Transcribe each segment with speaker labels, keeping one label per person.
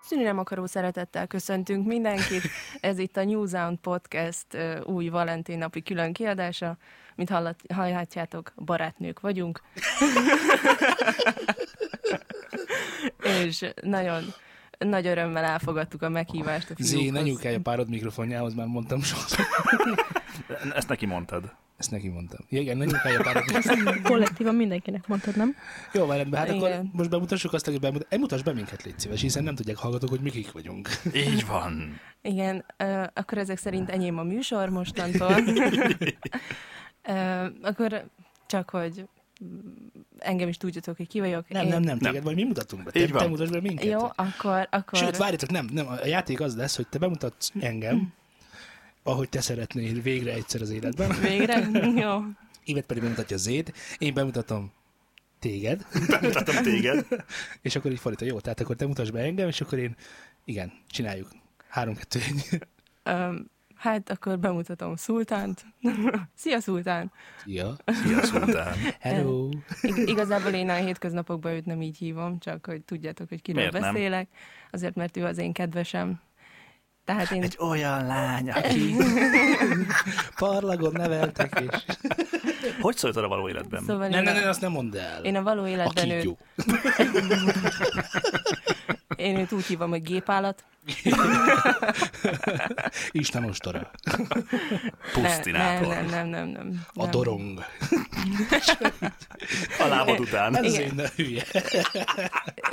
Speaker 1: Szűni nem akaró szeretettel köszöntünk mindenkit. Ez itt a New Sound Podcast ö, új Valentin napi külön kiadása. Mint hallat, hallhatjátok, barátnők vagyunk. És nagyon nagy örömmel elfogadtuk a meghívást a
Speaker 2: Zé, ne
Speaker 1: fiúkhoz.
Speaker 2: nyúkálj a párod mikrofonjához, már mondtam sokszor.
Speaker 3: Ezt neki mondtad.
Speaker 2: Ezt neki mondtam. Ja, igen, ne nyúkálj a párod mikrofonjához.
Speaker 4: Kollektívan mindenkinek mondtad, nem?
Speaker 2: Jó, van rendben, hát akkor
Speaker 1: Igen.
Speaker 2: most bemutassuk azt, hogy bemut... Eh, mutass be minket, légy szíves, hiszen nem tudják hallgatók, hogy mi kik vagyunk.
Speaker 3: Így van.
Speaker 1: Igen, ö, akkor ezek szerint enyém a műsor mostantól. Ö, akkor csak, hogy engem is tudjatok, hogy ki vagyok.
Speaker 2: Nem,
Speaker 1: Én-
Speaker 2: nem, nem, téged majd mi mutatunk be. Te,
Speaker 3: Így van.
Speaker 2: te mutass be minket.
Speaker 1: Jó, akkor... akkor...
Speaker 2: Sőt, várjatok, nem, nem, a játék az lesz, hogy te bemutatsz engem, ahogy te szeretnél végre egyszer az életben.
Speaker 1: Végre? Jó.
Speaker 2: Évet pedig bemutatja Zéd, én bemutatom téged,
Speaker 3: Bemutatom téged.
Speaker 2: és akkor így fordítva, jó, tehát akkor te mutass be engem, és akkor én, igen, csináljuk. Három, kettő, egy.
Speaker 1: Öm, hát akkor bemutatom Szultánt. Szia, Szultán!
Speaker 2: Ja.
Speaker 3: Ilyen szó után.
Speaker 2: Hello.
Speaker 1: Ig- igazából én a hétköznapokban őt nem így hívom, csak hogy tudjátok, hogy kiről
Speaker 3: Miért nem?
Speaker 1: beszélek. Azért, mert ő az én kedvesem. Tehát én...
Speaker 3: Egy olyan lány, aki...
Speaker 2: Parlagon neveltek, és...
Speaker 3: Hogy szólt a való életben? Szóval...
Speaker 1: Szóval
Speaker 2: Nem,
Speaker 1: én,
Speaker 2: nem, nem,
Speaker 1: a,
Speaker 2: azt nem mondd el.
Speaker 1: én a való
Speaker 2: a
Speaker 1: életben őt,
Speaker 2: kígyó.
Speaker 1: én őt úgy hívom, hogy gépállat.
Speaker 2: Isten ostora.
Speaker 1: Ne, nem,
Speaker 3: Pusztinátor.
Speaker 1: nem, nem, nem, nem.
Speaker 2: A dorong.
Speaker 3: A lábad után.
Speaker 2: Ez az
Speaker 1: Igen.
Speaker 2: én a hülye.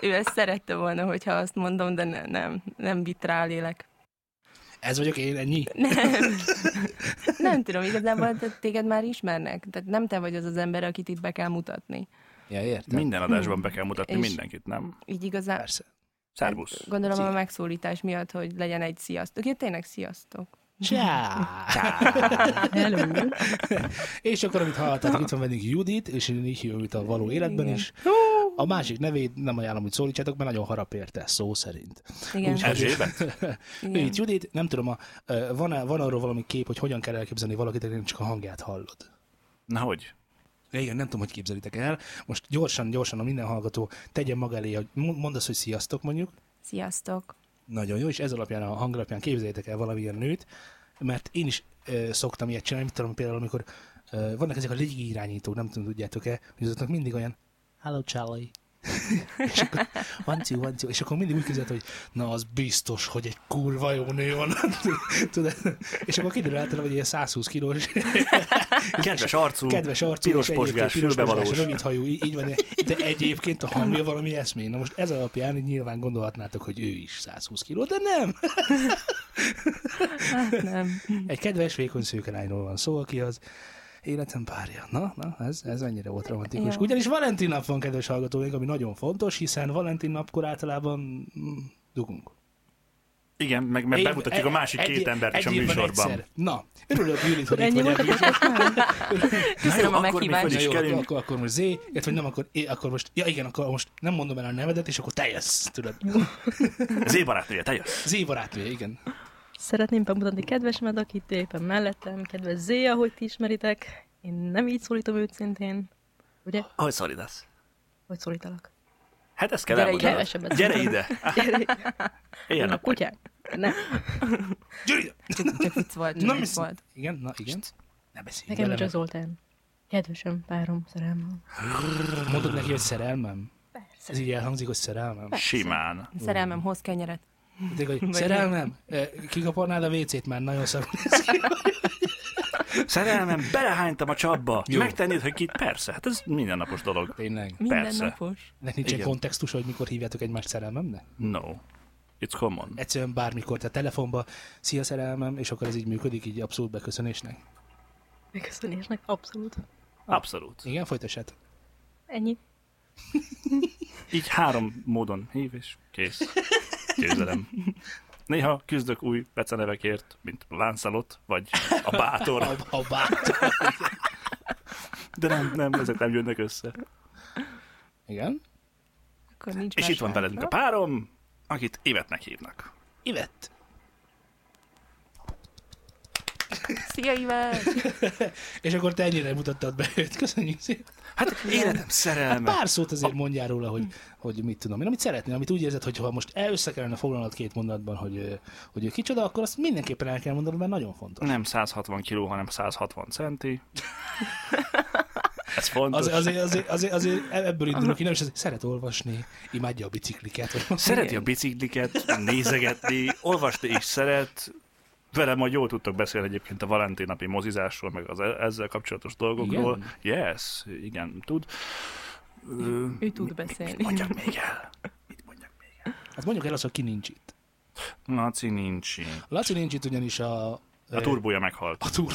Speaker 1: Ő ezt szerette volna, hogyha azt mondom, de ne, nem, nem vitrálélek.
Speaker 2: Ez vagyok én, ennyi.
Speaker 1: Nem. nem tudom, igazából te- téged már ismernek. Tehát nem te vagy az az ember, akit itt be kell mutatni.
Speaker 2: Ja, értem.
Speaker 3: Minden adásban be kell mutatni
Speaker 1: És-
Speaker 3: mindenkit, nem?
Speaker 1: Így igazán
Speaker 2: Persze.
Speaker 3: Szervusz.
Speaker 1: gondolom
Speaker 2: Szia.
Speaker 1: a megszólítás miatt, hogy legyen egy sziasztok. Ja, tényleg sziasztok.
Speaker 2: Csá.
Speaker 4: Hello!
Speaker 2: És akkor, amit hallottátok, itt van velünk Judit, és én így hívom itt a való életben
Speaker 1: Igen.
Speaker 2: is. A másik nevét nem ajánlom, hogy szólítsátok, mert nagyon harap érte, szó szerint.
Speaker 1: Igen.
Speaker 2: Úgy-
Speaker 3: Erzsébet?
Speaker 2: Ő
Speaker 1: igen.
Speaker 2: itt Judit, nem tudom, a, ö, van, van arról valami kép, hogy hogyan kell elképzelni valakit, akinek csak a hangját hallod.
Speaker 3: Na hogy?
Speaker 2: Igen, nem tudom, hogy képzelitek el. Most gyorsan, gyorsan a minden hallgató tegyen maga elé, hogy mo- mondd azt, hogy sziasztok mondjuk.
Speaker 1: Sziasztok.
Speaker 2: Nagyon jó, és ez alapján, a hang alapján képzeljétek el valamilyen nőt, mert én is ö, szoktam ilyet csinálni, mit tudom például, amikor ö, vannak ezek a légirányítók, nem tudom, tudjátok-e, hogy azoknak mindig olyan Hello, Charlie. és akkor, one, two, one, two. és akkor mindig úgy képzelt, hogy na az biztos, hogy egy kurva jó nő van. Tudod? és akkor kiderül általában, hogy ilyen 120 kilós,
Speaker 3: Kedves arcú,
Speaker 2: kedves arcú,
Speaker 3: piros
Speaker 2: és egyébként
Speaker 3: posgás,
Speaker 2: piros posgás,
Speaker 3: fülbevalós.
Speaker 2: rövidhajú, í- így van, de egyébként a hangja valami eszmény. Na most ez alapján így nyilván gondolhatnátok, hogy ő is 120 kiló, de nem.
Speaker 1: Hát nem.
Speaker 2: Egy kedves, vékony szőke lányról van szó, aki az életem párja. Na, na, ez, ez ennyire volt romantikus.
Speaker 1: Jó.
Speaker 2: Ugyanis Valentin nap van, kedves hallgatóink, ami nagyon fontos, hiszen Valentin napkor általában mm, dugunk.
Speaker 3: Igen, meg mert
Speaker 2: Év-
Speaker 3: bemutatjuk a másik
Speaker 2: egy-
Speaker 3: két embert is a
Speaker 2: egy évben
Speaker 3: műsorban.
Speaker 2: egyszer. Na, örülök, Judit, hogy
Speaker 4: Ennyi
Speaker 2: itt vagy a
Speaker 4: volt a
Speaker 2: műsorban.
Speaker 1: Köszönöm a
Speaker 3: akkor még
Speaker 1: meghívást.
Speaker 3: föl is
Speaker 2: Jó, akkor,
Speaker 3: kerülünk.
Speaker 2: akkor, akkor most Z, illetve nem, akkor, é, akkor most, ja igen, akkor most nem mondom el a nevedet, és akkor te jössz, tudod.
Speaker 3: Z barátnője, te jössz.
Speaker 2: Z barátnője, igen.
Speaker 4: Szeretném bemutatni kedvesemet, akit éppen mellettem, kedves Zé, ahogy ti ismeritek. Én nem így szólítom őt szintén. Ugye?
Speaker 3: Ahogy szorítasz.
Speaker 4: Hogy szólítalak?
Speaker 3: Hát ezt kell
Speaker 1: Gyere
Speaker 3: elmondanod.
Speaker 4: ide, kevesebbet
Speaker 3: Gyere
Speaker 4: szólítasz.
Speaker 3: ide. Ilyen
Speaker 4: a
Speaker 3: nap vagy.
Speaker 4: kutyák? Nem.
Speaker 2: Gyuri!
Speaker 1: Csak vicc volt. Csak
Speaker 2: Nem
Speaker 1: vicc
Speaker 2: hiszem.
Speaker 1: volt.
Speaker 2: Igen, na igen. Ne beszélj
Speaker 4: Nekem
Speaker 2: vele,
Speaker 4: nincs az Zoltán. Kedvesem, párom, szerelmem.
Speaker 2: mert Mondod neki, hogy szerelmem? Ez így elhangzik, hogy szerelmem.
Speaker 3: Simán.
Speaker 1: Szerelmem, hoz kenyeret.
Speaker 2: Tényleg, hogy szerelmem? Eh, Kikaparnád a WC-t már nagyon szarul. néz ki.
Speaker 3: Szerelmem, belehánytam a csapba.
Speaker 2: Jó.
Speaker 3: Megtennéd, hogy kit? Persze, hát ez mindennapos dolog.
Speaker 2: Tényleg.
Speaker 3: Persze.
Speaker 1: Mindennapos.
Speaker 2: Ennek nincs egy
Speaker 3: Igen.
Speaker 2: kontextusa, hogy mikor hívjátok egymást szerelmemnek?
Speaker 3: No. It's common.
Speaker 2: Egyszerűen bármikor, tehát telefonba, szia szerelmem, és akkor ez így működik, így abszolút beköszönésnek.
Speaker 4: Megköszönésnek, abszolút.
Speaker 3: Abszolút.
Speaker 2: Igen, folytassátok.
Speaker 4: Ennyi.
Speaker 3: Így három módon hív, és kész. Képzelem. Néha küzdök új pecenevekért, mint Lancelot, vagy a bátor,
Speaker 2: A, a bát.
Speaker 3: de nem, nem, ezek nem jönnek össze.
Speaker 2: Igen.
Speaker 1: Akkor nincs
Speaker 3: És
Speaker 1: más
Speaker 3: itt van
Speaker 1: hátra.
Speaker 3: velünk a párom, akit Évetnek hívnak.
Speaker 2: Ivett.
Speaker 1: Szia, Iván!
Speaker 2: És akkor te ennyire mutattad be őt. Köszönjük szépen.
Speaker 3: Hát életem
Speaker 2: Hát
Speaker 3: szerelme.
Speaker 2: pár szót azért mondjál róla, hogy, hogy mit tudom én, amit szeretnél, amit úgy érzed, hogy ha most el- össze kellene foglalnod két mondatban, hogy, ö, hogy ő kicsoda, akkor azt mindenképpen el kell mondanod, mert nagyon fontos.
Speaker 3: Nem 160 kiló, hanem 160 centi. Ez fontos.
Speaker 2: Az, azért, azért, azért, azért, ebből indulok ki, nem is az, szeret olvasni, imádja a bicikliket. vagy valami.
Speaker 3: Szereti a bicikliket, nézegetni, olvasni is szeret. Velem majd jól tudtok beszélni egyébként a Valentin napi mozizásról, meg az e- ezzel kapcsolatos dolgokról. Igen? Yes, igen, tud. Ö,
Speaker 1: Ő tud
Speaker 3: Mit
Speaker 1: beszélni.
Speaker 3: mondjak még el? Mit mondjak még
Speaker 2: Hát mondjuk el azt, hogy ki nincs itt.
Speaker 3: el? Laci nincs. itt.
Speaker 2: A Laci nincs itt ugyanis a...
Speaker 3: A turbója meghalt.
Speaker 2: A tur...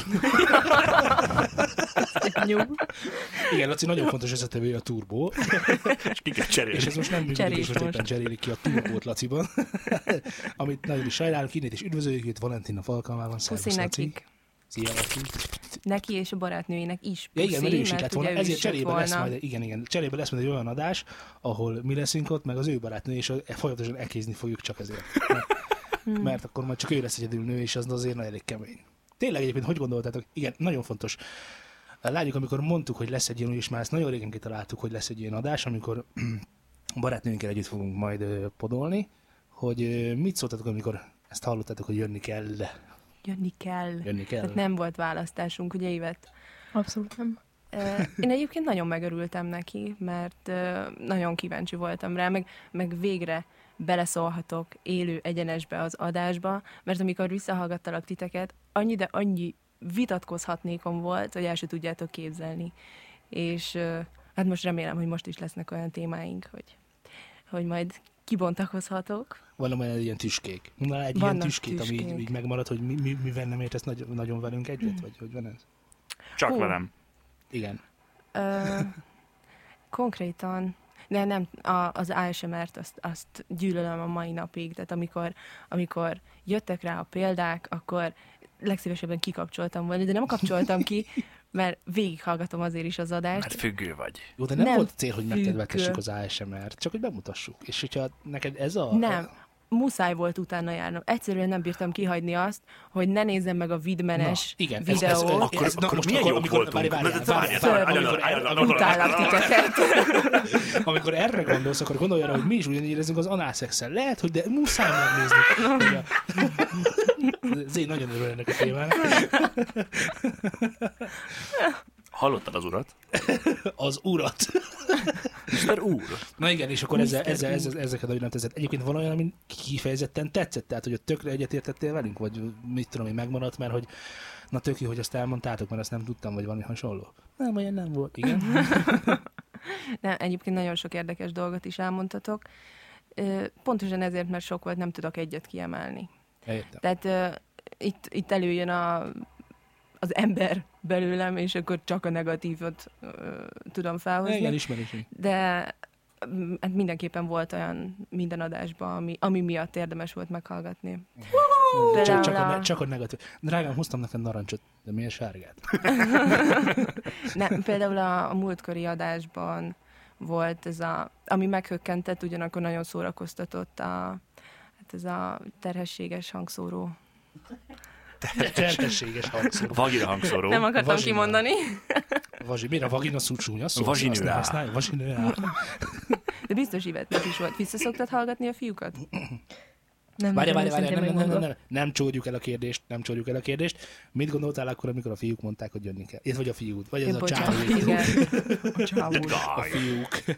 Speaker 4: Nyug.
Speaker 2: Igen, Laci nagyon fontos összetevője a turbó,
Speaker 3: És ki kell cserélni.
Speaker 2: és ez most nem működik,
Speaker 1: Cseréljük
Speaker 2: és most éppen
Speaker 1: most.
Speaker 2: cserélik ki a turbót Laciban, amit nagyon is sajnálunk, innét is üdvözöljük őt Valentina alkalmában. Szervusz,
Speaker 1: Puszi
Speaker 2: Laci.
Speaker 1: nekik.
Speaker 2: Szia, Laci.
Speaker 1: Neki és a barátnőinek is
Speaker 2: Ja,
Speaker 1: puszi,
Speaker 2: igen, mert ő is itt
Speaker 1: mert
Speaker 2: lett
Speaker 1: ugye
Speaker 2: volna.
Speaker 1: ő is
Speaker 2: Ezért
Speaker 1: jött
Speaker 2: cserébe lesz
Speaker 1: volna.
Speaker 2: majd, igen, igen, cserébe lesz majd egy olyan adás, ahol mi leszünk ott, meg az ő barátnő, és a- folyamatosan ekézni fogjuk csak ezért.
Speaker 1: Hmm.
Speaker 2: Mert, mert akkor majd csak ő lesz egyedül nő, és az azért nagyon elég kemény. Tényleg egyébként, hogy gondoltátok? Igen, nagyon fontos. A Lányok, amikor mondtuk, hogy lesz egy ilyen, és már ezt nagyon régen kitaláltuk, hogy lesz egy ilyen adás, amikor a barátnőinkkel együtt fogunk majd ö, podolni, hogy ö, mit szóltatok, amikor ezt hallottátok, hogy jönni kell.
Speaker 1: Jönni kell.
Speaker 2: Jönni kell.
Speaker 1: Tehát Hát nem volt választásunk, ugye, Ivet?
Speaker 4: Abszolút nem.
Speaker 1: Ö, Én egyébként nagyon megörültem neki, mert ö, nagyon kíváncsi voltam rá, meg, meg végre beleszólhatok élő egyenesbe az adásba, mert amikor visszahallgattalak titeket, annyi, de annyi vitatkozhatnékom volt, hogy el se tudjátok képzelni. És ö, hát most remélem, hogy most is lesznek olyan témáink, hogy, hogy majd kibontakozhatok.
Speaker 2: Van olyan ilyen tüskék. Na, egy ilyen
Speaker 1: Vannak
Speaker 2: tüskét, ami így,
Speaker 1: tüskék.
Speaker 2: így megmarad, hogy mi, mi, mivel nem értesz nagy, nagyon velünk egyet, vagy hogy van ez?
Speaker 3: Csak
Speaker 1: Hú.
Speaker 3: velem.
Speaker 2: Igen.
Speaker 1: Ö, konkrétan, de nem, a, az ASMR-t azt, azt gyűlölöm a mai napig, tehát amikor, amikor jöttek rá a példák, akkor legszívesebben kikapcsoltam volna, de nem kapcsoltam ki, mert végighallgatom azért is az
Speaker 3: Mert
Speaker 1: adást.
Speaker 3: Hát függő vagy.
Speaker 2: Jó, de nem, nem
Speaker 1: Nem
Speaker 2: volt cél, hogy
Speaker 1: függő.
Speaker 2: megkedvetessük az ASMR-t, csak hogy bemutassuk. És hogyha neked ez a...
Speaker 1: Nem, muszáj volt utána járnom. Egyszerűen nem bírtam kihagyni azt, hogy ne nézzem meg a vidmenes
Speaker 2: Na, igen, ez- ez-
Speaker 1: videót.
Speaker 2: Akkor- akkor milyen jók voltunk? Mert-
Speaker 3: várjál,
Speaker 1: várjál,
Speaker 3: várjál,
Speaker 1: amikor-
Speaker 3: várjál, várjál,
Speaker 2: amikor-
Speaker 3: várjál.
Speaker 1: Utállak titeket.
Speaker 2: Amikor erre gondolsz, akkor gondolj arra, hogy mi is ugyanígy érezünk az análszexel. Lehet, hogy de muszáj megnézni. Ugye? Ez én nagyon örülök ennek a témának.
Speaker 3: Hallottad az urat?
Speaker 2: Az urat.
Speaker 3: Mr. úr.
Speaker 2: Na igen, és akkor ezzel,
Speaker 1: Mr.
Speaker 2: ezzel, ezzel, ezeket nagyon nem tetszett. Egyébként van olyan, ami kifejezetten tetszett, tehát hogy ott tökre egyetértettél velünk, vagy mit tudom én, megmaradt, mert hogy na tök jó, hogy azt elmondtátok, mert azt nem tudtam, vagy valami hasonló. Nem, olyan nem volt. Igen.
Speaker 1: Nem, egyébként nagyon sok érdekes dolgot is elmondtatok. Ö, Pontosan ezért, mert sok volt, nem tudok egyet kiemelni.
Speaker 2: Értem.
Speaker 1: Tehát ö, itt, itt előjön a, az ember belőlem, és akkor csak a negatívot ö, tudom
Speaker 2: Na, igen,
Speaker 1: felhozni.
Speaker 2: ismerősünk.
Speaker 1: De mm, hát mindenképpen volt olyan minden adásban, ami, ami miatt érdemes volt meghallgatni.
Speaker 2: Csak, csak, csak, a,
Speaker 1: Például
Speaker 2: ne-
Speaker 1: a-
Speaker 2: csak a negatív. Drágám, hoztam neked narancsot, de miért sárgát?
Speaker 1: Nem, például a, a múltkori adásban volt ez a, ami meghökkentett, ugyanakkor nagyon szórakoztatott a, hát ez a terhességes hangszóró.
Speaker 2: Terhességes hangszó.
Speaker 3: Vagina hangszorú.
Speaker 1: Nem akartam
Speaker 2: vazsina.
Speaker 1: kimondani,
Speaker 2: Vazsi, miért a vagina szúcsúny? Azt szólsz,
Speaker 3: Vazsinőá.
Speaker 2: azt ne használj, vazsinőá.
Speaker 1: de biztos Ivetnek is volt. Vissza szoktad hallgatni a fiúkat?
Speaker 4: Nem,
Speaker 2: Várj,
Speaker 4: nagyon
Speaker 2: várj, várj,
Speaker 4: őszintén
Speaker 2: nem, nem, nem, nem,
Speaker 4: megmondom.
Speaker 2: nem, nem csódjuk el a kérdést, nem csódjuk el a kérdést. Mit gondoltál akkor, amikor a fiúk mondták, hogy jönni kell? Ez vagy a fiút, vagy ez
Speaker 1: Ö,
Speaker 2: a csávó.
Speaker 1: igen.
Speaker 2: A fiúk.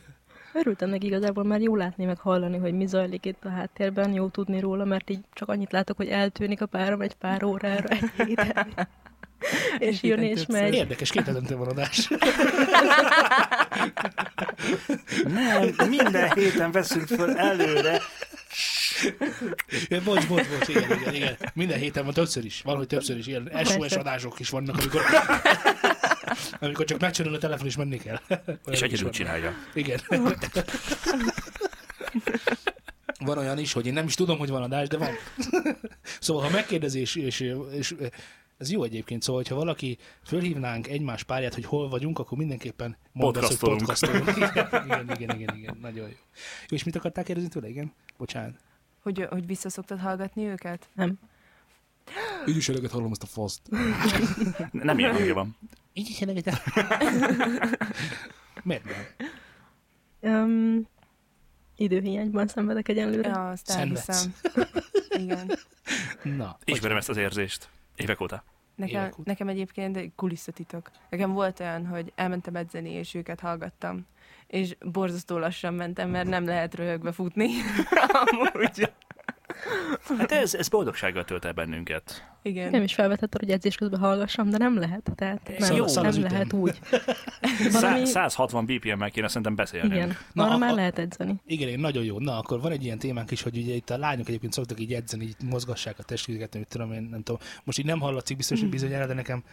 Speaker 4: Örültem neki igazából, mert jó látni, meg hallani, hogy mi zajlik itt a háttérben, jó tudni róla, mert így csak annyit látok, hogy eltűnik a párom egy pár órára egy héten. és jön és
Speaker 1: Többször.
Speaker 4: megy.
Speaker 2: Érdekes, két hetente van adás.
Speaker 3: Nem, minden héten veszünk föl előre.
Speaker 2: Ja, Bocs, bocs, bocs, igen, igen, igen. Minden héten van többször is, valahogy többször is. Ilyen SOS
Speaker 4: Persze.
Speaker 2: adások is vannak, amikor, amikor csak megcsöröl a telefon, és menni kell. Olyanok
Speaker 3: És
Speaker 2: is
Speaker 3: egyedül
Speaker 2: vannak.
Speaker 3: csinálja.
Speaker 2: Igen. Van olyan is, hogy én nem is tudom, hogy van adás, de van. Szóval, ha megkérdezi, és, és, és ez jó egyébként, szóval, hogyha valaki fölhívnánk egymás párját, hogy hol vagyunk, akkor mindenképpen mondd azt, hogy
Speaker 3: Podcastolunk.
Speaker 2: podcastolunk. Igen, igen, igen, igen, igen, nagyon jó. Jó, és mit akarták kérdezni tőle? Igen? Bocsánat.
Speaker 1: Hogy, hogy vissza szoktad hallgatni őket?
Speaker 4: Nem.
Speaker 2: Ügyűsöröget hallom azt a faszt.
Speaker 3: Nem ilyen hangja van.
Speaker 2: Ügyűsöröget Miért nem?
Speaker 4: Um, időhiányban szenvedek egyenlőre.
Speaker 1: Ja, azt
Speaker 2: Szenvedsz.
Speaker 1: elhiszem. Igen.
Speaker 2: Na,
Speaker 3: Ismerem ezt az érzést. Évek óta.
Speaker 1: Nekem,
Speaker 2: Évek óta.
Speaker 1: nekem egyébként egy kulisszatitok. Nekem volt olyan, hogy elmentem edzeni, és őket hallgattam. És borzasztó lassan mentem, mert nem lehet röhögve futni. Amúgy.
Speaker 3: Hát ez, ez boldogsággal tölt el bennünket.
Speaker 1: Igen.
Speaker 4: Nem is felvetetted, hogy edzés közben hallgassam, de nem lehet. Tehát nem,
Speaker 2: Szal- szal az
Speaker 4: nem
Speaker 2: ütem.
Speaker 4: lehet úgy.
Speaker 3: Szá-
Speaker 4: Valami,
Speaker 3: 160 BPM-mel kéne szerintem beszélnünk.
Speaker 4: igen,
Speaker 2: Na,
Speaker 4: arra
Speaker 2: a-
Speaker 4: már
Speaker 2: a-
Speaker 4: lehet edzeni.
Speaker 2: Igen, igen, nagyon jó. Na, akkor van egy ilyen témánk is, hogy ugye itt a lányok egyébként szoktak így edzeni, így mozgassák a testüket, nem tudom én, nem tudom. Most így nem hallatszik biztos,
Speaker 3: Mhm.
Speaker 2: hogy bizonyára, de nekem,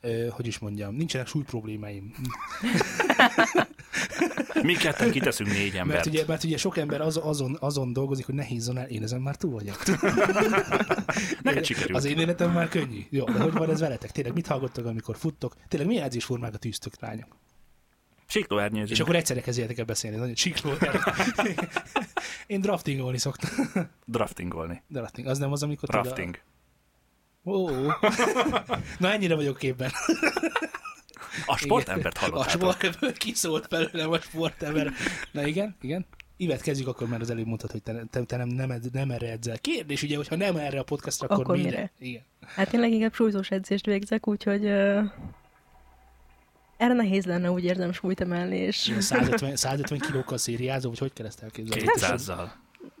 Speaker 2: ö, hogy is mondjam, nincsenek súly problémáim.
Speaker 3: Mi ketten kiteszünk négy
Speaker 2: Mert
Speaker 3: embert.
Speaker 2: ugye, mert ugye sok ember az, azon, azon dolgozik, hogy ne hízzon el, én ezen már túl vagyok.
Speaker 3: Neked sikerült.
Speaker 2: Az én életem már könnyű. Jó, de hogy van ez veletek? Tényleg mit hallgattok, amikor futtok? Tényleg milyen edzésformákat tűztök, lányok?
Speaker 3: Siklóernyőzünk.
Speaker 2: És akkor egyszerre kezdjetek el beszélni, nagyon csikló. Én draftingolni szoktam.
Speaker 3: draftingolni.
Speaker 2: Drafting, az nem az, amikor... tudod, a-
Speaker 3: Drafting.
Speaker 2: Ó, ó. Na ennyire vagyok képben.
Speaker 3: A sportembert
Speaker 2: A
Speaker 3: Hát hallottátok.
Speaker 2: sportember kiszólt belőlem a sportember. Na igen, igen. Ivet kezdjük akkor, mert az előbb mondtad, hogy te, te, te nem, nem, ed- nem erre edzel. Kérdés ugye, hogyha nem erre a podcastra, akkor,
Speaker 4: Akkor
Speaker 2: mire?
Speaker 4: mire?
Speaker 2: Igen.
Speaker 4: Hát én leginkább súlyzós edzést végzek, úgyhogy uh, erre nehéz lenne úgy érzem súlyt emelni, és
Speaker 2: Ilyen 150, 150 kilókkal szériázó, vagy hogy kell ezt elképzelni?
Speaker 3: 200-zal.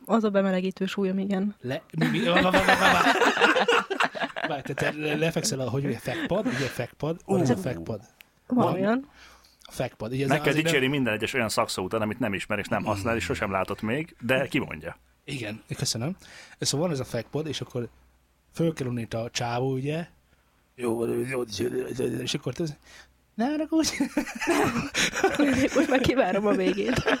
Speaker 4: az a bemelegítő súlyom, igen.
Speaker 2: Le, mi, mi, vá, vá, vá, vá, vá. Várj, te, te le- lefekszel a, hogy ugye, fekpad, ugye fekpad, van ez a
Speaker 3: Ú.
Speaker 2: fekpad.
Speaker 4: Van,
Speaker 2: Van.
Speaker 4: olyan.
Speaker 2: A fekpad. Ugye ez
Speaker 3: Meg kell
Speaker 2: azért nem-
Speaker 3: dicsérni minden egyes olyan szakszó után, amit nem ismer és nem használ, és sosem látott még, de kimondja.
Speaker 2: Igen, köszönöm. Szóval van ez a fekpad, és akkor föl kell unni itt a csávó, ugye? Jó, jó, és akkor ez... Nem ragudj!
Speaker 4: Most már kivárom a végét.
Speaker 2: Csak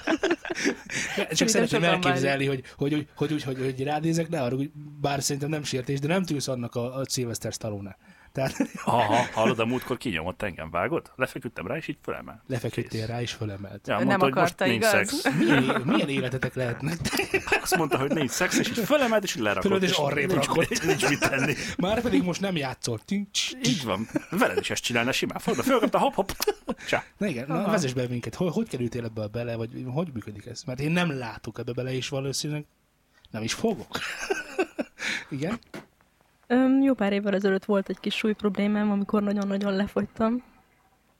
Speaker 1: Szerintem
Speaker 2: szeretném
Speaker 1: sokan
Speaker 2: elképzelni, hogy, hogy, úgy- hogy, úgy, hogy, hogy ránézek, ne arra, hogy bár szerintem nem sértés, de nem tűz annak a, a Sylvester stallone Tehát
Speaker 3: Aha, hallod, a múltkor kinyomott engem, vágod? Lefeküdtem rá, és így fölemel.
Speaker 2: lefeküdtél rá, és fölemelt.
Speaker 3: Ja,
Speaker 1: Nem
Speaker 3: mondta, hogy most
Speaker 1: akarta,
Speaker 3: nincs
Speaker 1: igaz?
Speaker 3: szex.
Speaker 2: Milyen, milyen életetek lehetnek?
Speaker 3: Azt mondta, hogy nincs szex, és így fölemelt, és így lerakott.
Speaker 2: Fölöd, és arrébb
Speaker 3: nincs,
Speaker 2: rakott.
Speaker 3: nincs, nincs, mit tenni.
Speaker 2: Már pedig most nem játszol. Tincs.
Speaker 3: Így van. Veled is ezt csinálna simán. Földe, fölkapta, hop, hop. Csá.
Speaker 2: Na igen, na,
Speaker 1: Aha.
Speaker 2: vezess be minket. Hogy, hogy kerültél ebbe bele, vagy hogy működik ez? Mert én nem látok ebbe bele, és valószínűleg nem is fogok. igen?
Speaker 4: Öm, jó pár évvel ezelőtt volt egy kis súly problémám, amikor nagyon-nagyon lefogytam,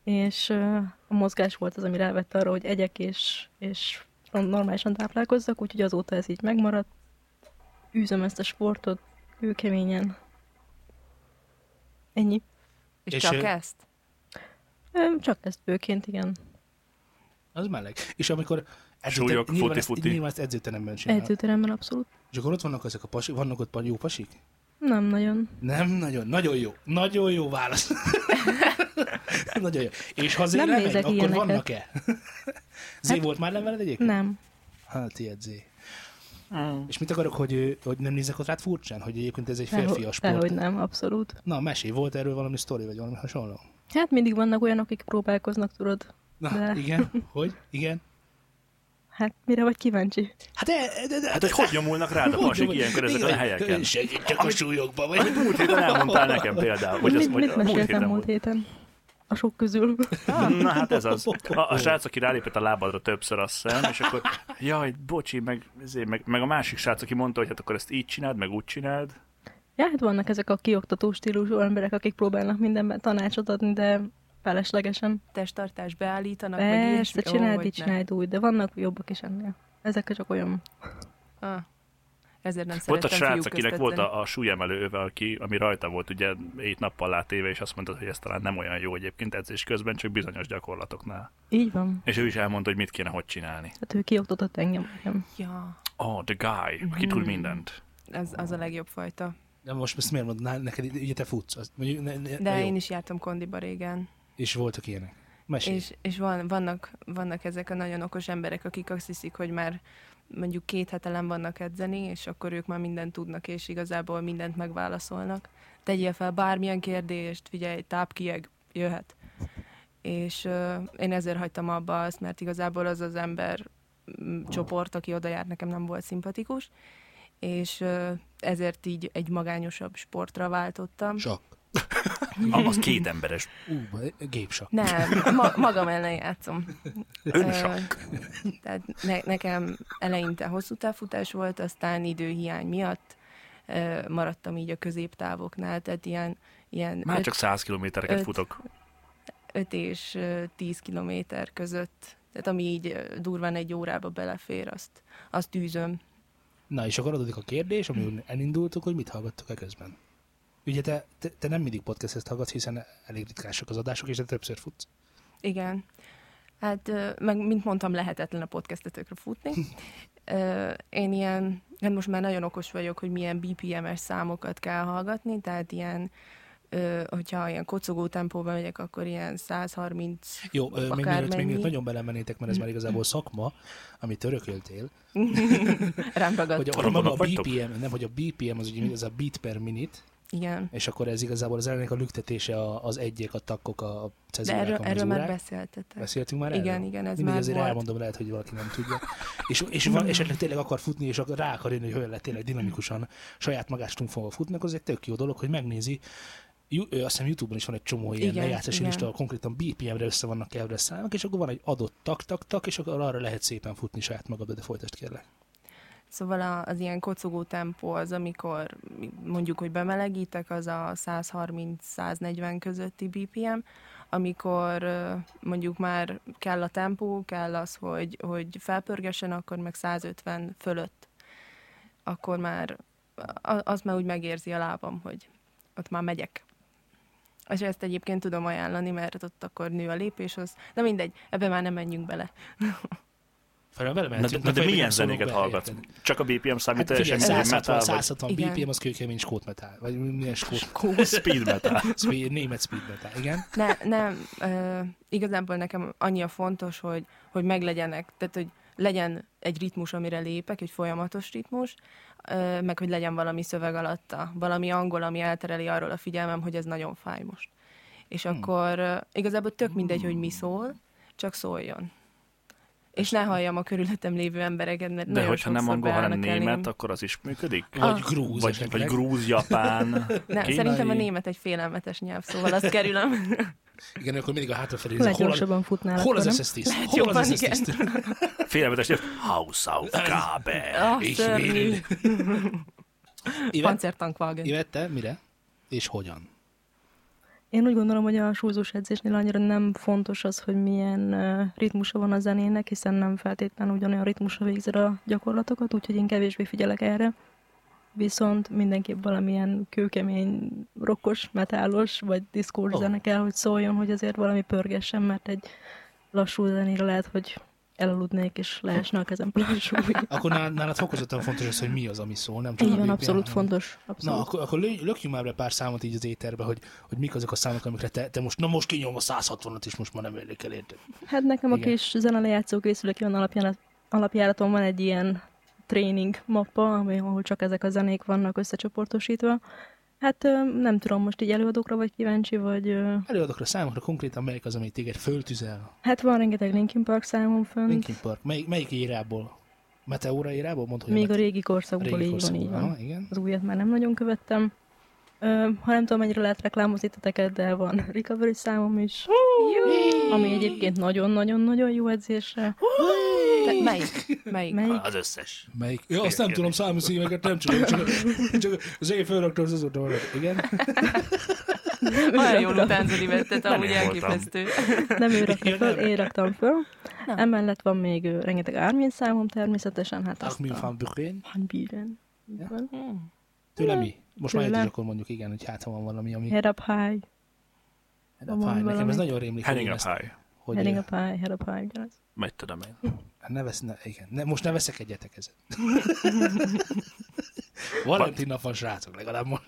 Speaker 4: és ö, a mozgás volt az, ami rávett arra, hogy egyek és, és normálisan táplálkozzak, úgyhogy azóta ez így megmaradt. Űzöm ezt a sportot, kőkeményen. Ennyi.
Speaker 1: És,
Speaker 2: És
Speaker 1: és csak
Speaker 2: ő-
Speaker 1: ezt?
Speaker 4: Öm, csak ezt bőként, igen.
Speaker 2: Az meleg. És amikor
Speaker 3: Súlyok,
Speaker 2: edzőte, nyilván, ezt,
Speaker 3: futi-futi.
Speaker 2: nyilván ezt edzőteremben csinál.
Speaker 4: Edzőteremben abszolút
Speaker 2: És akkor ott vannak ezek a pasik, vannak ott jó pasik?
Speaker 4: nem nagyon.
Speaker 2: Nem, nagyon, nagyon jó. Nagyon jó válasz. nagyon jó. És ha Zé
Speaker 4: Nem
Speaker 2: lemegy,
Speaker 4: nézek
Speaker 2: akkor
Speaker 4: ilyeneket. Hát-
Speaker 2: vannak-e? Zé volt már nem veled egyébként?
Speaker 4: Nem.
Speaker 2: Hát ilyet Zé. És mit akarok, hogy, ő- hogy nem nézek ott rád furcsán? Hogy egyébként ez egy férfias
Speaker 4: Dehogy-
Speaker 2: sport.
Speaker 4: dehogy nem, abszolút.
Speaker 2: Na, mesélj, volt erről valami sztori, vagy valami hasonló?
Speaker 4: Hát mindig vannak olyanok, akik próbálkoznak, tudod.
Speaker 2: Na,
Speaker 4: De-
Speaker 2: igen, hogy? Igen.
Speaker 4: Hát mire vagy kíváncsi?
Speaker 2: Hát, de, de, de,
Speaker 3: Hát, hogy hogy nyomulnak rád a pasik ilyenkor ezek a helyeken?
Speaker 2: Segítek a súlyokba, vagy?
Speaker 3: Múlt héten elmondtál nekem például, hogy
Speaker 4: mit,
Speaker 3: azt
Speaker 4: mit
Speaker 3: mondja, múlt
Speaker 4: meséltem
Speaker 3: héten
Speaker 4: múlt
Speaker 3: volt.
Speaker 4: héten? A sok közül.
Speaker 3: Na hát ez az. A, a srác, aki rálépett a lábadra többször, azt hiszem, és akkor jaj, bocsi, meg, ezért, meg, meg a másik srác, aki mondta, hogy hát akkor ezt így csináld, meg úgy csináld.
Speaker 4: Ja, hát vannak ezek a kioktató stílusú emberek, akik próbálnak mindenben tanácsot adni, de feleslegesen.
Speaker 1: Testtartást beállítanak, vagy
Speaker 4: Persze,
Speaker 1: ilyesmi? Ó,
Speaker 4: csináld
Speaker 1: hogy
Speaker 4: így,
Speaker 1: ne.
Speaker 4: csináld úgy, de vannak jobbak is ennél. Ezek csak olyan.
Speaker 1: Ah. Ezért nem
Speaker 3: Volt a
Speaker 1: szerettem
Speaker 3: srác,
Speaker 1: fiúk
Speaker 3: akinek
Speaker 1: közt
Speaker 3: volt
Speaker 1: edzeni.
Speaker 3: a, a súlyemelő öve, aki, ami rajta volt ugye hét nappal látéve, és azt mondta, hogy ez talán nem olyan jó egyébként edzés közben, csak bizonyos gyakorlatoknál.
Speaker 4: Így van.
Speaker 3: És ő is elmondta, hogy mit kéne hogy csinálni.
Speaker 4: Hát ő kioktatott engem. Igen.
Speaker 1: Ja,
Speaker 3: Oh, the guy, aki
Speaker 1: Mm.
Speaker 3: tud mindent.
Speaker 1: az, az a legjobb fajta.
Speaker 2: De most ezt miért mondod? Na, Neked ide- ugye te futsz. Azt mondjuk, ne, ne,
Speaker 1: De
Speaker 2: na jó.
Speaker 1: én is jártam kondiba régen.
Speaker 2: És voltak ilyenek. Mesélj.
Speaker 1: És, és van, vannak, vannak ezek a nagyon okos emberek, akik azt hiszik, hogy már mondjuk két hete nem vannak edzeni, és akkor ők már mindent tudnak, és igazából mindent megválaszolnak. Tegyél fel bármilyen kérdést, figyelj, tápkieg, jöhet. És ö, én ezért hagytam abba azt, mert igazából az az ember mm, csoport, aki oda járt, nekem nem volt szimpatikus, és ö, ezért így egy magányosabb sportra váltottam.
Speaker 2: Sok.
Speaker 3: Am, az két emberes.
Speaker 2: Ú, gépsak.
Speaker 1: Nem, ma- magam ellen játszom.
Speaker 3: Önsak.
Speaker 1: Ö, Tehát ne- nekem eleinte hosszú távfutás volt, aztán időhiány miatt ö, maradtam így a középtávoknál, tehát ilyen, ilyen
Speaker 3: Már
Speaker 1: öt-
Speaker 3: csak 100 kilométereket
Speaker 1: öt-
Speaker 3: futok.
Speaker 1: 5 és ö, 10 kilométer között, tehát ami így ö, durván egy órába belefér, azt, azt űzöm.
Speaker 2: Na, és akkor adódik a kérdés, amiről elindultuk, hogy mit hallgattok e közben. Ugye te, te, te nem mindig podcastet hallgatsz, hiszen elég ritkásak az adások, és te többször futsz.
Speaker 1: Igen. Hát, ö, meg mint mondtam, lehetetlen a podcastetőkre futni. Ö, Én ilyen, hát most már nagyon okos vagyok, hogy milyen BPM-es számokat kell hallgatni, tehát ilyen, ö, hogyha ilyen kocogó tempóban megyek, akkor ilyen 130
Speaker 2: Jó, ö, még
Speaker 1: Akármennyi.
Speaker 2: mielőtt, még mielőtt nagyon belemenétek, mert ez már igazából szakma, amit örököltél,
Speaker 1: rám ragadt.
Speaker 2: hogy a,
Speaker 3: Rokonok
Speaker 2: maga a
Speaker 3: vagytok?
Speaker 2: BPM, nem, hogy a BPM az ugye ez a beat per minute,
Speaker 1: Igen.
Speaker 2: és akkor ez igazából az ellenek a lüktetése, a- az egyék, a takkok, a
Speaker 1: De
Speaker 2: cezurák,
Speaker 1: erről,
Speaker 2: a
Speaker 1: erről már
Speaker 2: mazurák.
Speaker 1: beszéltetek.
Speaker 2: Beszéltünk már
Speaker 1: Igen,
Speaker 2: erről?
Speaker 1: igen, ez
Speaker 2: Mindig
Speaker 1: már
Speaker 2: azért
Speaker 1: volt.
Speaker 2: elmondom, lehet, hogy valaki nem tudja. És, és van, esetleg tényleg akar futni, és ak- rá akar jönni, hogy hogyan lehet tényleg dinamikusan saját magát stumfolva futni, akkor ez egy tök jó dolog, hogy megnézi. Ju, ö, azt hiszem YouTube-on is van egy csomó ilyen
Speaker 1: Igen,
Speaker 2: lejátszási
Speaker 1: igen.
Speaker 2: lista, ahol konkrétan BPM-re össze vannak keverve számok, és akkor van egy adott tak-tak-tak, és akkor arra lehet szépen futni saját magad, de folytasd kérlek.
Speaker 1: Szóval a- az ilyen kocogó tempó az, amikor mondjuk, hogy bemelegítek, az a 130-140 közötti BPM, amikor ö, mondjuk már kell a tempó, kell az, hogy, hogy felpörgessen, akkor meg 150 fölött. Akkor már a- az már úgy megérzi a lábam, hogy ott már megyek. És ezt egyébként tudom ajánlani, mert ott akkor nő a lépés, az, de mindegy, ebbe már nem menjünk bele.
Speaker 2: Fel,
Speaker 3: Na, de, na, de milyen zenéket hallgatsz? Csak a BPM számít
Speaker 2: Hát
Speaker 3: teljesen
Speaker 2: figyelj,
Speaker 3: egy
Speaker 2: 160,
Speaker 3: metal, vagy
Speaker 2: 160
Speaker 1: Igen.
Speaker 2: BPM, az kőkemény skót metal, vagy milyen skót,
Speaker 3: speed metal.
Speaker 2: speed, német speed metal, igen.
Speaker 1: Ne, nem, ö, igazából nekem annyi a fontos, hogy, hogy meglegyenek, tehát hogy legyen egy ritmus, amire lépek, egy folyamatos ritmus, ö, meg hogy legyen valami szöveg alatta, valami angol, ami eltereli arról a figyelmem, hogy ez nagyon fáj most. És
Speaker 3: Hmm.
Speaker 1: akkor ö, igazából tök mindegy, hogy mi szól, csak szóljon. És ne halljam a körülöttem lévő embereket, mert
Speaker 3: De
Speaker 1: nagyon
Speaker 3: hogyha nem
Speaker 1: sokszor
Speaker 3: angol, hanem
Speaker 1: beállnak elém.
Speaker 3: német, akkor az is működik?
Speaker 2: Vagy grúz
Speaker 3: Vagy, vagy
Speaker 2: esetleg.
Speaker 3: grúz, japán.
Speaker 1: Ne,
Speaker 3: kínai?
Speaker 1: szerintem a német egy félelmetes nyelv, szóval azt kerülöm.
Speaker 2: Igen, akkor mindig a hátrafelé nézek, hol, a-
Speaker 4: Leggyorsabban futnál.
Speaker 2: hol az
Speaker 4: akkor, nem? Hát
Speaker 2: SS10? Hol
Speaker 1: jobban,
Speaker 2: az SS10?
Speaker 3: Félelmetes nyelv. House of Gabe.
Speaker 1: Ah,
Speaker 2: Ich
Speaker 1: szörnyű.
Speaker 2: will. Ivette,
Speaker 1: Panzertankwagen.
Speaker 2: Ivette, mire? És hogyan?
Speaker 4: Én úgy gondolom, hogy a súlyzós edzésnél annyira nem fontos az, hogy milyen ö, ritmusa van a zenének, hiszen nem feltétlenül ugyanolyan ritmusra végzed a gyakorlatokat, úgyhogy én kevésbé figyelek erre. Viszont mindenképp valamilyen kőkemény, rokkos, metálos vagy diszkós
Speaker 2: Ó.
Speaker 4: oh. zene kell, hogy szóljon, hogy azért valami pörgessen, mert egy lassú zenére lehet, hogy elaludnék, és leesne a kezem plasúly.
Speaker 2: Akkor nál- nálad fokozottan fontos az, hogy mi az, ami szól, nem csak
Speaker 4: Így
Speaker 2: a
Speaker 4: van,
Speaker 2: BPM,
Speaker 4: abszolút
Speaker 2: hanem-
Speaker 4: fontos. Abszolút.
Speaker 2: Na, akkor, akkor lő- lökjünk már be pár számot így az éterbe, hogy, hogy mik azok a számok, amikre te, te most, na most kinyom a 160-at, és most már nem érlek el, érted?
Speaker 4: Hát nekem a
Speaker 2: Igen.
Speaker 4: kis zenelejátszó készülök, olyan alapjárat, alapjáraton van egy ilyen tréning mappa, ami, ahol csak ezek a zenék vannak összecsoportosítva. Hát ö, nem tudom, most így előadókra vagy kíváncsi, vagy... ö,
Speaker 2: Előadokra, számokra konkrétan melyik az, amely téged föltüzel?
Speaker 4: Hát van rengeteg Linkin Park számom fönn,
Speaker 2: Linkin Park, melyik, melyik érából? Meteora érából? Mondd, hogy
Speaker 4: még a
Speaker 2: met-
Speaker 4: régi korszakból
Speaker 2: régi
Speaker 4: így van, így
Speaker 2: korszakból.
Speaker 4: van.
Speaker 2: Aha, igen.
Speaker 4: Az újat már nem nagyon követtem. Ö, ha nem tudom, mennyire lehet reklámozni titeket, de van recovery számom is, ami egyébként nagyon-nagyon-nagyon jó edzésre.
Speaker 1: Te- Melyik? Melyik?
Speaker 4: Melyik?
Speaker 3: Az összes.
Speaker 2: Melyik? Ja, azt nem tudom, számos szíveket nem tudom, csak, csak az én fölraktam az azóta valamit. Igen?
Speaker 1: Olyan jól utánzani vettet,
Speaker 3: Nem
Speaker 1: amúgy
Speaker 3: én voltam.
Speaker 1: elképesztő.
Speaker 4: Nem ő rakta föl, én raktam föl.
Speaker 1: Na.
Speaker 4: Emellett van még ö, rengeteg ármén számom természetesen, hát azt
Speaker 2: Armin
Speaker 4: a...
Speaker 2: van Buren.
Speaker 4: Van bíren.
Speaker 2: Ja.
Speaker 1: Hmm.
Speaker 2: Tőle mi? Most már
Speaker 4: Tőlem.
Speaker 2: egy akkor mondjuk igen, hogy hát ha van valami, ami...
Speaker 4: Head up high,
Speaker 2: Hát,
Speaker 4: van
Speaker 2: fáj, nekem ez
Speaker 4: valami.
Speaker 2: nagyon rémlik, hogy,
Speaker 3: Henning
Speaker 2: én
Speaker 3: a
Speaker 2: ezt,
Speaker 3: High.
Speaker 2: hogy
Speaker 4: heading up high, head up high, ugyanaz.
Speaker 3: Megy tudom én.
Speaker 2: Hát Ne vesz, ne, igen. Ne, most ne veszek egyetek ezen. Valentin nap van, srácok, legalább most.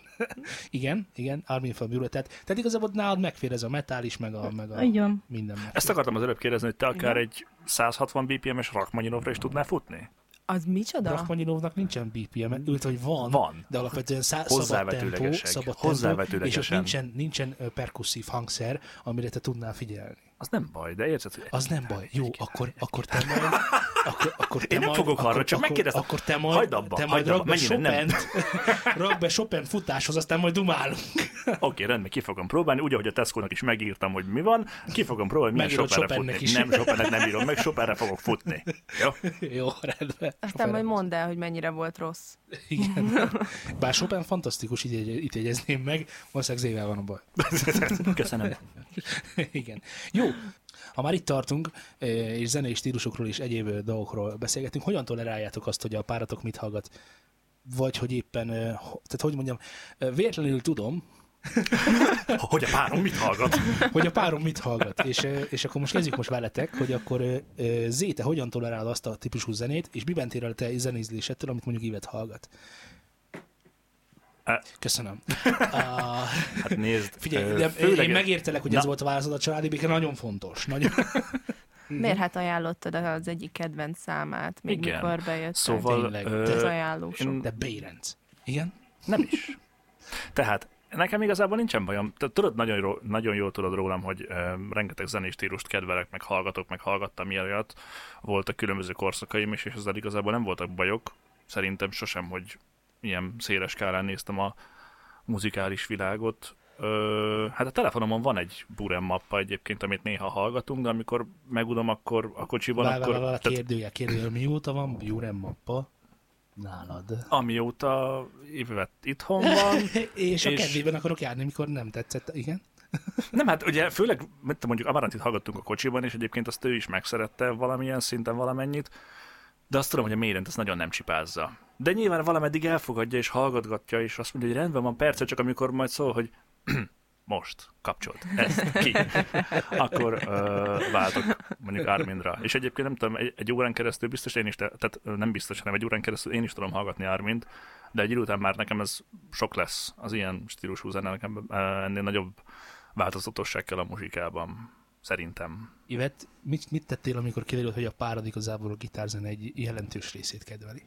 Speaker 2: igen, igen, Armin van Buren. Tehát, tehát igazából nálad megfér ez a metál is, meg a, meg a
Speaker 4: Így van.
Speaker 2: minden. Meg.
Speaker 3: Ezt akartam az előbb kérdezni, hogy te akár egy 160 BPM-es Rachmaninovra is tudnál futni?
Speaker 1: Az micsoda?
Speaker 2: Rachmaninovnak nincsen BPM, ült, hogy van,
Speaker 3: Van.
Speaker 2: de alapvetően szá- szabad tempó,
Speaker 3: Hozzávetőlegesek.
Speaker 2: szabad tempó, és ott
Speaker 3: Hozzávetőlegesen.
Speaker 2: nincsen, nincsen ö, perkusszív hangszer, amire te tudnál figyelni.
Speaker 3: Az nem baj, de érted, hogy
Speaker 2: Az nem baj. Jó, akkor, akkor te már, Akkor, akkor te
Speaker 3: Én nem
Speaker 2: majd,
Speaker 3: fogok arra, csak
Speaker 2: akkor,
Speaker 3: megkérdeztem.
Speaker 2: Akkor te majd,
Speaker 3: Hagyd abba,
Speaker 2: te majd
Speaker 3: hagyd
Speaker 2: rakd
Speaker 3: abba,
Speaker 2: be
Speaker 3: mennyire nem.
Speaker 2: Chopin-t, rakd be Chopin futáshoz, aztán majd dumálunk.
Speaker 3: Oké, okay, rendben, ki fogom próbálni, úgy, ahogy a tesco is megírtam, hogy mi van, ki fogom próbálni, milyen
Speaker 2: Megírod
Speaker 3: Chopinre
Speaker 2: Chopinnek
Speaker 3: futni.
Speaker 2: is.
Speaker 3: Nem, Chopinnek nem írom, meg Chopinre fogok futni. Jó?
Speaker 2: Jó, rendben.
Speaker 1: Aztán majd
Speaker 2: Chopin-
Speaker 1: mondd el, hogy mennyire volt rossz.
Speaker 2: Igen. Bár Chopin fantasztikus, így, így jegyezném meg, valószínűleg zével van a baj.
Speaker 3: Köszönöm.
Speaker 2: Igen. Jó, ha már itt tartunk, eh, és zenei stílusokról és egyéb eh, dolgokról beszélgetünk, hogyan toleráljátok azt, hogy a páratok mit hallgat? Vagy hogy éppen, eh, ho- tehát hogy mondjam, eh, véletlenül tudom,
Speaker 3: Hogy a párom mit hallgat?
Speaker 2: hogy a párom mit hallgat. És, eh, és akkor most kezdjük most veletek, hogy akkor eh, eh, Zéte hogyan tolerál azt a típusú zenét, és miben tér el a te zenézlésettől, amit mondjuk Ivet hallgat.
Speaker 3: Eh.
Speaker 2: Köszönöm.
Speaker 3: Hát nézd,
Speaker 2: Figyelj,
Speaker 3: ö,
Speaker 2: de
Speaker 3: főleg
Speaker 2: én megértelek, hogy
Speaker 3: Na.
Speaker 2: ez volt a válaszod a családi béke, nagyon fontos. Nagyon...
Speaker 1: Miért hát ajánlottad az egyik kedvenc számát, még
Speaker 3: Mhm. Igen.
Speaker 1: mikor bejött?
Speaker 3: Szóval
Speaker 2: Tényleg.
Speaker 1: az
Speaker 3: ö,
Speaker 1: ajánlósok.
Speaker 3: én-
Speaker 2: De Bérenc. Igen?
Speaker 3: nem is. Tehát nekem igazából nincsen bajom. Te tudod, nagyon, jó, nagyon jól tudod rólam, hogy ö, rengeteg zenés stílust kedvelek, meg hallgatok, meg hallgattam ilyen olyat. Voltak különböző korszakaim is, és ezzel igazából nem voltak bajok. Szerintem sosem, hogy ilyen széles skálán néztem a muzikális világot. Ö, hát a telefonomon van egy Buren mappa egyébként, amit néha hallgatunk, de amikor megudom, akkor a kocsiban,
Speaker 2: Vá, vá,
Speaker 3: akkor...
Speaker 2: vá, vá,
Speaker 3: tehát
Speaker 2: kérdője, kérdője, mióta van Buren mappa nálad?
Speaker 3: amióta évett itthon van,
Speaker 2: És a
Speaker 3: És-
Speaker 2: kedvében akarok járni, mikor nem tetszett, igen?
Speaker 3: Nem, hát ugye főleg, mit tudom, mondjuk Amarantit hallgattunk a kocsiban, és egyébként azt ő is megszerette valamilyen szinten valamennyit, de azt tudom, hogy a mélyent ezt nagyon nem csipázza. De nyilván valameddig elfogadja és hallgatgatja, és azt mondja, hogy rendben van, persze, csak amikor majd szól, hogy most, kapcsolt, ezt ki, akkor ö, váltok mondjuk Arminra. És egyébként nem tudom, egy, egy órán keresztül biztos én is, te, tehát ö, nem biztos, hanem egy órán keresztül én is tudom hallgatni Armint, de egy idő után már nekem ez sok lesz, az ilyen stílusú zene, nekem ö, ennél nagyobb változatosság kell a muzsikában, szerintem.
Speaker 2: Ivet, mit, mit tettél, amikor kiderült, hogy a párod igazából a gitárzene egy jelentős részét kedveli?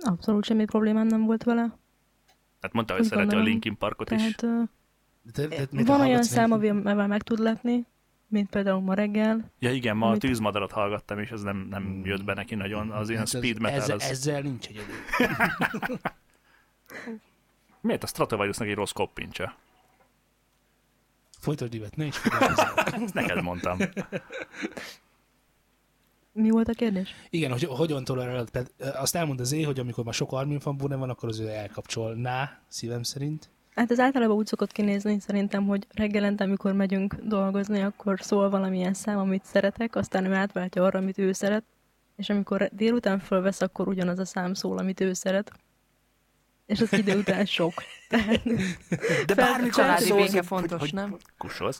Speaker 4: Abszolút semmi problémám nem volt vele.
Speaker 3: Hát mondta, hogy
Speaker 4: Azt
Speaker 3: szereti a
Speaker 4: gondolom.
Speaker 3: Linkin Parkot is.
Speaker 4: Tehát ö,
Speaker 2: De, de, de,
Speaker 4: van olyan szám, amivel meg tud lepni, mint például ma reggel.
Speaker 3: Ja igen, ma a
Speaker 4: Amit-
Speaker 3: tűzmadarat hallgattam, és ez nem, nem jött be neki nagyon, az
Speaker 2: Hát
Speaker 3: ilyen speed metal.
Speaker 2: ezzel,
Speaker 3: Az...
Speaker 2: ezzel nincs egyedül.
Speaker 3: Miért a Stratovariusnak egy rossz koppintsa?
Speaker 2: Folytasd, Ivet, ne is foglalkozzál.
Speaker 3: Ezt neked mondtam.
Speaker 4: Mi volt a kérdés?
Speaker 2: Igen, hogy hogyan tolerálod? Tehát, ö, Azt elmondta az hogy amikor már sok Armin van Buren van, akkor az ő elkapcsolná, szívem szerint.
Speaker 4: Hát ez általában úgy szokott kinézni, szerintem, hogy reggelente, amikor megyünk dolgozni, akkor szól valamilyen szám, amit szeretek, aztán ő átváltja arra, amit ő szeret, és amikor délután fölvesz, akkor ugyanaz a szám szól, amit ő szeret. És az idő után sok. Tehát
Speaker 3: De
Speaker 4: Fel-
Speaker 1: A
Speaker 3: bármikor
Speaker 1: családi
Speaker 3: szólsz,
Speaker 1: béke
Speaker 3: hogy-
Speaker 1: fontos,
Speaker 3: hogy-
Speaker 1: nem?
Speaker 3: Kussolsz.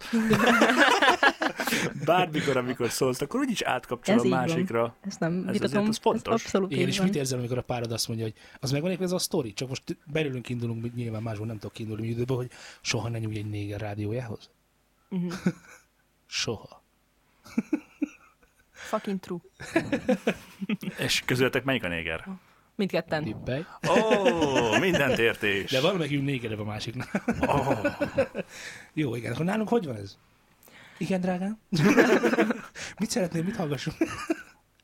Speaker 3: Bármikor, amikor szólsz, akkor úgyis átkapcsol
Speaker 4: Ez
Speaker 3: a
Speaker 4: így van.
Speaker 3: másikra.
Speaker 4: ezt nem
Speaker 3: azért
Speaker 4: vitatom.
Speaker 3: az fontos.
Speaker 4: abszolút
Speaker 2: Igen,
Speaker 4: így
Speaker 2: és
Speaker 4: van.
Speaker 2: mit érzel, amikor a párod azt mondja, hogy az megvan ez a sztori, csak most belülünk indulunk, mi- nyilván másból nem tudok kiindulni mi időből, hogy soha ne nyúlj egy néger rádiójához.
Speaker 1: Mhm.
Speaker 2: Soha.
Speaker 1: Fucking true.
Speaker 3: És közületek melyik a néger?
Speaker 1: Mindketten.
Speaker 2: Tippelj.
Speaker 3: Ó, mindent értés.
Speaker 2: De valamelyikünk négerebb a másiknál.
Speaker 3: oh,
Speaker 2: Jó, igen, akkor nálunk hogy van ez? Igen, drágám. mit szeretnél, mit hallgassunk?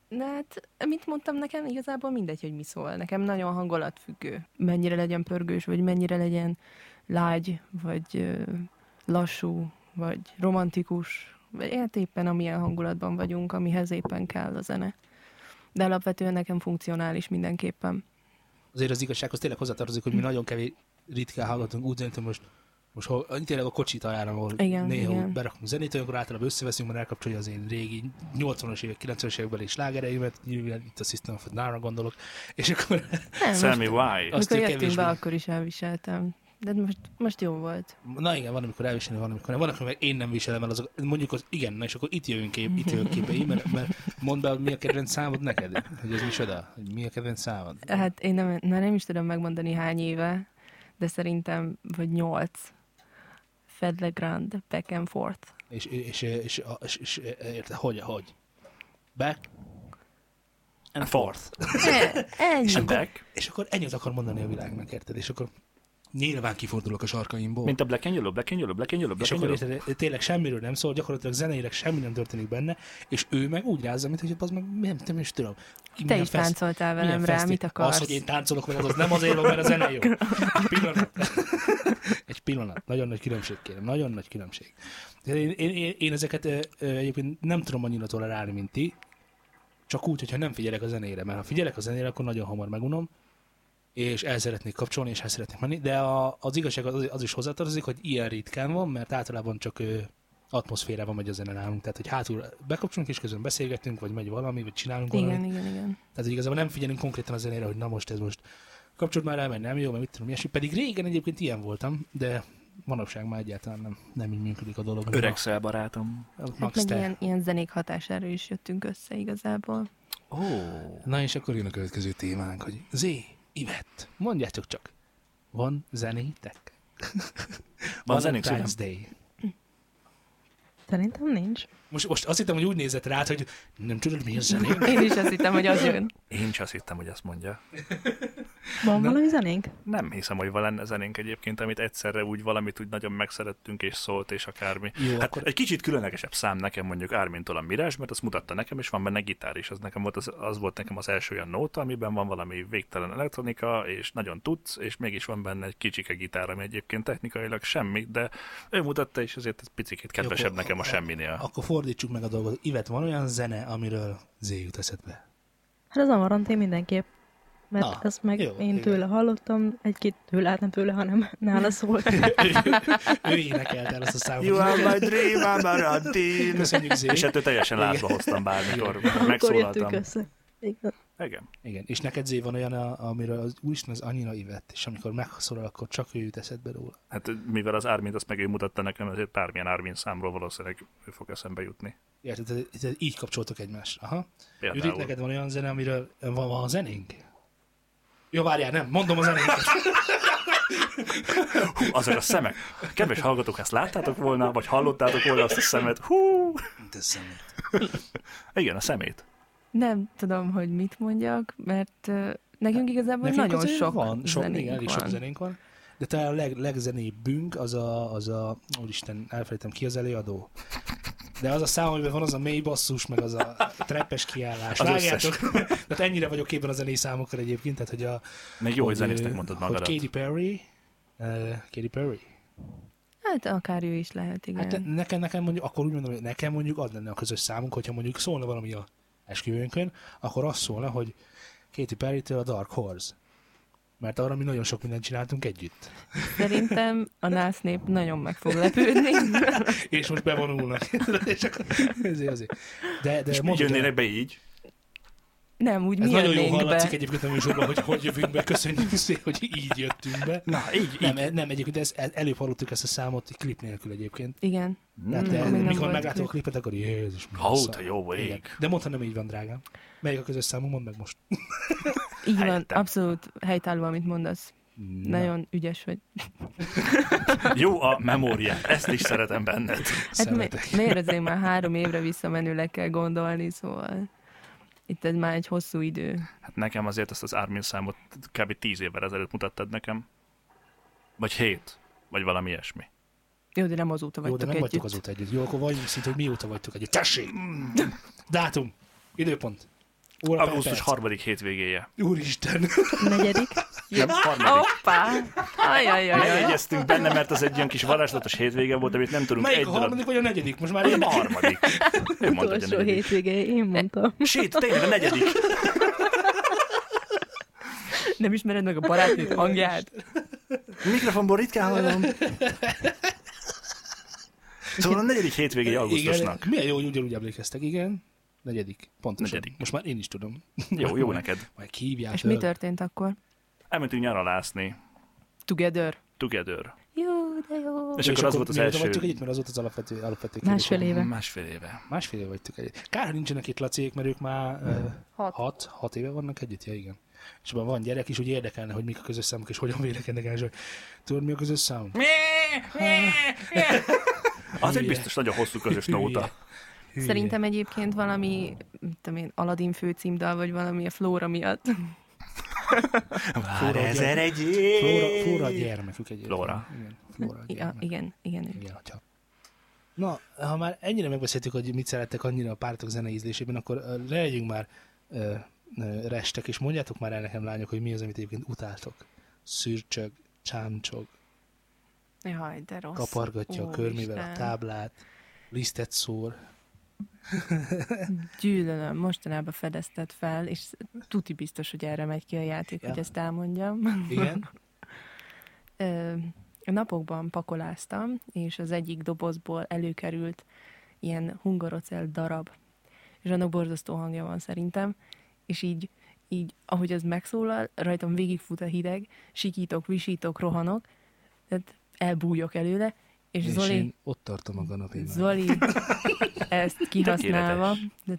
Speaker 1: De hát, mint mondtam, nekem igazából mindegy, hogy mi szól. Nekem nagyon hangulatfüggő. Mennyire legyen pörgős, vagy mennyire legyen lágy, vagy ö, lassú, vagy romantikus, vagy hát éppen amilyen hangulatban vagyunk, amihez éppen kell a zene. De alapvetően nekem funkcionális mindenképpen.
Speaker 2: azért az igazsághoz tényleg hozzátartozik,
Speaker 1: Hm.
Speaker 2: hogy mi nagyon kevés ritkán hallgatunk úgy zenét, hogy most most hol, annyi tényleg a kocsit ajánlom, ahol igen,
Speaker 1: Igen,
Speaker 2: néha igen.
Speaker 1: igen.
Speaker 2: berakunk zenét, olyankor általában összeveszünk, mert elkapcsolja az én régi 80-as évek, 90-es évekbeli slágereimet, nyilván itt a System of a Down-ra gondolok, és akkor
Speaker 1: Nem, most,
Speaker 3: Sammy, why?
Speaker 2: azt
Speaker 1: amikor
Speaker 2: ő
Speaker 1: jöttünk
Speaker 2: kevésbé.
Speaker 1: be, akkor is elviseltem. De most, most jó volt.
Speaker 2: Na igen, van, amikor elviselem, van, amikor nem. Van, amikor meg én nem viselem el azok, mondjuk az igen, na és akkor itt jövünk kép, itt jövünk képei, mert, mert mondd be, hogy mi a kedvenc számod neked, hogy ez micsoda, hogy mi a kedvenc számod.
Speaker 1: Hát én nem, már nem is tudom megmondani hány éve, de szerintem vagy nyolc. Fed Legrand, back and forth.
Speaker 2: És, és, és, és, és, és érte, hogy, hogy? Back and
Speaker 3: Forth.
Speaker 1: E, ennyi.
Speaker 2: És
Speaker 3: És
Speaker 2: akkor,
Speaker 3: back?
Speaker 2: és akkor ennyit akar mondani a világnak, érted? És akkor nyilván kifordulok a sarkaimból.
Speaker 3: Mint a Black and Yellow, Black and Yellow, Black and Yellow,
Speaker 2: és
Speaker 3: Black and
Speaker 2: akkor
Speaker 3: Yellow.
Speaker 2: érted, tényleg semmiről nem szól, gyakorlatilag zeneileg semmi nem történik benne, és ő meg úgy rázza, mint hogy az meg nem, nem is tudom.
Speaker 1: Te
Speaker 2: Milyen
Speaker 1: is
Speaker 2: fesz-
Speaker 1: táncoltál
Speaker 2: milyen
Speaker 1: velem rá,
Speaker 2: feszti-
Speaker 1: mit akarsz?
Speaker 2: Az, hogy én táncolok veled, az nem azért van, mert a zene jó. Egy pillanat. Egy pillanat. Nagyon nagy különbség, kérem. Nagyon nagy különbség. Én, én, én, én ezeket ö, ö, egyébként nem tudom annyira tolerálni, mint ti, csak úgy, hogyha nem figyelek a zenére, mert ha figyelek a zenére, akkor nagyon hamar megunom, és el szeretnék kapcsolni, és el szeretnék menni, de a, az igazság az, az is hozzátartozik, hogy ilyen ritkán van, mert általában csak ö, atmoszférában megy a zene nálunk, tehát hogy hátul bekapcsolunk, és közben beszélgetünk, vagy megy valami, vagy csinálunk valamit,
Speaker 1: Igen, igen, igen.
Speaker 2: tehát hogy igazából nem figyelünk konkrétan a zenére, hogy na most ez most kapcsolt már el, mert nem jó, mert mit tudom, ilyesmi. Pedig régen egyébként ilyen voltam, de manapság már egyáltalán nem, nem így működik a dolog.
Speaker 3: Öregszel, barátom.
Speaker 2: A- a
Speaker 1: Hát
Speaker 2: Max
Speaker 1: meg
Speaker 2: te.
Speaker 1: ilyen, ilyen zenék hatására is jöttünk össze igazából.
Speaker 3: Ó, oh,
Speaker 2: Na és akkor jön a következő témánk, hogy Zé, Ivett, mondjátok csak, van zenétek?
Speaker 3: van zenénk szívem.
Speaker 2: Valentine's Day.
Speaker 4: Szerintem nincs.
Speaker 2: Most, most azt hittem, hogy úgy nézett rád, hogy nem tudod, mi a zenénk?
Speaker 1: Én is azt hittem, hogy az jön.
Speaker 3: Én is azt hittem, hogy ezt mondja.
Speaker 4: Van valami zenénk?
Speaker 3: Nem hiszem, hogy van lenne zenénk egyébként, amit egyszerre úgy valamit úgy nagyon megszerettünk, és szólt, és akármi.
Speaker 2: Jó,
Speaker 3: hát
Speaker 2: akkor-
Speaker 3: egy kicsit különlegesebb szám nekem mondjuk Ármintól a Mirás, mert azt mutatta nekem, és van benne gitár is. Az, nekem volt az, az volt nekem az első olyan nóta, amiben van valami végtelen elektronika, és nagyon tudsz, és mégis van benne egy kicsike gitár, ami egyébként technikailag semmi, de ő mutatta, és ezért ez picit kedvesebb
Speaker 2: akkor-
Speaker 3: nekem a semminél.
Speaker 2: Akkor fordítsuk meg a dolgot. Ivett, van olyan zene, amiről Zé jut eszedbe?
Speaker 4: Hát az Amaranté mindenképp. Mert
Speaker 2: Na,
Speaker 4: Na, ezt meg
Speaker 2: jó,
Speaker 4: jó, én
Speaker 2: igen.
Speaker 4: tőle hallottam, egy-két tőle, hát nem tőle, hanem nála szólt.
Speaker 2: Ő énekelt el azt a számot.
Speaker 3: my dream, Amarantin.
Speaker 2: Köszönjük, Zé.
Speaker 3: És hát ettől teljesen lázba hoztam bármikor,
Speaker 4: Akkor jöttünk
Speaker 3: megszólaltam.
Speaker 4: össze. Igen.
Speaker 3: Igen.
Speaker 2: Igen, és neked Zé van olyan, a- amiről az úristen az annyira ivett, és amikor megszólal, akkor csak ő jut eszedbe róla.
Speaker 3: Hát mivel az Ármint azt meg ő mutatta nekem, ezért bármilyen Ármin számról valószínűleg ő fog eszembe jutni.
Speaker 2: Érted, tehát- tehát így kapcsoltok egymásra. Aha.
Speaker 3: Például.
Speaker 2: Judit, neked van olyan zene, amiről van, van a zenénk? Jó, várjál, nem, mondom a zenénket.
Speaker 3: Hú, azok a szemek. Kedves hallgatók, ezt láttátok volna, vagy hallottátok volna azt a szemet? Hú!
Speaker 2: De szemét.
Speaker 3: Igen, a szemét.
Speaker 1: Nem tudom, hogy mit mondjak, mert ö, nekünk igazából
Speaker 2: Nekünk
Speaker 1: nagyon
Speaker 2: azért
Speaker 1: sok,
Speaker 2: van, sok
Speaker 1: zenénk
Speaker 2: igen, elég
Speaker 1: van.
Speaker 2: sok zenénk van. De talán a leg, legzenébbünk az a, az a, úristen, elfelejtem ki az előadó. De az a szám, amiben van az a mély basszus, meg az a treppes kiállás.
Speaker 3: Az
Speaker 2: Vágjátok? Tehát ennyire vagyok képben a zenei számokkal egyébként, tehát hogy a...
Speaker 3: Még jó, hogy
Speaker 2: hogy,
Speaker 3: zenésznek
Speaker 2: ö,
Speaker 3: mondtad
Speaker 2: Hogy
Speaker 3: magadat.
Speaker 2: Katy Perry, uh, Katy Perry.
Speaker 1: Hát akár ő is lehet, igen.
Speaker 2: Hát nekem, nekem mondjuk, akkor úgy mondom, hogy nekem mondjuk az lenne a közös számunk, hogyha mondjuk szólna valami a esküvőnkön, akkor az szólna, hogy Katy perry a Dark Horse. Mert arra mi nagyon sok mindent csináltunk együtt.
Speaker 1: Szerintem a nász nép nagyon meg fog lepődni.
Speaker 2: És most bevonulnak. és akkor, ezért, azért. De, de
Speaker 3: És mi
Speaker 2: mondd el.
Speaker 3: jönnének be így?
Speaker 1: Nem, úgy
Speaker 2: ez
Speaker 1: mi
Speaker 2: nagyon jó
Speaker 1: jönnénk
Speaker 2: hallatszik
Speaker 1: be.
Speaker 2: egyébként a műsorban, hogy hogy jövünk be, köszönjük szépen, hogy így jöttünk be.
Speaker 3: Na, így, így.
Speaker 2: Nem, e- nem egyébként ez, el- előbb hallottuk ezt a számot egy klip nélkül egyébként.
Speaker 1: Igen.
Speaker 2: Tehát
Speaker 1: amíg
Speaker 2: de,
Speaker 1: nem
Speaker 2: mikor
Speaker 1: volt
Speaker 2: meglátom a
Speaker 1: klip.
Speaker 2: klipet, akkor Jézus. milyen
Speaker 3: Ó,
Speaker 2: szar.
Speaker 3: te jó ég.
Speaker 2: Igen. De mondta nem így van, drágám. Melyik a közös számunk, mondd meg most.
Speaker 1: Így van,
Speaker 3: Helyettem.
Speaker 1: abszolút helytálló, amit mondasz. Nagyon ügyes vagy.
Speaker 3: Jó a memóriát, ezt is szeretem benned.
Speaker 1: Hát mi,
Speaker 2: Szeretek.
Speaker 1: miért azért már három évre visszamenőleg kell gondolni, szóval itt ez már egy hosszú idő.
Speaker 3: Hát nekem azért ezt az Ármin számot kb. 10 évvel ezelőtt mutattad nekem. Vagy 7, vagy valami ilyesmi.
Speaker 1: Jó, de nem azóta
Speaker 2: Jó,
Speaker 1: vagytok
Speaker 2: de nem
Speaker 1: együtt.
Speaker 2: vagytok azóta együtt. Jó, akkor vagyunk szinte, hogy mióta vagytok együtt. Tessék! Dátum, időpont, óra, per
Speaker 3: Augusztus
Speaker 2: perc.
Speaker 3: 3. hétvégéje.
Speaker 2: Úristen!
Speaker 4: Negyedik.
Speaker 3: Nem, harmadik.
Speaker 1: Hoppá! Ajajajaj.
Speaker 3: Megjegyeztünk benne, mert az egy ilyen kis varázslatos hétvége volt, amit nem tudunk
Speaker 2: Melyik
Speaker 3: egy
Speaker 2: a
Speaker 3: darab...
Speaker 2: harmadik vagy a negyedik? Most már
Speaker 3: Nem a
Speaker 2: érdekel.
Speaker 3: harmadik. Ő mondta, hogy a
Speaker 4: Utolsó
Speaker 3: negyedik.
Speaker 4: hétvégé, én mondtam.
Speaker 3: Sét, tényleg a negyedik.
Speaker 1: Nem ismered meg a barátnőt hangját?
Speaker 3: Mikrofonból ritkán hallom. Szóval a negyedik hétvégéje
Speaker 2: Igen,
Speaker 3: augusztusnak.
Speaker 2: milyen jó, hogy ugyanúgy emlékeztek, igen. Negyedik, pontosan.
Speaker 3: Negyedik.
Speaker 2: Most már én is tudom.
Speaker 3: Jó, jó neked.
Speaker 2: Majd kihívják.
Speaker 1: És mi történt akkor?
Speaker 3: Elmentünk nyaralászni.
Speaker 1: Together.
Speaker 3: Together.
Speaker 1: Jó, de jó.
Speaker 3: És akkor az volt az első.
Speaker 2: vagytok együtt, mert az volt az alapvető, alapvető kérdés.
Speaker 4: Másfél éve.
Speaker 3: Másfél éve.
Speaker 2: Másfél éve vagytok együtt. Kár, hogy nincsenek itt Laciék, mert ők már ö,
Speaker 1: Hat.
Speaker 2: hat, hat éve vannak együtt, ja igen. És abban van gyerek is, úgy érdekelne, hogy mik a közös számok, és hogyan vélekednek el, és hogy tudod, mi a közös számunk?
Speaker 3: Az egy biztos nagyon hosszú közös nóta.
Speaker 2: Hülye.
Speaker 1: Szerintem egyébként valami, mit tudom én, Aladdin főcímdal, vagy valami a Flóra miatt.
Speaker 3: Vár
Speaker 2: Flóra
Speaker 3: ezer egy év.
Speaker 2: Flóra, Flóra a gyermekük egyébként.
Speaker 3: Flóra.
Speaker 2: Igen, Flóra a
Speaker 1: Ja,
Speaker 2: gyermek.
Speaker 1: igen, igen, igen.
Speaker 2: Igen, atya. Na, ha már ennyire megbeszéltük, hogy mit szerettek annyira a pártok zenei ízlésében, akkor ö, legyünk már ö, ö, restek, és mondjátok már el nekem, lányok, hogy mi az, amit egyébként utáltok. Szürcsög, csámcsog,
Speaker 1: Jaj, de rossz.
Speaker 2: kapargatja a körmével a
Speaker 1: Úristen.
Speaker 2: táblát, lisztet szór.
Speaker 1: Gyűlölöm, mostanában fedezted fel, és tuti biztos, hogy erre megy ki a játék,
Speaker 2: Ja.
Speaker 1: hogy ezt elmondjam.
Speaker 2: Igen?
Speaker 1: Ö, a napokban pakoláztam, és az egyik dobozból előkerült ilyen hungarocel darab, és annak borzasztó hangja van szerintem, és így, így ahogy az megszólal, rajtam végigfut a hideg, sikítok, visítok, rohanok, tehát elbújok előle, és,
Speaker 2: És
Speaker 1: Zoli...
Speaker 2: én ott tartom a kanapémán.
Speaker 1: Zoli ezt kihasználva. De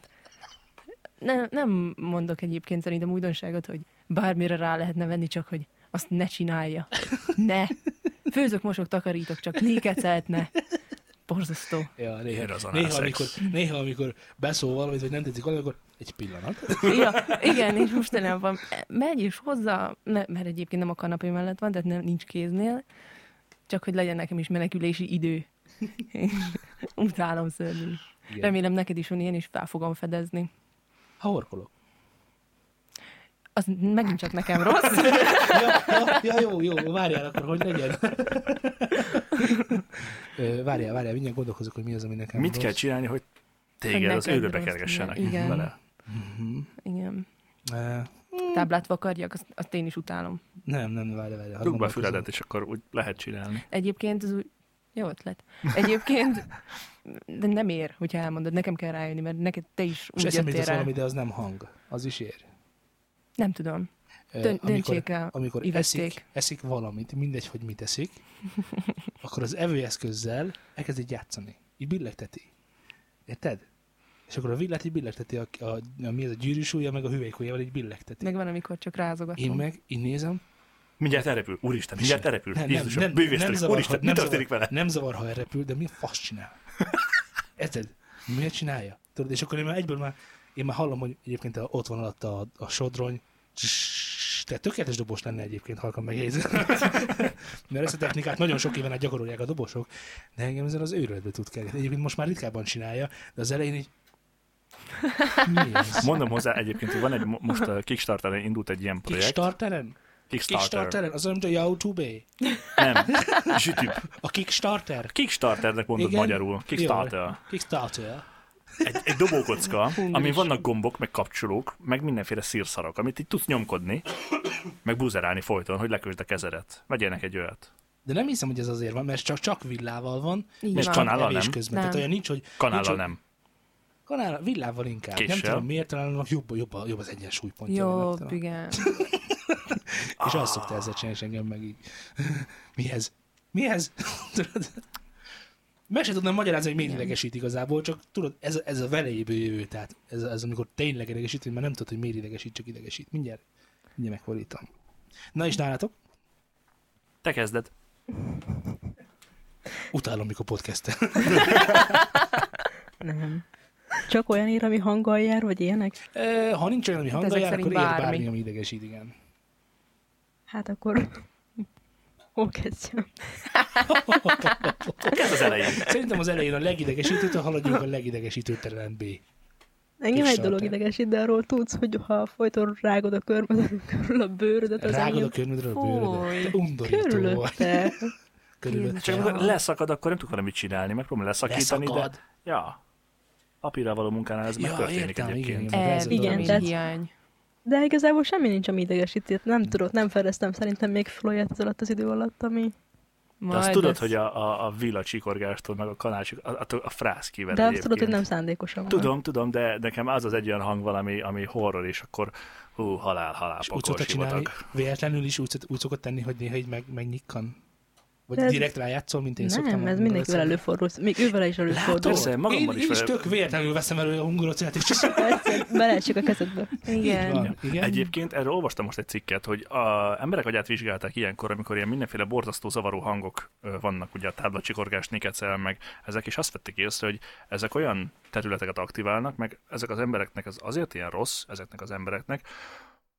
Speaker 1: nem, nem mondok egyébként szerintem újdonságot, hogy bármire rá lehetne venni, csak hogy azt ne csinálja. Ne! Főzök, mosok, takarítok, csak nékecelt ne. Borzasztó.
Speaker 2: Ja,
Speaker 3: Miért az
Speaker 2: néha,
Speaker 3: anál
Speaker 2: néha,
Speaker 3: szex?
Speaker 2: amikor, néha, amikor beszól valamit, hogy nem tetszik valamit, akkor egy pillanat.
Speaker 1: Ja, igen, és mostanában megy is hozzá, ne- mert egyébként nem a kanapé mellett van, tehát nem, nincs kéznél, csak hogy legyen nekem is menekülési idő. Utálom szörnyű.
Speaker 2: Igen.
Speaker 1: Remélem neked is van ilyen, és fel fogom fedezni.
Speaker 2: Ha horkolok.
Speaker 1: az megint csak nekem rossz.
Speaker 2: ja, ja, ja, jó, jó, várjál akkor, hogy legyen. Ö, várjál, várjál, mindjárt gondolkozok, hogy mi az, ami nekem
Speaker 3: Mit
Speaker 2: rossz.
Speaker 3: kell csinálni, hogy téged
Speaker 1: Hogy
Speaker 3: az
Speaker 1: neked
Speaker 3: űrbe
Speaker 1: rossz
Speaker 3: kergessenek
Speaker 1: legyen. Igen.
Speaker 3: vele?
Speaker 1: Igen.
Speaker 2: Ö,
Speaker 1: Táblát vakarjak, azt, azt én is utálom.
Speaker 2: nem, nem, várj, várj. hadd
Speaker 3: Dugd be a
Speaker 2: Hát gondolkozom.
Speaker 3: füledet, és akkor úgy lehet csinálni.
Speaker 1: Egyébként az úgy... Jó ötlet. Egyébként de nem ér, hogyha elmondod. Nekem kell rájönni, mert neked te is
Speaker 2: És
Speaker 1: úgy
Speaker 2: eszembe
Speaker 1: jöttél
Speaker 2: jutott
Speaker 1: rá.
Speaker 2: valami, de az nem hang. Az is ér.
Speaker 1: Nem tudom.
Speaker 2: Ö,
Speaker 1: Dön- döntsék el,
Speaker 2: amikor eszik,
Speaker 1: ivették.
Speaker 2: eszik valamit, mindegy, hogy mit eszik, akkor az evőeszközzel elkezd így játszani. Így billegteti. Érted? És akkor a villát így billegteti, a, a, a, mi ez a gyűrűs ujja, meg a hüvelykujjával így billegteti.
Speaker 1: Meg van, amikor csak rázogatom.
Speaker 2: Én meg így nézem,
Speaker 3: Mindjárt elrepül. Úristen, mindjárt elrepül.
Speaker 2: nem, nem,
Speaker 3: Jézusom,
Speaker 2: nem, nem,
Speaker 3: bűvésztelik.
Speaker 2: zavar,
Speaker 3: Úristen,
Speaker 2: ha-
Speaker 3: mi
Speaker 2: nem,
Speaker 3: történik
Speaker 2: zavar,
Speaker 3: vele?
Speaker 2: nem zavar, ha elrepül, de mi a fasz csinál? Érted? Miért csinálja? Tudod, és akkor én már egyből már, én már hallom, hogy egyébként a- ott van alatt a, a sodrony, Zsss, tehát tökéletes dobos lenne egyébként, halkan megjegyzem. Mert ezt a technikát nagyon sok éven át gyakorolják a dobosok, de engem ezzel az őrületbe tud kerülni. Egyébként most már ritkábban csinálja, de az elején így... Mi ez?
Speaker 3: Mondom hozzá egyébként, hogy van egy mo- most a Kickstarteren indult egy ilyen projekt.
Speaker 2: Kickstarteren? Kickstarteren? Az olyan, mint a YouTube.
Speaker 3: Nem, YouTube.
Speaker 2: A Kickstarter?
Speaker 3: Kickstarternek mondod
Speaker 2: Igen?
Speaker 3: magyarul. Kickstarter.
Speaker 2: Jól. Kickstarter.
Speaker 3: egy, egy dobókocka, ami vannak gombok, meg kapcsolók, meg mindenféle szírszarok, amit így tudsz nyomkodni, meg buzerálni folyton, hogy lekösd a kezedet. Vegyél egy olyat.
Speaker 2: De nem hiszem, hogy ez azért van, mert csak, csak villával van,
Speaker 1: Így
Speaker 2: és
Speaker 1: van.
Speaker 2: csak
Speaker 3: kanállal
Speaker 2: evés
Speaker 3: nem?
Speaker 2: közben.
Speaker 1: Nem.
Speaker 2: Tehát olyan nincs, hogy...
Speaker 3: Kanállal
Speaker 2: nincs,
Speaker 3: nem.
Speaker 2: Hogy kanállal, villával inkább. Nem
Speaker 3: Késsel.
Speaker 2: tudom miért, talán annak jobb, jobb, a- jobb az egyensúlypontja.
Speaker 1: Jó,
Speaker 2: nem tudom.
Speaker 1: igen.
Speaker 2: És azt szokta ezzel csinálni, és engem meg így... Mi ez? Mi ez? tudod? Meg se tudnám magyarázni, hogy miért idegesít igazából, csak tudod, ez, a- ez a velejéből jövő, tehát ez, ez amikor tényleg idegesít, hogy már nem tudod, hogy miért idegesít, csak idegesít. Mindjárt, mindjárt megfordítom. Na és nálatok?
Speaker 3: Te kezded.
Speaker 2: Utálom, mikor podcastel.
Speaker 4: Nem. Csak olyan ír, ami hanggal jár, vagy ilyenek?
Speaker 2: Ö, Ha nincs olyan, ami
Speaker 1: Hát
Speaker 2: hanggal
Speaker 1: ezek
Speaker 2: jár, akkor ér
Speaker 1: szerint
Speaker 2: bármi.
Speaker 1: bármi.
Speaker 2: ami idegesít, igen.
Speaker 4: Hát akkor hol kezdjem?
Speaker 3: Kezd az elején.
Speaker 2: Szerintem az elején a legidegesítőtől haladjunk a legidegesítő terülen B.
Speaker 4: Engem
Speaker 2: Kis
Speaker 4: egy dolog
Speaker 2: sarter.
Speaker 4: idegesít, de arról tudsz, hogy ha folyton rágod a körmöd, körül a bőrödet, az
Speaker 2: Rágod a
Speaker 4: engem
Speaker 2: körmödről a
Speaker 1: Fúj.
Speaker 2: bőrödet. Te Undorító vagy.
Speaker 4: körülötte.
Speaker 2: Körülötte.
Speaker 1: Jézus.
Speaker 3: Csak amikor leszakad, akkor nem tudok vele mit csinálni, megpróbálom leszakítani,
Speaker 2: Leszakad.
Speaker 3: de... Ja. Papírral való munkánál ez
Speaker 2: Ja,
Speaker 3: megtörténik
Speaker 2: értem,
Speaker 3: egyébként.
Speaker 2: igen, Ez a
Speaker 1: Igen,
Speaker 4: dolog.
Speaker 1: hiány.
Speaker 4: De igazából semmi nincs, ami idegesít. Nem tudod, nem fedeztem szerintem még Floyet az alatt az idő alatt, ami...
Speaker 1: Majd
Speaker 3: De azt tudod,
Speaker 1: ez-
Speaker 3: hogy a, a, a villa csikorgástól, meg a kanálcsik, a, a, a frász kivel
Speaker 4: De azt tudod, hogy
Speaker 3: egyébként.
Speaker 4: nem szándékosan van.
Speaker 3: Tudom, tudom, de nekem az az egy olyan hang valami, ami horror, és akkor hú, halál, halál,
Speaker 2: És úgy
Speaker 3: pakol,
Speaker 2: szokta csinálni,
Speaker 3: sivatag.
Speaker 2: véletlenül is úgy, úgy szokott tenni, hogy néha így meg, megnyikkan. Vagy
Speaker 4: De ez-
Speaker 2: direkt rájátszol, mint én szoktam.
Speaker 4: Nem, ez
Speaker 2: amikor
Speaker 4: mindenkivel
Speaker 2: veszem.
Speaker 4: előfordul. Még ővel is előfordul.
Speaker 3: Persze, magammal
Speaker 2: én,
Speaker 3: is
Speaker 2: én is
Speaker 3: vele-
Speaker 2: tök véletlenül veszem elő a hungarocát, és
Speaker 4: Persze, Beleesik a kezedbe.
Speaker 2: így
Speaker 1: Igen.
Speaker 2: van. Igen?
Speaker 3: Egyébként erről olvastam most egy cikket, hogy a emberek agyát vizsgálták ilyenkor, amikor ilyen mindenféle borzasztó zavaró hangok ö, vannak, ugye a táblacsikorgás, nikecel, meg ezek, és azt vették észre, hogy ezek olyan területeket aktiválnak, meg ezek az embereknek az azért ilyen rossz, ezeknek az embereknek,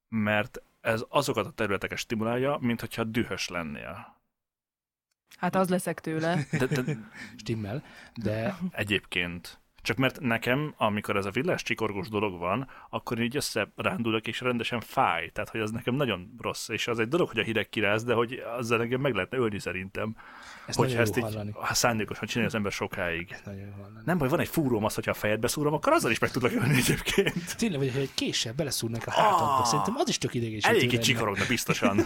Speaker 3: mert ez azokat a területeket stimulálja, mint hogyha dühös lennél.
Speaker 1: Hát az leszek tőle.
Speaker 3: De, de
Speaker 2: Stimmel, de
Speaker 3: egyébként. Csak mert nekem, amikor ez a villás csikorgós dolog van, akkor így összerándulok és rendesen fáj. Tehát, hogy az nekem nagyon rossz. És az egy dolog, hogy a hideg kiráz, de hogy azzal engem meg lehetne ölni szerintem.
Speaker 2: ezt
Speaker 3: hogyha
Speaker 2: nagyon
Speaker 3: ezt
Speaker 2: jó
Speaker 3: így
Speaker 2: hallani.
Speaker 3: ha szándékosan csinálja az ember sokáig.
Speaker 2: Ezt nagyon jó hallani.
Speaker 3: Nem baj, van egy fúróm az, hogyha a fejedbe szúrom, akkor azzal is meg tudlak ölni egyébként.
Speaker 2: Tényleg, vagy, hogy egy késsel beleszúrnak a hátadba,
Speaker 3: Ah!
Speaker 2: szerintem az is tök idegesítő.
Speaker 3: Elég így
Speaker 2: lenne.
Speaker 3: csikorogna biztosan.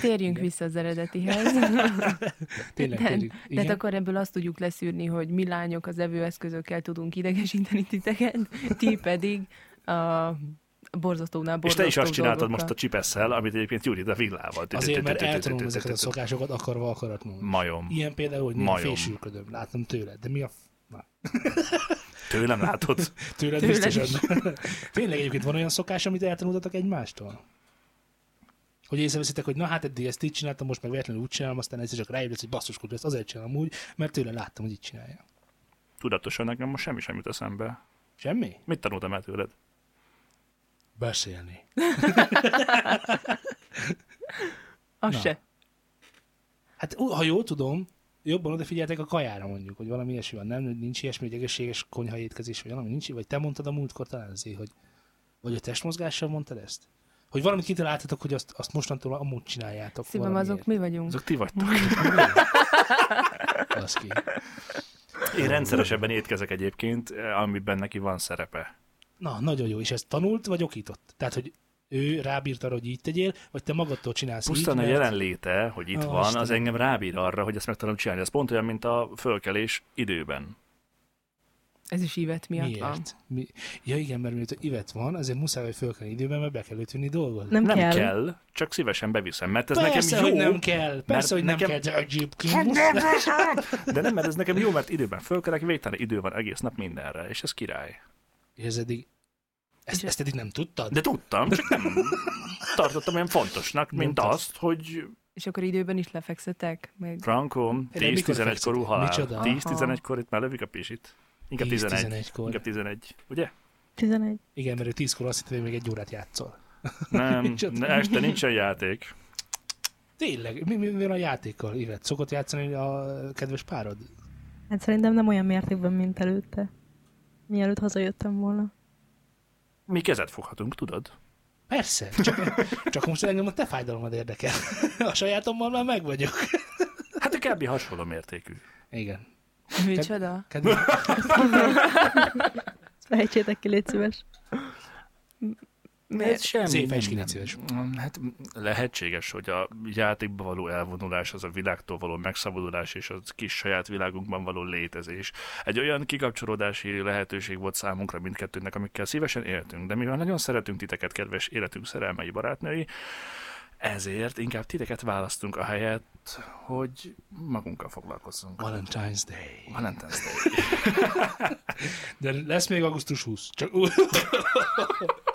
Speaker 1: Térjünk vissza az eredetihez.
Speaker 2: Tényleg,
Speaker 1: Tehát,
Speaker 2: tényleg.
Speaker 1: tehát
Speaker 2: Igen.
Speaker 1: hát akkor ebből azt tudjuk leszűrni, hogy mi lányok az evőeszközökkel tudunk idegesíteni titeket, ti pedig a borzasztónál borzasztóbb
Speaker 3: És te is azt csináltad
Speaker 1: dolgokkal.
Speaker 3: most a csipesszel, amit egyébként Gyuri a villával.
Speaker 2: Azért, mert eltanulom ezeket a szokásokat akarva akaratlanul.
Speaker 3: Majom.
Speaker 2: Ilyen például, hogy néha
Speaker 3: Majom.
Speaker 2: fésülködöm. Látom tőled, de mi a... f- Na,
Speaker 3: Tőlem látod?
Speaker 2: tőled,
Speaker 1: Tőled
Speaker 2: tőled biztosan. Tényleg egyébként van olyan szokás, amit eltanultatok egymástól? Hogy észreveszitek, hogy na hát eddig ezt így csináltam, most meg véletlenül úgy csinálom, aztán egyszer csak ráébredsz, hogy basszus, hogy ezt azért csinálom úgy, mert tőle láttam, hogy így csinálja.
Speaker 3: Tudatosan nekem most semmi sem jut eszembe.
Speaker 2: Semmi?
Speaker 3: Mit tanultam el tőled?
Speaker 2: Beszélni.
Speaker 1: Az
Speaker 2: Na.
Speaker 1: se.
Speaker 2: Hát ú, ha jól tudom, jobban odafigyeltek a kajára mondjuk, hogy valami ilyesmi van, nem? Hogy Nincs ilyesmi, hogy egészséges konyha étkezés, vagy valami nincs, vagy te mondtad a múltkor talán azért, hogy vagy a testmozgással mondtad ezt? Hogy valamit kitaláltatok, hogy azt, azt mostantól amúgy csináljátok.
Speaker 1: Szívem, azok mi vagyunk.
Speaker 3: Azok ti vagytok.
Speaker 2: Azok...
Speaker 3: Én rendszeresebben étkezek egyébként, eh, amiben neki van szerepe.
Speaker 2: Na, nagyon jó. És ezt tanult, vagy okított? Tehát, hogy ő rábírt arra, hogy így tegyél, vagy te magadtól csinálsz
Speaker 3: Pusztán
Speaker 2: így,
Speaker 3: a
Speaker 2: mert-
Speaker 3: jelenléte, hogy itt
Speaker 2: Ó,
Speaker 3: van, az
Speaker 2: Istenem.
Speaker 3: engem rábír arra, hogy ezt meg tudom csinálni. Ez pont olyan, mint a fölkelés időben.
Speaker 1: Ez is ívet miatt van.
Speaker 2: Miért? Mi... Ja igen, mert mióta Ivet van, azért muszáj, hogy föl kell időben, mert be kell ütni dolgozni.
Speaker 4: Nem,
Speaker 3: Nem
Speaker 4: kell.
Speaker 3: kell. csak szívesen beviszem, mert ez
Speaker 2: persze,
Speaker 3: nekem jó.
Speaker 2: hogy nem kell. Persze, hogy nem
Speaker 3: nekem-
Speaker 2: kell, de
Speaker 1: Hát
Speaker 2: egyébként
Speaker 3: De nem, mert ez nekem jó, mert időben fölkelek, végtelen idő van egész nap mindenre, és ez király.
Speaker 2: És ez eddig... Ezt, ezt eddig nem tudtad?
Speaker 3: De tudtam, csak nem tartottam olyan fontosnak,
Speaker 2: Nem
Speaker 3: mint
Speaker 2: tudsz.
Speaker 3: azt, hogy
Speaker 1: És akkor időben is lefekszetek? Meg...
Speaker 3: Frankom,
Speaker 2: De mikor
Speaker 3: 10-11
Speaker 2: fekszik?
Speaker 3: korú halál.
Speaker 2: Micsoda?
Speaker 3: 10-11-kor itt már lövik a pisit. Inkább 11.
Speaker 2: 11-kor.
Speaker 3: Inkább 11, ugye?
Speaker 4: 11.
Speaker 2: Igen, mert ő 10-kor azt hitte, hogy még egy órát játszol.
Speaker 3: Nem,
Speaker 2: Micsoda?
Speaker 3: ne, este nincsen játék.
Speaker 2: Tényleg, mi, mi, mi van a játékkal, Ivet? Szokott játszani a kedves párod?
Speaker 4: Hát szerintem nem olyan mértékben, mint előtte. Mielőtt hazajöttem volna.
Speaker 3: Mi kezet foghatunk, tudod?
Speaker 2: Persze, csak, csak most engem a te fájdalmad érdekel. A sajátommal már meg vagyok.
Speaker 3: Hát a kb. hasonló mértékű.
Speaker 2: Igen.
Speaker 1: Micsoda?
Speaker 2: Kedves,
Speaker 4: Ezt Fejtsétek ki, légy szíves.
Speaker 1: Miért?
Speaker 3: semmi.
Speaker 2: Szép fejtsd ki, légy szíves.
Speaker 3: Hát lehetséges, hogy a játékba való elvonulás, az a világtól való megszabadulás és az kis saját világunkban való létezés. Egy olyan kikapcsolódási lehetőség volt számunkra mindkettőnek, amikkel szívesen éltünk, de mivel nagyon szeretünk titeket, kedves életünk szerelmei barátnői, ezért inkább titeket választunk a helyet, hogy magunkkal foglalkozzunk.
Speaker 2: Valentine's Day.
Speaker 3: Valentine's Day.
Speaker 2: De lesz még augusztus 20. Csak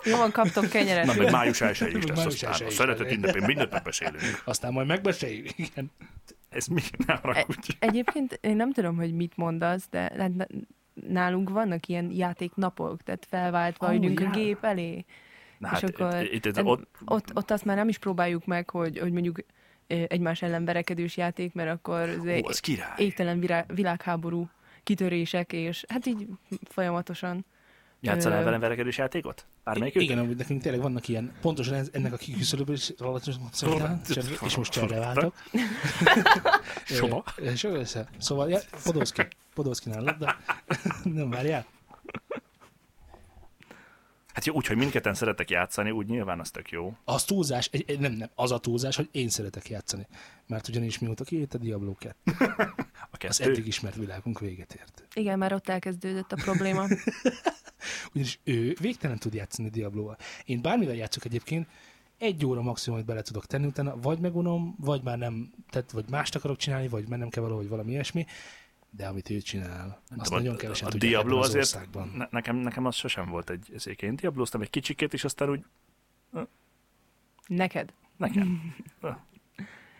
Speaker 1: Jó van, kaptok
Speaker 3: Na,
Speaker 1: kenyeret. E-
Speaker 3: meg május 1 is lesz
Speaker 2: Május
Speaker 3: aztán.
Speaker 2: 1-e
Speaker 3: A
Speaker 2: is
Speaker 3: szeretet
Speaker 2: lesz.
Speaker 3: ünnepén mindent beszélünk.
Speaker 2: aztán majd megbeszéljük. Igen.
Speaker 3: Ez mi? Ne haragudj.
Speaker 1: E, Egyébként én nem tudom, hogy mit mondasz, de hát na- nálunk vannak ilyen játéknapok, tehát felváltva
Speaker 3: Ó,
Speaker 1: ülünk a
Speaker 3: já.
Speaker 1: gép elé.
Speaker 3: Na hát,
Speaker 1: és akkor e,
Speaker 3: itt, itt, itt,
Speaker 1: em-
Speaker 3: ott,
Speaker 1: Ott, ott azt már nem is próbáljuk meg, hogy, hogy mondjuk ö, egymás ellen verekedős játék, mert akkor az
Speaker 3: ó, az király.
Speaker 1: égtelen virá- világháború kitörések, és hát így folyamatosan.
Speaker 3: Játszol el
Speaker 1: Ö,
Speaker 3: velem verekedős játékot? Bármelyik
Speaker 2: Igen, amúgy nekünk tényleg vannak ilyen, pontosan ez, ennek a kiküszöbölés és most csendre váltok.
Speaker 3: Soba.
Speaker 2: Ö, ö, Soba össze. Szóval, ja, Podolszki. Podolszkinál a labda. Nem várjál?
Speaker 3: Hát jó, úgyhogy mindketten szeretek játszani, úgy nyilván az tök jó.
Speaker 2: Az túlzás, egy, egy, nem, nem, az a túlzás, hogy én szeretek játszani. Mert ugyanis mióta kijött a Diablo 2,
Speaker 3: A
Speaker 2: az
Speaker 3: kettő.
Speaker 2: eddig ismert világunk véget ért.
Speaker 1: Igen, már ott elkezdődött a probléma.
Speaker 2: Ugyanis ő végtelen tud játszani Diablo-val. Én bármivel játszok egyébként, egy óra maximum, amit bele tudok tenni utána, vagy megunom, vagy már nem, tehát vagy mást akarok csinálni, vagy mennem kell valahogy valami ilyesmi, de amit ő csinál, azt
Speaker 3: Tudom,
Speaker 2: nagyon kevesen
Speaker 3: a
Speaker 2: tudják
Speaker 3: Diablo
Speaker 2: ebben az
Speaker 3: azért,
Speaker 2: országban.
Speaker 3: ne, nekem, nekem az sosem volt egy szék. Én diablóztam egy kicsikét, és aztán úgy
Speaker 1: Neked.
Speaker 3: nekem.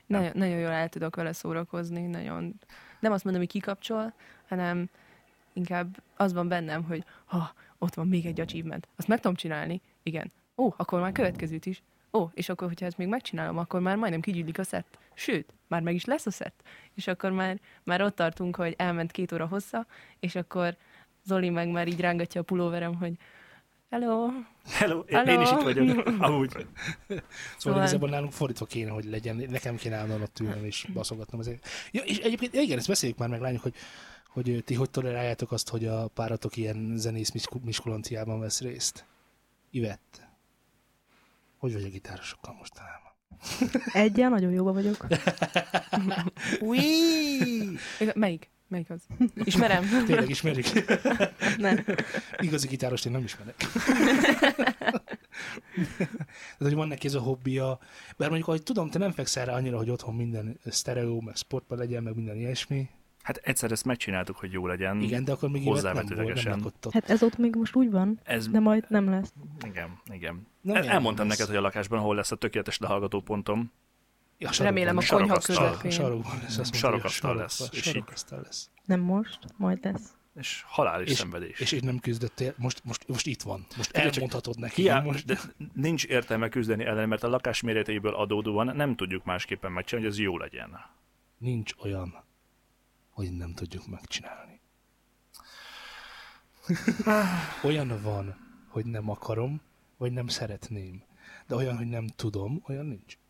Speaker 1: Nagyon, nagyon jól el tudok vele szórakozni, nagyon... Nem azt mondom, hogy kikapcsol, hanem inkább az van bennem, hogy ha, ott van még egy achievement. Azt meg tudom csinálni. Igen. Ó, akkor már következőt is. ó, és akkor, hogyha ezt még megcsinálom, akkor már majdnem kigyűlik a szett. Sőt, már meg is lesz a szett. És akkor már, már ott tartunk, hogy elment két óra hossza, és akkor Zoli meg már így rángatja a pulóverem, hogy hello,
Speaker 3: Hello, én,
Speaker 1: Hello.
Speaker 3: én is itt vagyok. Amúgy.
Speaker 2: Szóval
Speaker 1: Szóval-
Speaker 2: igazából nálunk fordítva kéne, hogy legyen, nekem kéne állnom ott ülnöm és baszogatnom azért. Ja, és egyébként, ja, igen, ezt beszéljük már meg, lányok, hogy, hogy ö, ti hogy toleráljátok azt, hogy a páratok ilyen zenész misku- miskulanciában vesz részt? Ivett, hogy vagy a gitárosokkal mostanában?
Speaker 4: Egyen nagyon jóba vagyok.
Speaker 1: melyik? Melyik az? Ismerem.
Speaker 2: Tényleg ismerik?
Speaker 4: Nem.
Speaker 2: Igazi gitárost én nem ismerek. Tehát, hogy van neki ez a hobbija, bár mondjuk, hogy tudom, te nem fekszel rá annyira, hogy otthon minden sztereó, meg sportban legyen, meg minden ilyesmi.
Speaker 3: Hát egyszer ezt megcsináltuk, hogy jó legyen.
Speaker 2: Igen, de akkor még évet nem volt,
Speaker 3: Hm. Hozzávetőlegesen.
Speaker 2: nem lakott ott.
Speaker 4: Hát ez ott még most úgy van,
Speaker 3: Ez,
Speaker 4: de majd nem lesz.
Speaker 3: igen, igen.
Speaker 2: Nem
Speaker 3: Nem
Speaker 2: jelent
Speaker 3: Elmondtam
Speaker 2: ez.
Speaker 3: neked, hogy a lakásban hol lesz a tökéletes lehallgató pontom.
Speaker 2: Ja,
Speaker 1: Remélem a
Speaker 2: sarokban
Speaker 1: konyha
Speaker 3: sarokasztal.
Speaker 2: lesz.
Speaker 1: közepén.
Speaker 2: sarokban lesz. azt mondta,
Speaker 3: Sarokasztal
Speaker 2: hogy a
Speaker 3: lesz,
Speaker 2: sarokba-
Speaker 3: és így-
Speaker 2: Sarokasztal lesz.
Speaker 4: Nem most, majd lesz.
Speaker 3: És halális
Speaker 2: És-
Speaker 3: szenvedés.
Speaker 2: És így nem küzdöttél, most, most, most itt van. Most
Speaker 3: Igen, csak
Speaker 2: elmondhatod neki.
Speaker 3: Hiá,
Speaker 2: nem most,
Speaker 3: de nincs értelme küzdeni ellen, mert a lakás méretéből adódóan nem tudjuk másképpen megcsinálni, hogy ez jó legyen.
Speaker 2: Nincs olyan, hogy nem tudjuk megcsinálni. olyan van, hogy nem akarom, vagy nem szeretném. De olyan, hogy nem tudom, olyan nincs.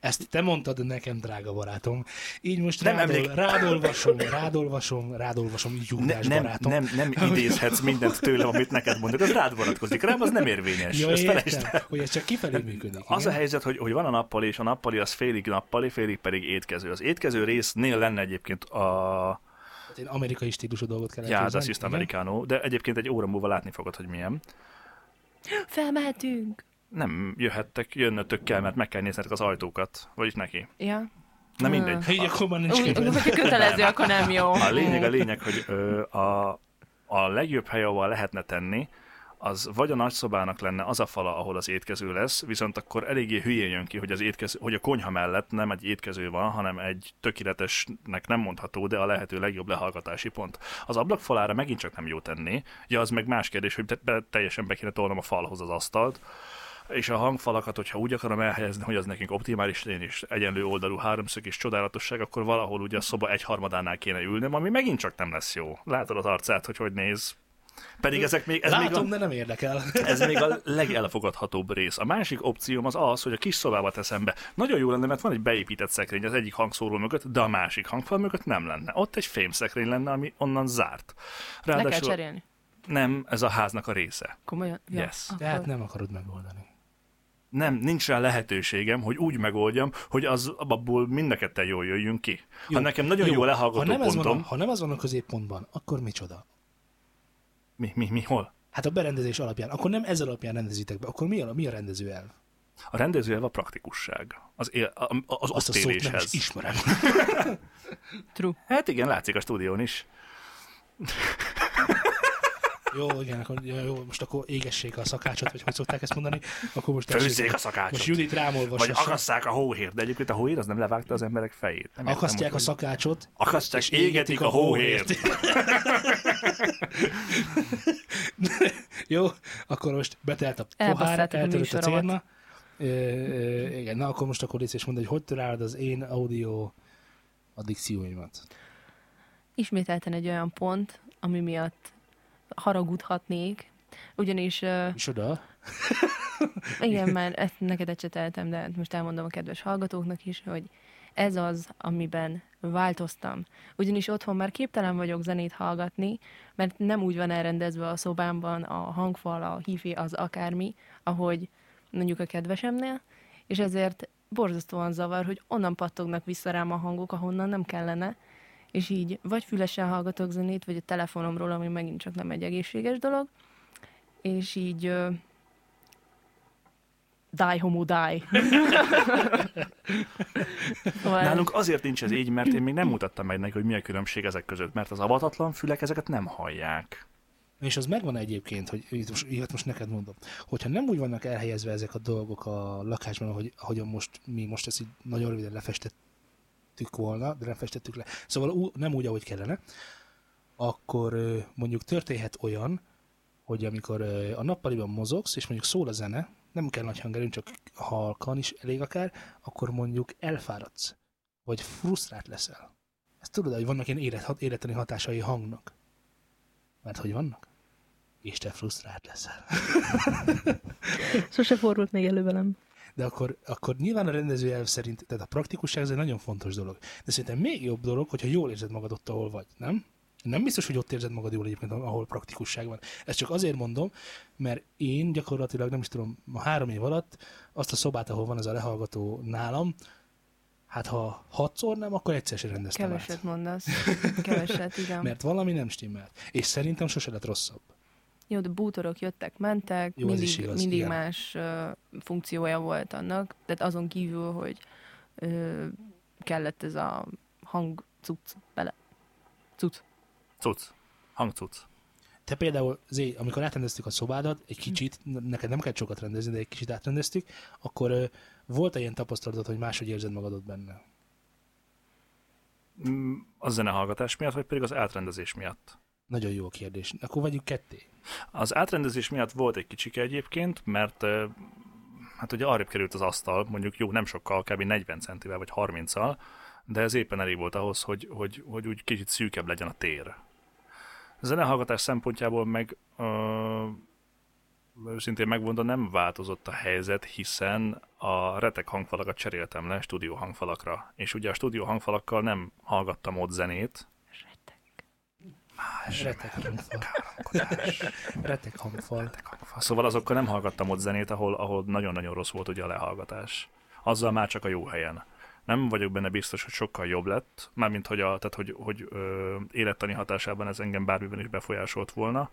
Speaker 2: Ezt te mondtad nekem, drága barátom. Így most
Speaker 3: Nem
Speaker 2: nem rádol,
Speaker 3: emlék-
Speaker 2: rádolvasom, rádolvasom, rádolvasom,
Speaker 3: Ne,
Speaker 2: Júdás
Speaker 3: nem,
Speaker 2: barátom.
Speaker 3: nem, nem idézhetsz mindent tőlem, amit neked mondok, az rád vonatkozik, rám az nem érvényes.
Speaker 2: Ja,
Speaker 3: Ezt felejtsd Hát
Speaker 2: értem, hogy ez csak kifelé működik.
Speaker 3: Az a
Speaker 2: igen?
Speaker 3: helyzet, hogy, hogy van a nappali, és a nappali az félig nappali, félig pedig étkező. Az étkező résznél lenne egyébként a
Speaker 2: Hát Én amerikai stílusú dolgot kell
Speaker 3: Jáz
Speaker 2: elképzelni,
Speaker 3: Assist
Speaker 2: igen?
Speaker 3: Americano, de egyébként egy óra múlva látni fogod, hogy milyen.
Speaker 1: Felmehetünk.
Speaker 3: Nem jöhettek, jönnötök kell, mert meg kell néznetek az ajtókat, vagyis neki.
Speaker 1: Ja.
Speaker 3: Na mindegy.
Speaker 2: Ha Így akkor már nincs
Speaker 1: Úgy,
Speaker 2: kedved.
Speaker 1: hogyha kötelező, akkor nem jó.
Speaker 3: A lényeg, a lényeg, hogy ö, a, a legjobb hely, ahol lehetne tenni, az vagy a nagyszobának lenne az a fala, ahol az étkező lesz, viszont akkor eléggé hülyén jön ki, hogy, az étkező, hogy a konyha mellett nem egy étkező van, hanem egy tökéletesnek nem mondható, de a lehető legjobb lehallgatási pont. Az ablakfalára megint csak nem jó tenni, ja az meg más kérdés, hogy te- be, teljesen be kéne tolnom a falhoz az asztalt, és a hangfalakat, hogyha úgy akarom elhelyezni, hogy az nekünk optimális legyen, és egyenlő oldalú háromszög és csodálatosság, akkor valahol ugye a szoba egyharmadánál kéne ülnöm, ami megint csak nem lesz jó. Látod az arcát, hogy hogy néz. Pedig ezek még, ez még a
Speaker 2: Látom, de nem érdekel.
Speaker 3: ez még a legelfogadhatóbb rész. A másik opcióm az az, hogy a kis szobába teszem be. Nagyon jó lenne, mert van egy beépített szekrény az egyik hangszóró mögött, de a másik hangfal mögött nem lenne. Ott egy fémszekrény lenne, ami onnan zárt.
Speaker 1: Le kell cserélni.
Speaker 3: nem, ez a háznak a része.
Speaker 1: Komolyan? Ja,
Speaker 3: Yes.
Speaker 1: akkor-
Speaker 2: Tehát nem akarod megoldani.
Speaker 3: Nem, nincs rá lehetőségem, hogy úgy megoldjam, hogy az abból mind a ketten jól jöjjünk ki. Jó. Ha nekem nagyon jó, jó
Speaker 2: ha
Speaker 3: lehallgató
Speaker 2: nem, ez van
Speaker 3: pontom,
Speaker 2: a, ha nem az van a középpontban, akkor micsoda?
Speaker 3: mi, mi, mi, hol?
Speaker 2: Hát a berendezés alapján, akkor nem ez alapján rendezitek be, akkor mi a, mi a rendező elv?
Speaker 3: A rendező elv a praktikusság. Az, él, a, a- az
Speaker 2: Azt
Speaker 3: ott
Speaker 2: a szót nem
Speaker 3: éléshez.
Speaker 2: is ismerem.
Speaker 1: True.
Speaker 3: Hát igen, látszik a stúdión is.
Speaker 2: jó, igen, akkor, jó, jó, most akkor égessék a szakácsot, vagy hogy szokták ezt mondani, akkor most
Speaker 3: Főzzék a szakácsot.
Speaker 2: Most Judit
Speaker 3: Vagy
Speaker 2: rámolvassa.
Speaker 3: akasszák a hóhért, de egyébként a hóhér az nem levágta az emberek fejét. Nem
Speaker 2: Akasztják
Speaker 3: értem,
Speaker 2: a
Speaker 3: hogy-
Speaker 2: szakácsot,
Speaker 3: Akasztják, és égetik a hóhért.
Speaker 2: Jó, akkor most betelt a pohár,
Speaker 1: Elbasszátok a
Speaker 2: eltörött a
Speaker 1: műsoromat.
Speaker 2: cérna. Ö, ö, igen, na akkor most akkor légy és mondd, hogy hogy találod az én audio addikcióimat.
Speaker 1: Ismételten egy olyan pont, ami miatt haragudhatnék, ugyanis ö,
Speaker 2: Micsoda?
Speaker 1: Igen, már ezt neked ecseteltem, de most elmondom a kedves hallgatóknak is, hogy ez az, amiben változtam. Ugyanis otthon már képtelen vagyok zenét hallgatni, mert nem úgy van elrendezve a szobámban a hangfal, a hifi, az akármi, ahogy mondjuk a kedvesemnél, és ezért borzasztóan zavar, hogy onnan pattognak vissza rám a hangok, ahonnan nem kellene, és így vagy fülesen hallgatok zenét, vagy a telefonomról, ami megint csak nem egy egészséges dolog, és így ö, Die, homo, die. szóval,
Speaker 3: Nálunk azért nincs ez így, mert én még nem mutattam meg neki, hogy mi a különbség ezek között, mert az avatatlan fülek ezeket nem hallják.
Speaker 2: És az megvan egyébként, hogy itt most, ilyet most neked mondom, hogyha nem úgy vannak elhelyezve ezek a dolgok a lakásban, ahogy, ahogyan most mi most ezt így nagyon röviden lefestettük volna, de nem festettük le, szóval ú, nem úgy, ahogy kellene, akkor ö, mondjuk történhet olyan, hogy amikor ö, a nappaliban mozogsz, és mondjuk szól a zene, nem kell nagy hangerőn, csak halkan is elég akár, akkor mondjuk elfáradsz, vagy frusztrált leszel. Ezt tudod, hogy vannak ilyen élet, életeni hatásai hangnak. Mert hogy vannak? És te frusztrált leszel.
Speaker 4: Sose fordult még elő velem.
Speaker 2: De akkor, akkor nyilván a rendező elv szerint, tehát a praktikusság ez egy nagyon fontos dolog. De szerintem még jobb dolog, hogyha jól érzed magad ott, ahol vagy, nem? Nem biztos, hogy ott érzed magad jól egyébként, ahol praktikusság van. Ezt csak azért mondom, mert én gyakorlatilag nem is tudom, a három év alatt azt a szobát, ahol van ez a lehallgató nálam, hát ha hatszor nem, akkor egyszer sem rendeztem át.
Speaker 1: Keveset mondasz. Keveset, igen.
Speaker 2: Mert valami nem stimmelt. És szerintem sose lett rosszabb.
Speaker 1: Jó, de bútorok jöttek, mentek,
Speaker 2: Jó, az
Speaker 1: mindig,
Speaker 2: is igaz,
Speaker 1: mindig
Speaker 2: igen.
Speaker 1: más ö, funkciója volt annak, tehát azon kívül, hogy ö, kellett ez a hang cucc bele. Cucc.
Speaker 3: Cucc. Hangcucc.
Speaker 2: Te például, Zé, amikor átrendeztük a szobádat, egy kicsit, n- neked nem kell sokat rendezni, de egy kicsit átrendeztük, akkor ö, volt egy ilyen tapasztalatod, hogy máshogy érzed magad ott benne?
Speaker 3: Mm, A zenehallgatás miatt, vagy pedig az átrendezés miatt?
Speaker 2: Nagyon jó a kérdés. Akkor vagyunk ketté.
Speaker 3: Az átrendezés miatt volt egy kicsike egyébként, mert ö, hát ugye arrébb került az asztal, mondjuk jó, nem sokkal, kb. 40 centivel vagy 30-al, de ez éppen elég volt ahhoz, hogy, hogy, hogy úgy kicsit szűkebb legyen a tér. Zenehallgatás szempontjából meg ö, őszintén megmondom, nem változott a helyzet, hiszen a retek hangfalakat cseréltem le stúdió hangfalakra, és ugye a stúdió hangfalakkal nem hallgattam ott zenét,
Speaker 2: Retek hangfal. Retek hangfal.
Speaker 3: Szóval azokkal nem hallgattam ott zenét, ahol, ahol nagyon-nagyon rossz volt ugye a lehallgatás. Azzal már csak a jó helyen. Nem vagyok benne biztos, hogy sokkal jobb lett, mármint hogy, a, tehát hogy, hogy ö, élettani hatásában ez engem bármiben is befolyásolt volna,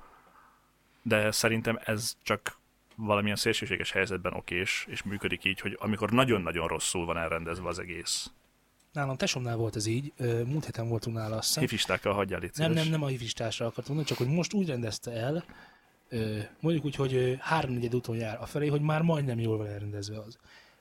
Speaker 3: de szerintem ez csak valamilyen szélsőséges helyzetben okés, és működik így, hogy amikor nagyon-nagyon rosszul van elrendezve az egész.
Speaker 2: Nálam tesomnál volt ez így, ö, múlt héten voltunk nála azt hiszem.
Speaker 3: Hifistákkal hagyjál itt
Speaker 2: Nem, nem, nem a hivistásra akartam mondani, csak hogy most úgy rendezte el, ö, mondjuk úgy, hogy ö, háromnegyed úton jár afelé, hogy már majdnem jól van elrendezve az.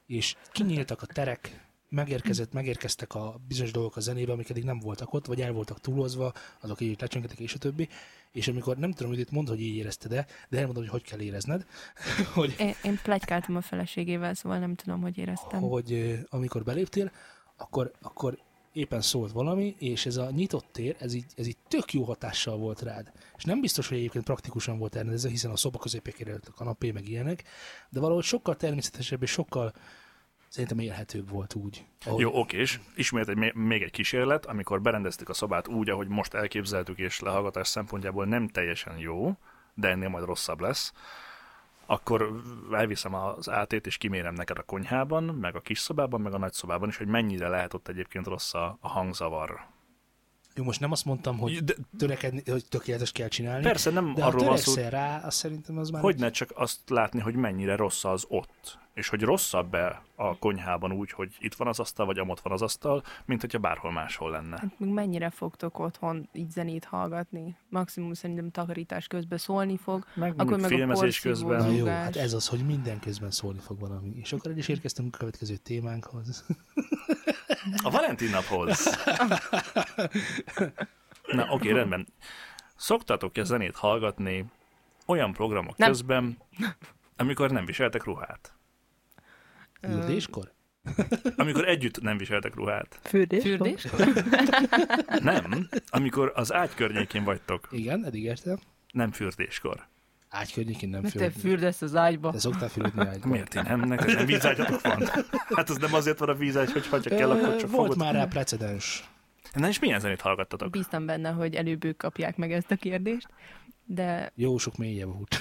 Speaker 2: És kinyíltak a terek, megérkezett, megérkeztek a bizonyos dolgok a zenébe, amik eddig nem voltak ott, vagy el voltak túlozva, azok így lecsöngetek, és a többi. És amikor nem tudom, hogy itt mondd, hogy így érezted -e, de elmondom, hogy hogy kell érezned, hogy
Speaker 1: Én, én plegykáltam a feleségével, szóval nem tudom, hogy éreztem.
Speaker 2: hogy ö, amikor beléptél, akkor, akkor éppen szólt valami, és ez a nyitott tér, ez így, ez így tök jó hatással volt rád. És nem biztos, hogy egyébként praktikusan volt elrendezve, hiszen a szoba középé került a kanapé, meg ilyenek, de valahogy sokkal természetesebb és sokkal szerintem élhetőbb volt úgy. Ahogy,
Speaker 3: Jó, oké, és ismét egy, mé- még egy kísérlet, amikor berendeztük a szobát úgy, ahogy most elképzeltük, és lehallgatás szempontjából nem teljesen jó, de ennél majd rosszabb lesz, akkor elviszem az átét, és kimérem neked a konyhában, meg a kis szobában, meg a nagy szobában is, hogy mennyire lehet ott egyébként rossz a, a hangzavar.
Speaker 2: jó, most nem azt mondtam, hogy,
Speaker 3: De,
Speaker 2: törekedni, hogy tökéletes kell csinálni,
Speaker 3: persze nem
Speaker 2: de ha
Speaker 3: arról van szó,
Speaker 2: törekszel rá, azt szerintem az már
Speaker 3: hogy ne csak azt látni, hogy mennyire rossz az ott. És hogy rosszabb-e a konyhában úgy, hogy itt van az asztal, vagy amott van az asztal, mint hogyha bárhol máshol lenne.
Speaker 1: Hát még mennyire fogtok otthon így zenét hallgatni? Maximum szerintem takarítás közben szólni fog.
Speaker 3: Meg
Speaker 1: Akkor meg a porszívós
Speaker 3: filmezés közben.
Speaker 2: Na jó,
Speaker 1: rúgás.
Speaker 2: hát ez az, hogy minden közben szólni fog valami. És akkor el is érkeztünk a következő témánkhoz.
Speaker 3: A Valentin naphoz. Na, oké, rendben. Szoktatok-e zenét hallgatni olyan programok
Speaker 1: Nem.
Speaker 3: közben, amikor nem viseltek ruhát?
Speaker 1: Ö,
Speaker 2: Üldéskor?
Speaker 3: Amikor együtt nem viseltek ruhát?
Speaker 4: Fürdés?
Speaker 1: Fürdés?
Speaker 3: Nem. Amikor az ágy környékén vagytok,
Speaker 2: Igen, eddig értem.
Speaker 3: nem fürdéskor.
Speaker 2: Ágy környékén nem
Speaker 1: Mert Hát te
Speaker 2: fürdni.
Speaker 1: fürdesz az ágyba.
Speaker 2: Te szoktál fürödni ágyban.
Speaker 3: Hát, Miért ti nem? Nektek nem vízágyatok van? Hát az nem azért van a vízágy, hogy ha
Speaker 2: Ö,
Speaker 3: kell, akkor csak
Speaker 2: Volt
Speaker 3: fogod.
Speaker 2: már rá precedens.
Speaker 3: Na és milyen zenét hallgattatok?
Speaker 1: Bíztam benne, hogy előbb ők kapják meg ezt a kérdést, de
Speaker 2: Jó sok mélyebb út.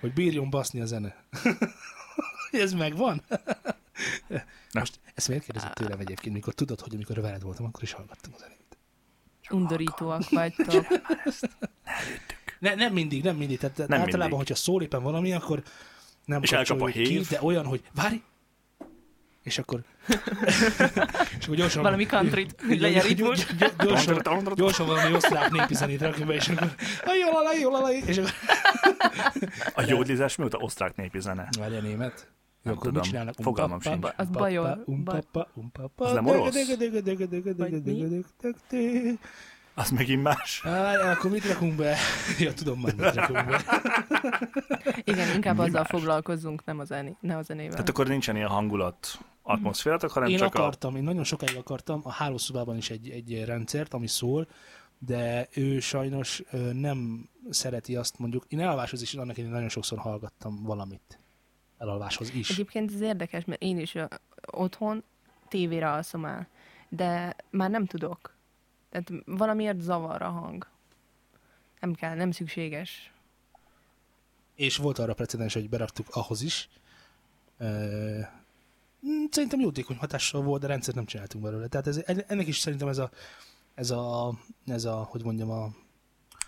Speaker 2: hogy bírjon baszni a zene. Ez megvan?
Speaker 3: Na.
Speaker 2: Most ezt miért kérdezett tőlem egyébként, mikor tudod, hogy amikor veled voltam, akkor is hallgattam a zenét.
Speaker 1: undorítóak vagytok.
Speaker 2: Ne, nem mindig, nem mindig. Tehát nem általában,
Speaker 3: mindig.
Speaker 2: hogyha szól éppen valami, akkor nem
Speaker 3: És elkap a
Speaker 2: kapcsolódik
Speaker 3: hív.
Speaker 2: Ki, de olyan, hogy várj, és akkor... és akkor gyorsan...
Speaker 1: Valami countryt, hogy legyen ritmus.
Speaker 2: Gyorsan, gyorsan valami osztrák népi zenét rakjuk be, és akkor a jól alá, jól alá, és akkor...
Speaker 3: A jódlizás mióta osztrák népi zene.
Speaker 2: Várja német.
Speaker 3: Nem tudom.
Speaker 2: Um,
Speaker 3: Fogalmam sincs.
Speaker 1: Az bajor.
Speaker 2: Umpapa, umpapa,
Speaker 3: Az nem orosz?
Speaker 1: Vagy mi?
Speaker 3: Az megint más.
Speaker 2: Á, akkor mit rakunk be? Ja, tudom már, mit rakunk be.
Speaker 1: Igen, inkább
Speaker 3: Mi
Speaker 1: azzal
Speaker 3: más?
Speaker 1: foglalkozzunk, nem a, zené, nem a zenével.
Speaker 3: Tehát akkor nincsen ilyen hangulat atmoszférátok, hanem
Speaker 2: Én
Speaker 3: csak a...
Speaker 2: akartam, én nagyon sokáig akartam a hálószobában is egy, egy rendszert, ami szól, de ő sajnos ö, nem szereti azt mondjuk, én elalváshoz is annak én nagyon sokszor hallgattam valamit. Elalváshoz is.
Speaker 1: Egyébként ez érdekes, mert én is ö, otthon tévére alszom el, de már nem tudok. Tehát valamiért zavar a hang. Nem kell, nem szükséges.
Speaker 2: És volt arra precedens, hogy beraktuk ahhoz is. Ö, mm, Szerintem jótékony hatással volt, de rendszert nem csináltunk belőle. Tehát ez, ennek is szerintem ez a, ez a, ez a hogy mondjam, a,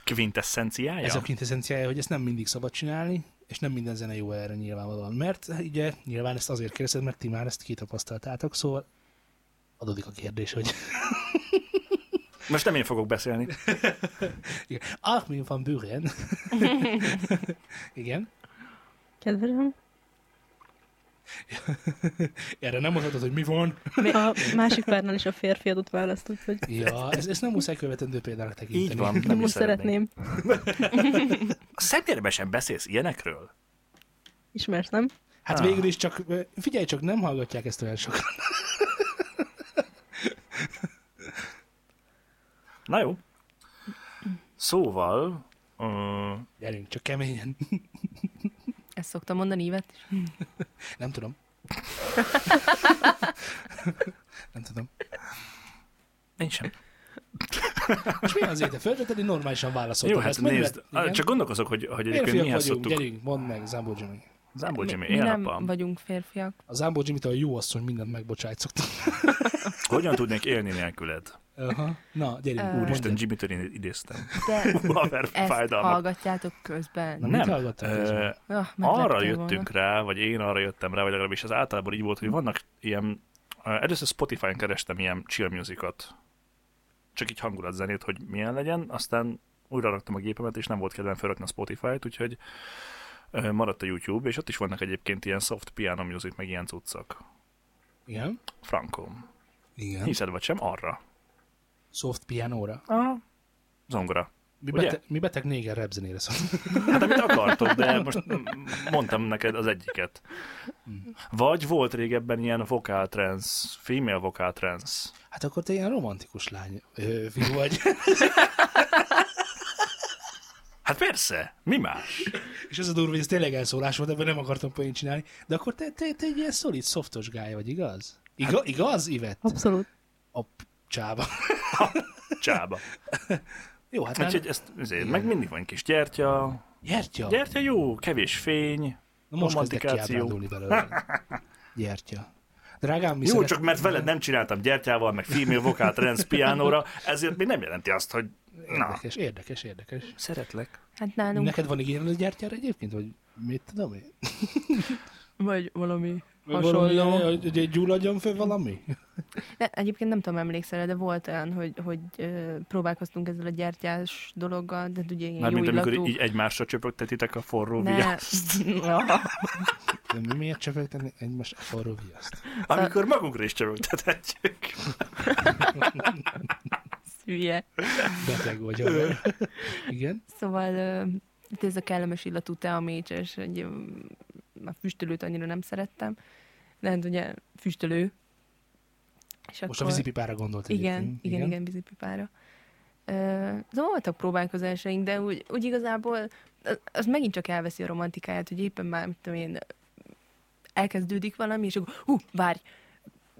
Speaker 3: Kvintesszenciája?
Speaker 2: Ez a quintessenciája, hogy ezt nem mindig szabad csinálni, és nem minden zene jó erre nyilvánvalóan. Mert hát ugye nyilván ezt azért kérdezed, mert ti már ezt kitapasztaltátok, szóval adódik a kérdés, hogy
Speaker 3: Most nem én fogok beszélni.
Speaker 2: Igen. ah, mi van bőren? Igen.
Speaker 4: Kedvesem.
Speaker 2: Erre nem mondhatod, hogy mi van.
Speaker 4: A másik párnál is a férfi adott választ, úgyhogy
Speaker 2: Ja, ez, ez nem muszáj követendő példának tekinteni.
Speaker 3: Így van, nem
Speaker 4: nem
Speaker 3: is
Speaker 4: most
Speaker 3: szeretném.
Speaker 4: szeretném.
Speaker 3: A szemérbe sem beszélsz ilyenekről?
Speaker 4: Ismersz, nem?
Speaker 2: Hát
Speaker 3: Ah.
Speaker 2: végül is csak, figyelj csak, nem hallgatják ezt olyan sokan.
Speaker 3: Na jó. Szóval, ö,
Speaker 2: Gyerünk, csak keményen.
Speaker 1: Ezt szoktam mondani, Ivet is.
Speaker 2: Nem tudom. nem tudom.
Speaker 3: nincsen.
Speaker 2: És mi azért, te föltetted, én normálisan válaszoltam.
Speaker 3: Jó, hát
Speaker 2: Szóval Ezt meg
Speaker 3: nézd,
Speaker 2: lehet- igen.
Speaker 3: csak gondolkozok, hogy, hogy egyébként
Speaker 2: Férfiak
Speaker 3: mihez
Speaker 2: vagyunk,
Speaker 3: szoktuk.
Speaker 2: gyerünk, mondd meg, Zambó Jimmy.
Speaker 3: Zámbó Jimmy,
Speaker 1: mi
Speaker 3: én
Speaker 1: nem
Speaker 3: apám.
Speaker 1: vagyunk férfiak.
Speaker 2: A Zambó jimmy a jó asszony mindent megbocsájt szoktam.
Speaker 3: Hogyan tudnék élni nélküled?
Speaker 2: Aha. Na, gyerünk,
Speaker 1: Ö,
Speaker 2: uh,
Speaker 3: Úristen, Jimmy-től én idéztem.
Speaker 1: De
Speaker 3: Haver,
Speaker 1: ezt
Speaker 3: fájdalmak.
Speaker 1: hallgatjátok közben.
Speaker 2: Na, mit hallgattak
Speaker 3: ö,
Speaker 2: közben?
Speaker 1: Ah, megleptél
Speaker 3: arra
Speaker 1: volna.
Speaker 3: jöttünk rá, vagy én arra jöttem rá, vagy legalábbis az általában így volt, hogy vannak ilyen, eh, először Spotify-n kerestem ilyen chill musicot, csak így hangulatzenét, hogy milyen legyen, aztán újra raktam a gépemet, és nem volt kedvem felrakni a Spotify-t, úgyhogy eh, maradt a YouTube, és ott is vannak egyébként ilyen soft piano music, meg ilyen cuccok.
Speaker 2: Igen.
Speaker 3: Frankom.
Speaker 2: Igen.
Speaker 3: Hiszed vagy sem, arra.
Speaker 2: Soft pianóra.
Speaker 1: Ah,
Speaker 3: A zongora.
Speaker 2: Mi,
Speaker 3: Ugye?
Speaker 2: bete, mi beteg néger rap zenére szólunk.
Speaker 3: Hát amit akartok, de most mondtam neked az egyiket. Vagy volt régebben ilyen vocal trance, female vocal trance.
Speaker 2: Hát akkor te ilyen romantikus lány ö, fiú vagy.
Speaker 3: Hát persze, mi más?
Speaker 2: És ez a durva, hogy ez tényleg elszólás volt, ebben nem akartam poént csinálni. De akkor te, te, te egy ilyen szolid, szoftos gály vagy, igaz? Iga,
Speaker 3: Hát-
Speaker 2: igaz, Ivett?
Speaker 4: Abszolút.
Speaker 2: A p- csába.
Speaker 3: Csába.
Speaker 2: Hát Jó, hát
Speaker 3: Hát,
Speaker 2: nem.
Speaker 3: hogy ezt, ezért, meg mindig van kis gyertya.
Speaker 2: Gyertya.
Speaker 3: Gyertya jó, kevés fény.
Speaker 2: Na most kezdek
Speaker 3: romantikáció.
Speaker 2: kiábrándulni belőle. Gyertya. Drágám, mi
Speaker 3: Jó,
Speaker 2: szeret...
Speaker 3: csak mert veled nem csináltam gyertyával, meg female vocal trance pianóra, ezért még nem jelenti azt, hogy na.
Speaker 2: Érdekes, érdekes, érdekes.
Speaker 3: Szeretlek.
Speaker 1: Hát nálunk,
Speaker 2: Neked van igényed a gyertyára egyébként, vagy mit tudom én?
Speaker 1: vagy valami
Speaker 2: Vagy
Speaker 1: hasonló.
Speaker 2: valami, Hogy hogy gyulladjon föl valami?
Speaker 1: Ne, egyébként nem tudom, emlékszel, de volt olyan, hogy, hogy ö, próbálkoztunk ezzel a gyertyás dologgal, de hát ugye ilyen jó
Speaker 3: Mármint amikor
Speaker 1: illatú.
Speaker 3: így egymásra csöpögtetitek a forró
Speaker 1: ne,
Speaker 3: viaszt.
Speaker 2: De mi miért csöpögteni egymást a forró viaszt?
Speaker 3: Amikor magunkra is csöpögtethetjük.
Speaker 1: hülye.
Speaker 2: Beteg vagy olyan. Igen?
Speaker 1: Szóval ö, itt ez a kellemes illatú teamécses, egy, ö, a füstölőt annyira nem szerettem, de hát ugye füstölő. És
Speaker 2: Most a vízipipára gondolt
Speaker 1: Igen, igen,
Speaker 2: egyébként.
Speaker 1: igen, igen, vízipipára. Ö, Szóval voltak próbálkozásaink, de úgy, úgy igazából az- az megint csak elveszi a romantikáját, hogy éppen már, mit tudom én, elkezdődik valami, és akkor hú, várj,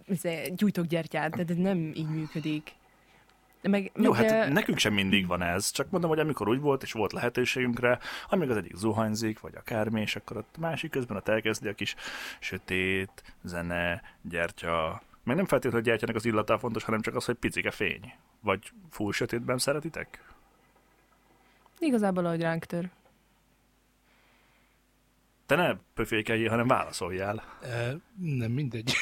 Speaker 1: izé, gyújtok gyertyát, de ez nem így működik. Meg,
Speaker 3: Jó,
Speaker 1: meg,
Speaker 3: hát
Speaker 1: ö,
Speaker 3: nekünk sem mindig van ez, csak mondom, hogy amikor úgy volt, és volt lehetőségünkre, amíg az egyik zuhanyzik, vagy akármi, és akkor ott másik közben ott elkezdi a kis sötét, zene, gyertya. Meg nem feltétlenül a gyertyának az illata a fontos, hanem csak az, hogy picike fény. Vagy full sötétben szeretitek?
Speaker 1: Igazából, ahogy ránk tör.
Speaker 3: Te ne pöfékeljél, hanem válaszoljál.
Speaker 2: Ö, Nem mindegy.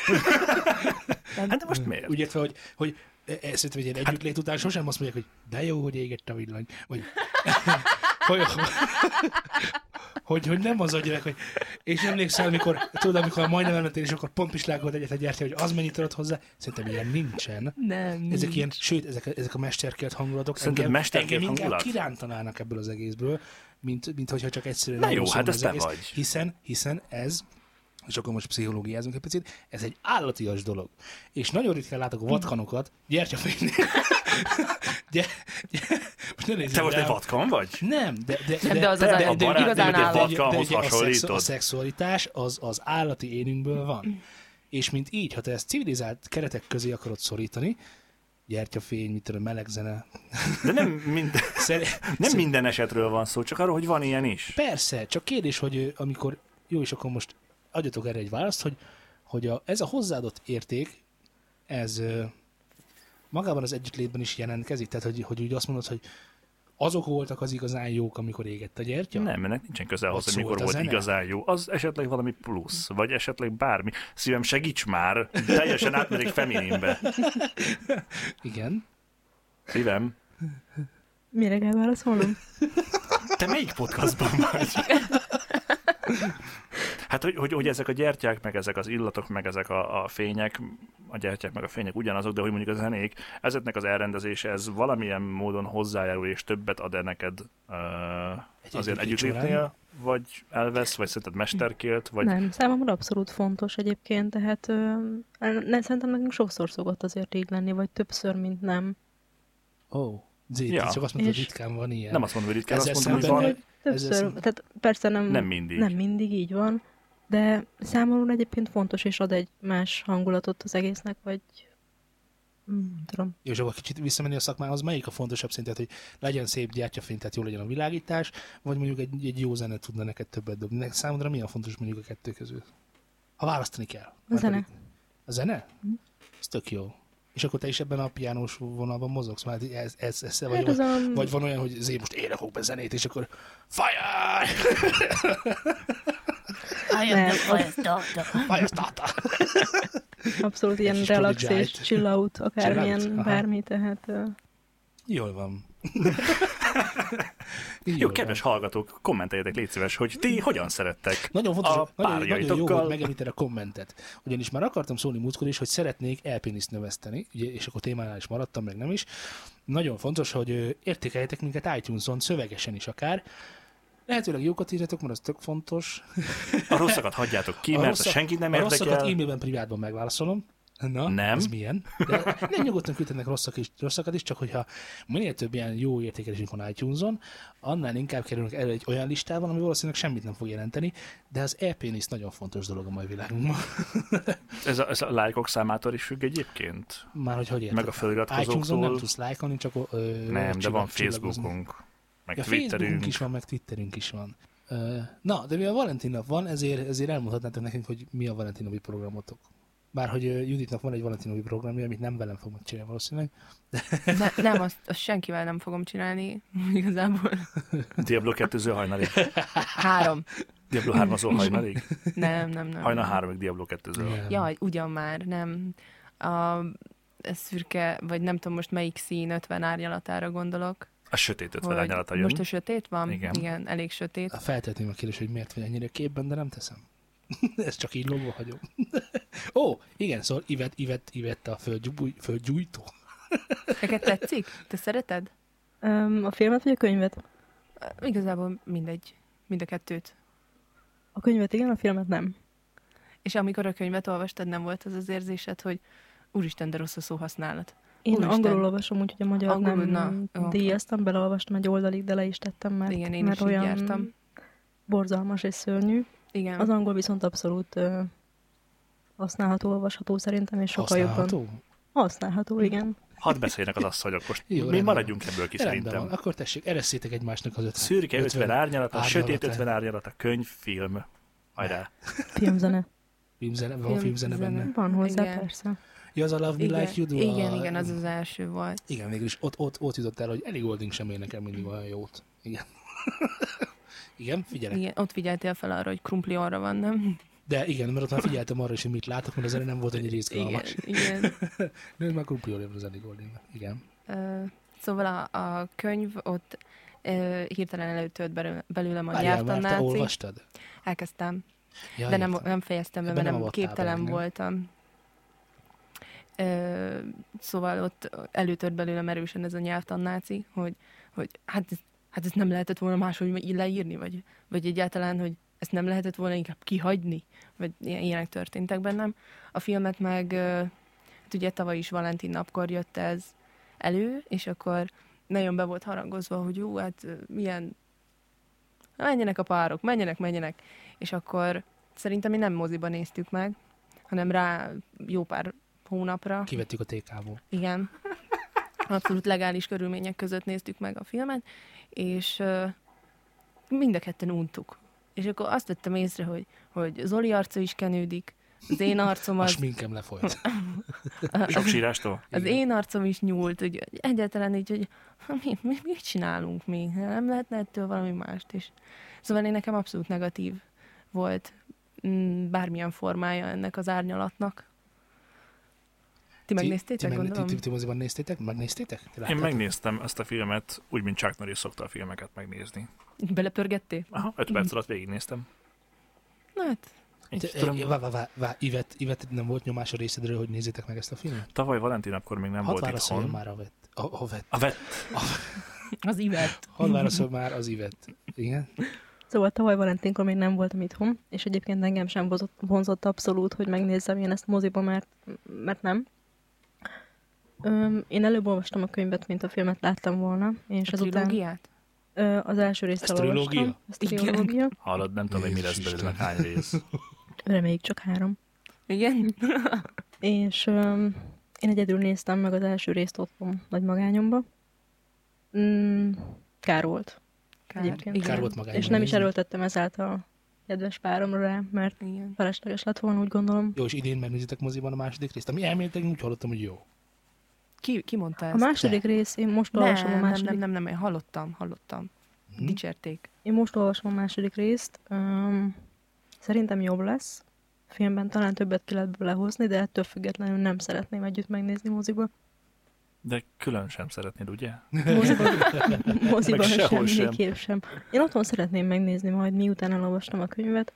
Speaker 1: Tehát,
Speaker 3: Hát de most miért?
Speaker 2: Úgy értve, hogy, hogy e- e- szerintem egy ilyen együttlét után sosem azt mondják, hogy de jó, hogy égett a villany. Vagy hogy, hogy, hogy nem az a gyerek, hogy... És emlékszel, amikor, tudod, amikor majdnem elmentél, és akkor pont is lágolt egyet a gyertya, hogy az mennyit adott hozzá. Szerintem ilyen nincsen.
Speaker 1: Nem, nincs.
Speaker 2: Ezek ilyen, sőt, ezek, a- ezek a mesterkelt hangulatok
Speaker 3: Szerinted
Speaker 2: engem,
Speaker 3: mesterkélt
Speaker 2: engem inkább
Speaker 3: hangulat?
Speaker 2: kirántanának ebből az egészből, mint, mint hogyha csak egyszerűen
Speaker 3: Na
Speaker 2: arról
Speaker 3: jó,
Speaker 2: szólna
Speaker 3: hát ez
Speaker 2: az
Speaker 3: te
Speaker 2: egész.
Speaker 3: vagy.
Speaker 2: Hiszen, hiszen ez, és akkor most pszichológiázunk egy picit, ez egy állatias dolog. És nagyon ritkán látok vatkanokat, gyertyafénynél. Gyere, gyere, most ne nézzél
Speaker 3: Te most
Speaker 2: rám.
Speaker 3: egy vatkan vagy?
Speaker 2: Nem, de, de,
Speaker 1: Nem, de az az állat-
Speaker 3: de
Speaker 2: de-
Speaker 3: igazán
Speaker 2: de- de-
Speaker 3: állat.
Speaker 2: de- de- de- de- a, szex, a
Speaker 3: hasonlítod.
Speaker 2: szexualitás az az állati énünkből van. És mint így, ha te ezt civilizált keretek közé akarod szorítani, gyertyafény, mit tudom, meleg zene.
Speaker 3: De nem, mind,
Speaker 2: Szer-
Speaker 3: nem minden esetről van szó, csak arról, hogy van ilyen is.
Speaker 2: Persze, csak kérdés, hogy ö, amikor, jó, és akkor most adjatok erre egy választ, hogy, hogy a, ez a hozzáadott érték, ez ö, magában az együttlétben is jelentkezik? Tehát, hogy, hogy úgy azt mondod, hogy azok voltak az igazán jók, amikor égett a gyertya?
Speaker 3: Nem, ennek nincsen köze ahhoz,
Speaker 2: Ott
Speaker 3: hogy mikor
Speaker 2: szólt a
Speaker 3: volt
Speaker 2: zene?
Speaker 3: igazán jó. Az esetleg valami plusz, vagy esetleg bármi. Szívem, segíts már! Teljesen átmegyek femininbe.
Speaker 2: Igen.
Speaker 3: Szívem,
Speaker 4: Mire kell válaszolnom?
Speaker 3: te melyik podcastban vagy? Hát, hogy, hogy, hogy ezek a gyertyák, meg ezek az illatok, meg ezek a, a fények, a gyertyák, meg a fények ugyanazok, de hogy mondjuk a zenék, ezeknek az elrendezése, ez valamilyen módon hozzájárul, és többet ad-e neked uh, az ilyen
Speaker 2: együttléti során?
Speaker 3: együttlétnél, vagy elvesz, vagy szerinted mesterkélt, vagy
Speaker 4: Nem, számomra abszolút fontos egyébként, tehát ö, ne, szerintem nekünk sokszor szokott azért így lenni, vagy többször, mint nem.
Speaker 2: Ó, oh, Zéti,
Speaker 3: Ja.
Speaker 2: csak azt mondod, hogy
Speaker 4: És-
Speaker 2: ritkán van ilyen.
Speaker 3: nem azt mondom, hogy ritkán, azt
Speaker 2: Ezzel
Speaker 3: mondom, hogy
Speaker 2: szemben-
Speaker 3: van,
Speaker 4: Többször,
Speaker 2: Ez- ez-
Speaker 4: tehát persze nem,
Speaker 3: Nem mindig.
Speaker 4: nem mindig így van, de számomra egyébként fontos, és ad egy más hangulatot az egésznek, vagy mm, nem tudom.
Speaker 2: Jó, és akkor kicsit visszamenni a szakmához, melyik a fontosabb szint, tehát, hogy legyen szép gyertyafény, tehát jó legyen a világítás, vagy mondjuk egy, egy jó zene tudna neked többet dobni. Neked számodra mi a fontos mondjuk a kettő közül? Ha választani kell.
Speaker 4: A zene. Mhm.
Speaker 2: Pedig- A zene? Ez tök jó. És akkor te is ebben a piánós vonalban mozogsz? Már ez, ez, ez, vagy,
Speaker 4: Hát
Speaker 2: vagy,
Speaker 4: ez a-
Speaker 2: vagy, van olyan, hogy zé, most én rakok be zenét, és akkor fire!
Speaker 4: Nem,
Speaker 2: Fire starter!
Speaker 4: abszolút ilyen
Speaker 2: kis
Speaker 4: relax
Speaker 2: prodigy-t.
Speaker 4: és chill out,
Speaker 2: Chill out,
Speaker 4: akármilyen,
Speaker 2: aha.
Speaker 4: bármi, tehát ö,
Speaker 2: Jól van.
Speaker 3: Jó, kedves hallgatók, kommenteljetek, légy szíves, hogy ti hogyan szerettek
Speaker 2: Nagyon fontos,
Speaker 3: a
Speaker 2: nagyon, nagyon jó,
Speaker 3: párjaitokkal.
Speaker 2: hogy megemlíted a kommentet. Ugyanis már akartam szólni múltkor is, hogy szeretnék elpéniszt növeszteni, ugye, és akkor témánál is maradtam, meg nem is. Nagyon fontos, hogy ö, értékeljetek minket iTunes-on, szövegesen is akár. Lehetőleg jókat írjatok, mert az tök fontos.
Speaker 3: A rosszakat hagyjátok ki, mert
Speaker 2: rosszak-
Speaker 3: senkit nem
Speaker 2: a rosszakat
Speaker 3: érdekel.
Speaker 2: e-mailben, privátban megválaszolom. Na,
Speaker 3: Nem.
Speaker 2: ez milyen? De nem nyugodtan küldhetnek rosszak is, rosszakat is, csak hogyha minél több ilyen jó értékelésünk van iTunes-on, annál inkább kerülünk elő egy olyan listával, ami valószínűleg semmit nem fog jelenteni, de az e is nagyon fontos dolog a mai világunkban.
Speaker 3: Ez a, ez a lájkok számától is függ egyébként.
Speaker 2: Már hogy hogy érted?
Speaker 3: Meg a feliratkozóktól.
Speaker 2: iTunes-on nem tudsz lájkolni, csak ö,
Speaker 3: Nem, de
Speaker 2: csillag-
Speaker 3: van
Speaker 2: csillagozni.
Speaker 3: Facebookunk, meg
Speaker 2: Ja,
Speaker 3: Twitterünk.
Speaker 2: Facebookunk is van, meg Twitterünk is van. Ö, Na, de mi a Valentin nap van, ezért, ezért elmondhatnátok nekünk, hogy mi a Valentin napi programotok. Bárhogy ö, Juditnak van egy Valentin napi programja, amit nem velem fog megcsinálni valószínűleg.
Speaker 1: Ne, nem, azt, azt senkivel nem fogom csinálni, igazából.
Speaker 3: Diablo 2 hajnalig.
Speaker 1: Három.
Speaker 3: Diablo 3 az hajnalig.
Speaker 1: Nem, nem, nem.
Speaker 3: Hajnal 3 Diablo 2
Speaker 2: Nem.
Speaker 1: Jaj, ugyan már, nem. A, ez szürke, vagy nem tudom most melyik szín 50 árnyalatára gondolok.
Speaker 3: A sötét ötven
Speaker 1: hogy
Speaker 3: árnyalata jön.
Speaker 1: Most a sötét van?
Speaker 3: Igen.
Speaker 1: Igen, elég sötét.
Speaker 2: Feltetném a kérdést, hogy miért vagy ennyire képben, de nem teszem. Ezt csak így lomba hagyom. Ó, igen, szóval Ivet, Ivet, Ivet a földgyúj, földgyújtó.
Speaker 1: Neked tetszik? Te szereted?
Speaker 4: öm, a filmet vagy a könyvet?
Speaker 1: Igazából mindegy. Mind a kettőt.
Speaker 4: A könyvet igen, a filmet nem.
Speaker 1: És amikor a könyvet olvastad, nem volt az az érzésed, hogy úristen, de rossz a szóhasználat.
Speaker 4: Én
Speaker 1: Úristen.
Speaker 4: angolul olvasom, úgyhogy a magyar
Speaker 1: Angolul,
Speaker 4: nem
Speaker 1: na, jó.
Speaker 4: díjaztam, beleolvastam egy oldalig, de le is tettem, mert,
Speaker 1: Igen, én
Speaker 4: Hát, mert
Speaker 1: is így
Speaker 4: olyan
Speaker 1: jártam.
Speaker 4: borzalmas és szörnyű.
Speaker 1: Igen.
Speaker 4: Az angol viszont abszolút ö, használható, olvasható szerintem, és sokkal jobban
Speaker 2: Használható?
Speaker 1: Mm.
Speaker 4: használható, igen.
Speaker 3: Hadd beszéljenek az asszonyok most.
Speaker 2: Jó,
Speaker 3: Mi
Speaker 2: rendben.
Speaker 3: maradjunk ebből ki
Speaker 2: Rendben van,
Speaker 3: szerintem.
Speaker 2: akkor tessék, eresszétek egymásnak az ötven.
Speaker 3: Szürke 50 árnyalata, sötét
Speaker 2: árnyalata.
Speaker 3: 50 árnyalata, könyv, film. Hajrá.
Speaker 4: Filmzene.
Speaker 2: Filmzene, van
Speaker 1: Film-
Speaker 2: filmzene
Speaker 1: zene.
Speaker 2: benne.
Speaker 4: Van hozzá,
Speaker 1: Igen.
Speaker 4: persze.
Speaker 2: Ja, az a Love Me
Speaker 1: igen,
Speaker 2: Like You Do.
Speaker 1: igen,
Speaker 2: a...
Speaker 1: igen, az az első volt.
Speaker 2: Igen, végül is ott, ott, ott jutott el, hogy Ellie Golding sem énekel mindig olyan jót. Igen. igen, figyelek. Igen.
Speaker 1: Igen, ott figyeltél fel arra, hogy krumpli arra van, nem?
Speaker 2: De igen, mert ott már figyeltem arra is, hogy mit látok, mert az zene nem volt annyi
Speaker 1: Igen,
Speaker 2: részgalmas.
Speaker 1: igen.
Speaker 2: Nőtt már krumpli Oliver az Ellie Golding. Igen.
Speaker 1: Ö, Szóval a, a könyv ott ö, hirtelen előtölt belő- belőlem a
Speaker 2: Várjál, már te
Speaker 1: nyelvtanáci.
Speaker 2: olvastad?
Speaker 1: Elkezdtem,
Speaker 2: Ja,
Speaker 1: de nem,
Speaker 2: értem.
Speaker 1: nem fejeztem be,
Speaker 2: Ebben
Speaker 1: mert
Speaker 2: nem
Speaker 1: nem
Speaker 2: avattál
Speaker 1: képtelen
Speaker 2: bele, nem?
Speaker 1: voltam. Ö, szóval ott előtört belőlem erősen ez a nyelvtannáci, hogy, hogy hát, ez, hát ezt nem lehetett volna máshogy így leírni, vagy, vagy egyáltalán, hogy ezt nem lehetett volna inkább kihagyni, vagy ilyen- ilyenek történtek bennem. A filmet meg, ö, hát ugye tavaly is Valentin napkor jött ez elő, és akkor nagyon be volt harangozva, hogy jó, hát ö, milyen, menjenek a párok, menjenek, menjenek, és akkor szerintem mi nem moziban néztük meg, hanem rá jó pár hónapra.
Speaker 2: Kivettük a TK-ból.
Speaker 1: Igen. Abszolút legális körülmények között néztük meg a filmet, és ö, mind a ketten untuk. És akkor azt vettem észre, hogy, hogy Zoli arca is kenődik, az én arcom
Speaker 2: A
Speaker 1: az,
Speaker 2: sminkem lefolyt.
Speaker 3: Sok sírástól?
Speaker 1: az én arcom is nyúlt, hogy egyáltalán így, hogy mi, mi, mit csinálunk mi? Nem lehetne ettől valami mást is. Szóval én nekem abszolút negatív volt mm, bármilyen formája ennek az árnyalatnak. Ti megnéztétek,
Speaker 2: ti, meg,
Speaker 1: gondolom?
Speaker 2: ti, ti, ti moziban néztétek? Megnéztétek? Ti
Speaker 3: Én
Speaker 2: láttátok?
Speaker 3: megnéztem ezt a filmet, úgy, mint Chuck Norris szokta a filmeket megnézni.
Speaker 1: Belepörgettél?
Speaker 3: Aha, öt perc alatt végignéztem.
Speaker 1: Na hát,
Speaker 3: Így
Speaker 2: Te-
Speaker 3: tudom,
Speaker 2: eh, Vá, vá, vá, vá, Ivet, Ivet nem volt nyomás a részedről, hogy nézzétek meg ezt a filmet?
Speaker 3: tavaly Valentin akkor még nem
Speaker 2: Hadd
Speaker 3: volt
Speaker 2: válaszoljon
Speaker 3: itthon.
Speaker 2: már a vett. A, a vett.
Speaker 3: A vet,
Speaker 1: az ivet.
Speaker 2: Hadd válaszol már az Ivet. Igen?
Speaker 4: Szóval tavaly Valentinko még nem voltam itthon, és egyébként engem sem vonzott, vonzott abszolút, hogy megnézzem én ezt moziba, mert, mert nem. Öm, én előbb olvastam a könyvet, mint a filmet láttam volna, és
Speaker 1: És a
Speaker 4: azután
Speaker 1: trilógiát?
Speaker 4: ö, az első részt
Speaker 2: Ez trilógia?
Speaker 4: elolvastam. Ez
Speaker 1: Igen.
Speaker 4: trilógia.
Speaker 3: hallod, nem tudom, hogy mi lesz
Speaker 2: Jézus
Speaker 3: belőle, hány rész.
Speaker 4: Reméljük csak három.
Speaker 1: Igen?
Speaker 4: És öm, én egyedül néztem meg az első részt otthon, nagy magányomba. Mm, kár volt.
Speaker 1: Kár.
Speaker 4: Egyébként.
Speaker 1: Igen.
Speaker 2: Kár volt magányban
Speaker 4: és nem is
Speaker 2: nézni.
Speaker 4: erőltettem ezáltal kedves páromra rá, mert
Speaker 1: Igen.
Speaker 4: felesleges lett volna, úgy gondolom.
Speaker 2: Jó, és idén megnézitek moziban a második részt, ami elméletileg úgy hallottam, hogy jó.
Speaker 1: Ki, ki mondta
Speaker 4: A
Speaker 1: ezt?
Speaker 4: második rész, én most olvasom a
Speaker 1: nem, nem,
Speaker 4: második
Speaker 1: nem, nem, nem, én hallottam, hallottam.
Speaker 2: Hm?
Speaker 1: Dicsérték.
Speaker 4: Én most olvasom a második részt. Um, szerintem jobb lesz. Filmben talán többet ki lehet lehozni, de ettől függetlenül nem szeretném együtt megnézni moziba.
Speaker 3: De külön sem szeretnéd, ugye?
Speaker 4: Moziba, moziba
Speaker 3: Meg sehol sem.
Speaker 4: sem, sem. sem. Én otthon szeretném megnézni majd, miután elolvastam a könyvet.